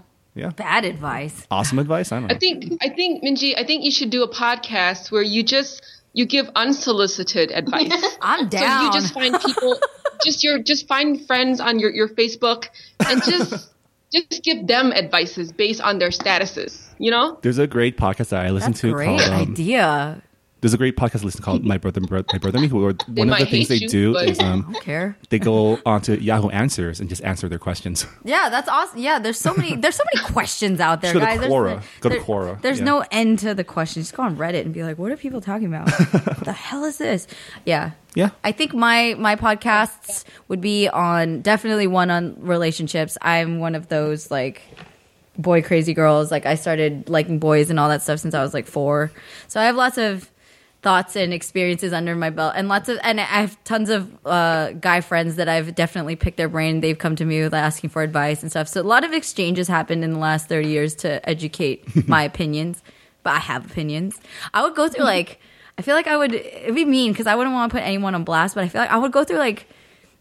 [SPEAKER 2] Bad advice.
[SPEAKER 1] Awesome advice? I don't know.
[SPEAKER 3] I think I think Minji, I think you should do a podcast where you just you give unsolicited advice.
[SPEAKER 2] I'm
[SPEAKER 3] So
[SPEAKER 2] down.
[SPEAKER 3] you just find people, just your, just find friends on your, your Facebook and just, just give them advices based on their statuses. You know?
[SPEAKER 1] there's a great podcast that I listen
[SPEAKER 2] that's
[SPEAKER 1] to
[SPEAKER 2] great
[SPEAKER 1] called um,
[SPEAKER 2] idea.
[SPEAKER 1] There's a great podcast I listen called My Brother, Bro- My Brother Me. Who are, one of
[SPEAKER 3] might
[SPEAKER 1] the things they
[SPEAKER 3] hate you,
[SPEAKER 1] do
[SPEAKER 3] but-
[SPEAKER 1] is
[SPEAKER 3] [LAUGHS]
[SPEAKER 1] um,
[SPEAKER 2] Care.
[SPEAKER 1] they go onto Yahoo Answers and just answer their
[SPEAKER 2] [LAUGHS]
[SPEAKER 1] questions.
[SPEAKER 2] Yeah, that's awesome. Yeah, there's so many there's so many questions out there,
[SPEAKER 1] Just go to
[SPEAKER 2] guys. There's-
[SPEAKER 1] Quora. Go to
[SPEAKER 2] there-
[SPEAKER 1] Quora,
[SPEAKER 2] There's
[SPEAKER 1] yeah.
[SPEAKER 2] no end to the question. Just go on Reddit and be like, what are people talking about? what the hell is this? Yeah.
[SPEAKER 1] Yeah.
[SPEAKER 2] I think my my podcasts would be on definitely one on relationships. I'm one of those like boy crazy girls. Like I started liking boys and all that stuff since I was like 4. So I have lots of thoughts and experiences under my belt and lots of and i have tons of uh, guy friends that i've definitely picked their brain they've come to me with asking for advice and stuff so a lot of exchanges happened in the last 30 years to educate my opinions but i have opinions i would go through like i feel like i would it'd be mean because i wouldn't want to put anyone on blast but i feel like i would go through like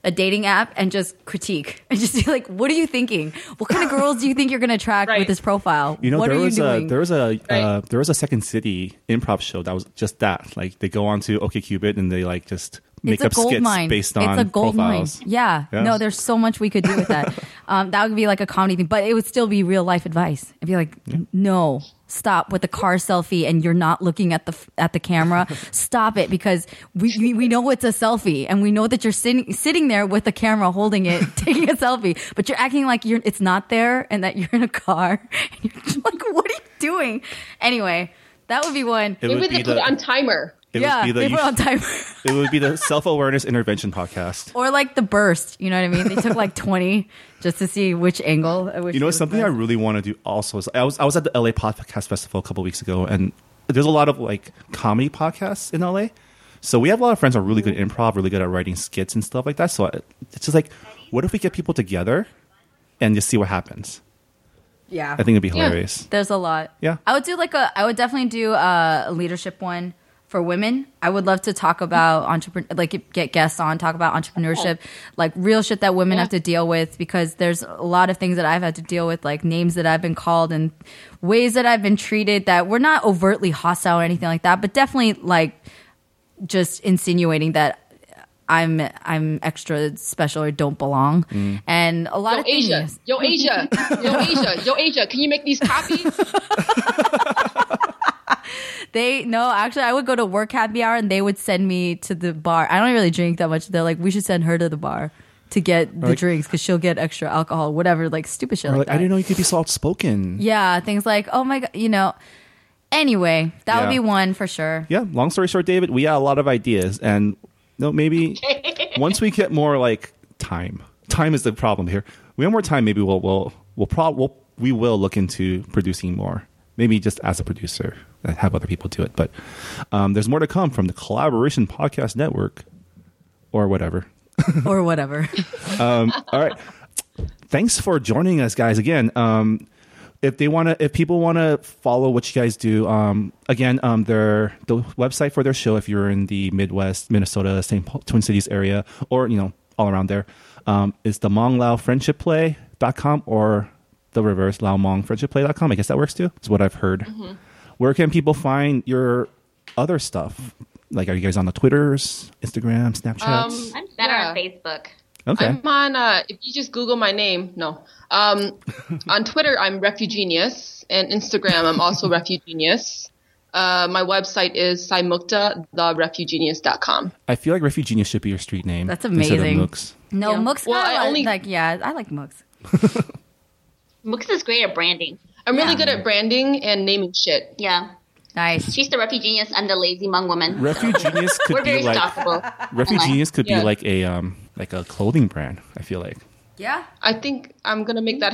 [SPEAKER 2] a dating app and just critique and just be like what are you thinking what kind of girls do you think you're going to attract
[SPEAKER 3] Right.
[SPEAKER 2] with this profile
[SPEAKER 1] You know,
[SPEAKER 2] what
[SPEAKER 1] there
[SPEAKER 2] are
[SPEAKER 1] was
[SPEAKER 2] you
[SPEAKER 1] a
[SPEAKER 2] doing
[SPEAKER 1] there was a uh,
[SPEAKER 3] Right.
[SPEAKER 1] there was a Second City improv show that was just that. Like they go onto OkCupid and they like just make
[SPEAKER 2] it's
[SPEAKER 1] up
[SPEAKER 2] a gold
[SPEAKER 1] skits
[SPEAKER 2] mine.
[SPEAKER 1] based
[SPEAKER 2] it's
[SPEAKER 1] on
[SPEAKER 2] a gold
[SPEAKER 1] profiles.
[SPEAKER 2] mine. Yeah.
[SPEAKER 1] Yeah.
[SPEAKER 2] No, there's so much we could do
[SPEAKER 1] [LAUGHS]
[SPEAKER 2] with that. um, that would be like a comedy thing, but it would still be real life advice. It'd be like, no, stop with the car selfie, and you're not looking at the f- at the camera.
[SPEAKER 1] [LAUGHS]
[SPEAKER 2] stop it because we, we we know it's a selfie, and we know that you're sitting sitting there with the camera holding it, [LAUGHS] taking a selfie, but you're acting like you're it's not there, and that you're in a car. [LAUGHS] And you're just like, what are you doing? Anyway, that would be one.
[SPEAKER 1] It
[SPEAKER 3] Maybe
[SPEAKER 1] would
[SPEAKER 3] they
[SPEAKER 1] be
[SPEAKER 3] put
[SPEAKER 1] the
[SPEAKER 3] it on timer.
[SPEAKER 1] it
[SPEAKER 2] yeah,
[SPEAKER 1] would be the
[SPEAKER 2] they
[SPEAKER 1] you
[SPEAKER 2] put on
[SPEAKER 1] sh-
[SPEAKER 2] timer.
[SPEAKER 1] it would be the self awareness intervention podcast.
[SPEAKER 2] or like the burst. You know what I mean? They
[SPEAKER 1] [LAUGHS]
[SPEAKER 2] took like twenty just to see which angle. uh, Which
[SPEAKER 1] You know,
[SPEAKER 2] was
[SPEAKER 1] something I
[SPEAKER 2] best.
[SPEAKER 1] really want to do also is I was I was at the LA Podcast Festival a couple weeks ago, and there's a lot of like comedy podcasts in LA. So we have a lot of friends who are really good at improv, really good at writing skits and stuff like that. So I- it's just like, what if we get people together and just see what happens?
[SPEAKER 2] yeah.
[SPEAKER 1] I think it'd be hilarious.
[SPEAKER 2] there's a lot.
[SPEAKER 1] Yeah.
[SPEAKER 2] I would do like a. I would definitely do a, a leadership one for women. I would love to talk about entrepreneur, like get guests on talk about entrepreneurship,
[SPEAKER 3] Oh.
[SPEAKER 2] like real shit that women have to deal with because there's a lot of things that I've had to deal with, like names that I've been called and ways that I've been treated that were not overtly hostile or anything like that, but definitely like just insinuating that I'm I'm extra special or don't belong, and a lot of
[SPEAKER 3] Mm. Yo
[SPEAKER 2] things.
[SPEAKER 3] Asia, yo Asia, yo Asia, yo Asia. Can you make these copies?
[SPEAKER 2] They no, actually, I would go to work happy hour and they would send me to the bar. I don't really drink that much. They're like, we should send her to the bar to get the
[SPEAKER 1] Like-
[SPEAKER 2] drinks because she'll get extra alcohol, whatever, like stupid shit
[SPEAKER 1] Or
[SPEAKER 2] like,
[SPEAKER 1] like,
[SPEAKER 2] that.
[SPEAKER 1] I didn't know you could be so outspoken.
[SPEAKER 2] Yeah, things like, oh my god, you know. Anyway, that would
[SPEAKER 1] Yeah.
[SPEAKER 2] be one
[SPEAKER 1] [LAUGHS]
[SPEAKER 2] for sure.
[SPEAKER 1] yeah long story short david we got a lot of ideas and no maybe once we get more like time time is the problem here we have more time maybe we'll we'll we'll, prob we'll we will look into producing more maybe just as a producer and have other people do it but um, there's more to come from the collaboration podcast network or whatever
[SPEAKER 2] or
[SPEAKER 3] [LAUGHS]
[SPEAKER 2] whatever.
[SPEAKER 1] all right thanks for joining us guys again um if they want to if people want to follow what you guys do um again um their the website for their show if you're in the midwest minnesota st paul twin cities area or you know all around there um is the mong lao friendship play.com or the reverse lao mong friendship play.com i guess that works too is what i've heard where can people find your other stuff like are you guys on the twitters instagram snapchats
[SPEAKER 4] I'm better
[SPEAKER 3] Yeah.
[SPEAKER 4] on Facebook.
[SPEAKER 1] okay
[SPEAKER 3] I'm on. Uh, if you just Google my name, no.
[SPEAKER 1] [LAUGHS]
[SPEAKER 3] Um, on Twitter, I'm Refugenius, and Instagram,
[SPEAKER 1] [LAUGHS]
[SPEAKER 3] I'm also Refugenius. Uh, my website is Simukta, therefugenius.com.
[SPEAKER 1] I feel like Refugenius should be your street name.
[SPEAKER 2] That's
[SPEAKER 1] instead of
[SPEAKER 2] amazing.
[SPEAKER 1] Mooks.
[SPEAKER 2] No,
[SPEAKER 3] Yeah.
[SPEAKER 2] Mooks
[SPEAKER 3] Well,
[SPEAKER 2] kinda
[SPEAKER 3] I
[SPEAKER 2] li-
[SPEAKER 3] only-
[SPEAKER 2] like yeah, I like Mooks.
[SPEAKER 4] Mooks is great at branding.
[SPEAKER 3] I'm really
[SPEAKER 2] Yeah.
[SPEAKER 3] good at branding and naming shit.
[SPEAKER 4] Yeah.
[SPEAKER 2] Nice.
[SPEAKER 4] She's the refugenius and the lazy Hmong woman.
[SPEAKER 1] Refugenius
[SPEAKER 4] We're
[SPEAKER 1] could
[SPEAKER 4] very
[SPEAKER 1] be like
[SPEAKER 4] stoppable.
[SPEAKER 1] [LAUGHS] Refugenius could
[SPEAKER 3] Yeah.
[SPEAKER 1] be like a um like a clothing brand. I feel like
[SPEAKER 2] Yeah.
[SPEAKER 3] I think I'm gonna make that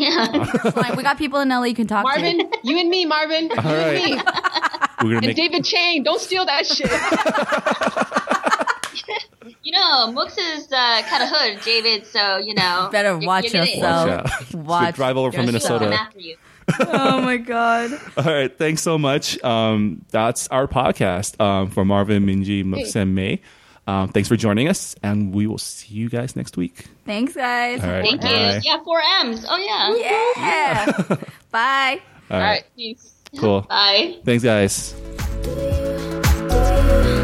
[SPEAKER 3] happen.
[SPEAKER 4] Yeah.
[SPEAKER 2] Fine. we got people in LA you can talk to.
[SPEAKER 3] Marvin, you and me,
[SPEAKER 1] [LAUGHS]
[SPEAKER 3] Marvin, you and
[SPEAKER 1] we're
[SPEAKER 3] me,
[SPEAKER 1] gonna
[SPEAKER 3] and
[SPEAKER 1] make
[SPEAKER 3] David Chang. Don't steal that
[SPEAKER 1] [LAUGHS]
[SPEAKER 3] shit.
[SPEAKER 4] you know, Mooks is uh, kind of hood, David, so, you know.
[SPEAKER 2] Better
[SPEAKER 4] you're-
[SPEAKER 2] watch
[SPEAKER 4] you're gonna-
[SPEAKER 2] yourself.
[SPEAKER 1] Watch out. [LAUGHS] Should
[SPEAKER 2] Watch
[SPEAKER 1] drive over from
[SPEAKER 4] She'll come
[SPEAKER 1] Minnesota.
[SPEAKER 4] after you.
[SPEAKER 2] oh my god.
[SPEAKER 1] All right, thanks so much. Um, that's our podcast um, for Marvin, Minji, Mooks, and May. Um, thanks for joining us, and we will see you guys next week.
[SPEAKER 2] Thanks guys.
[SPEAKER 1] All right,
[SPEAKER 4] Thank
[SPEAKER 1] bye.
[SPEAKER 4] you. Yeah, four M's. Oh, yeah.
[SPEAKER 1] [LAUGHS]
[SPEAKER 2] Yeah. Bye.
[SPEAKER 1] All
[SPEAKER 3] All
[SPEAKER 1] right,
[SPEAKER 3] right, peace.
[SPEAKER 1] cool.
[SPEAKER 4] Bye.
[SPEAKER 1] Thanks, guys.
[SPEAKER 6] Do you, do you,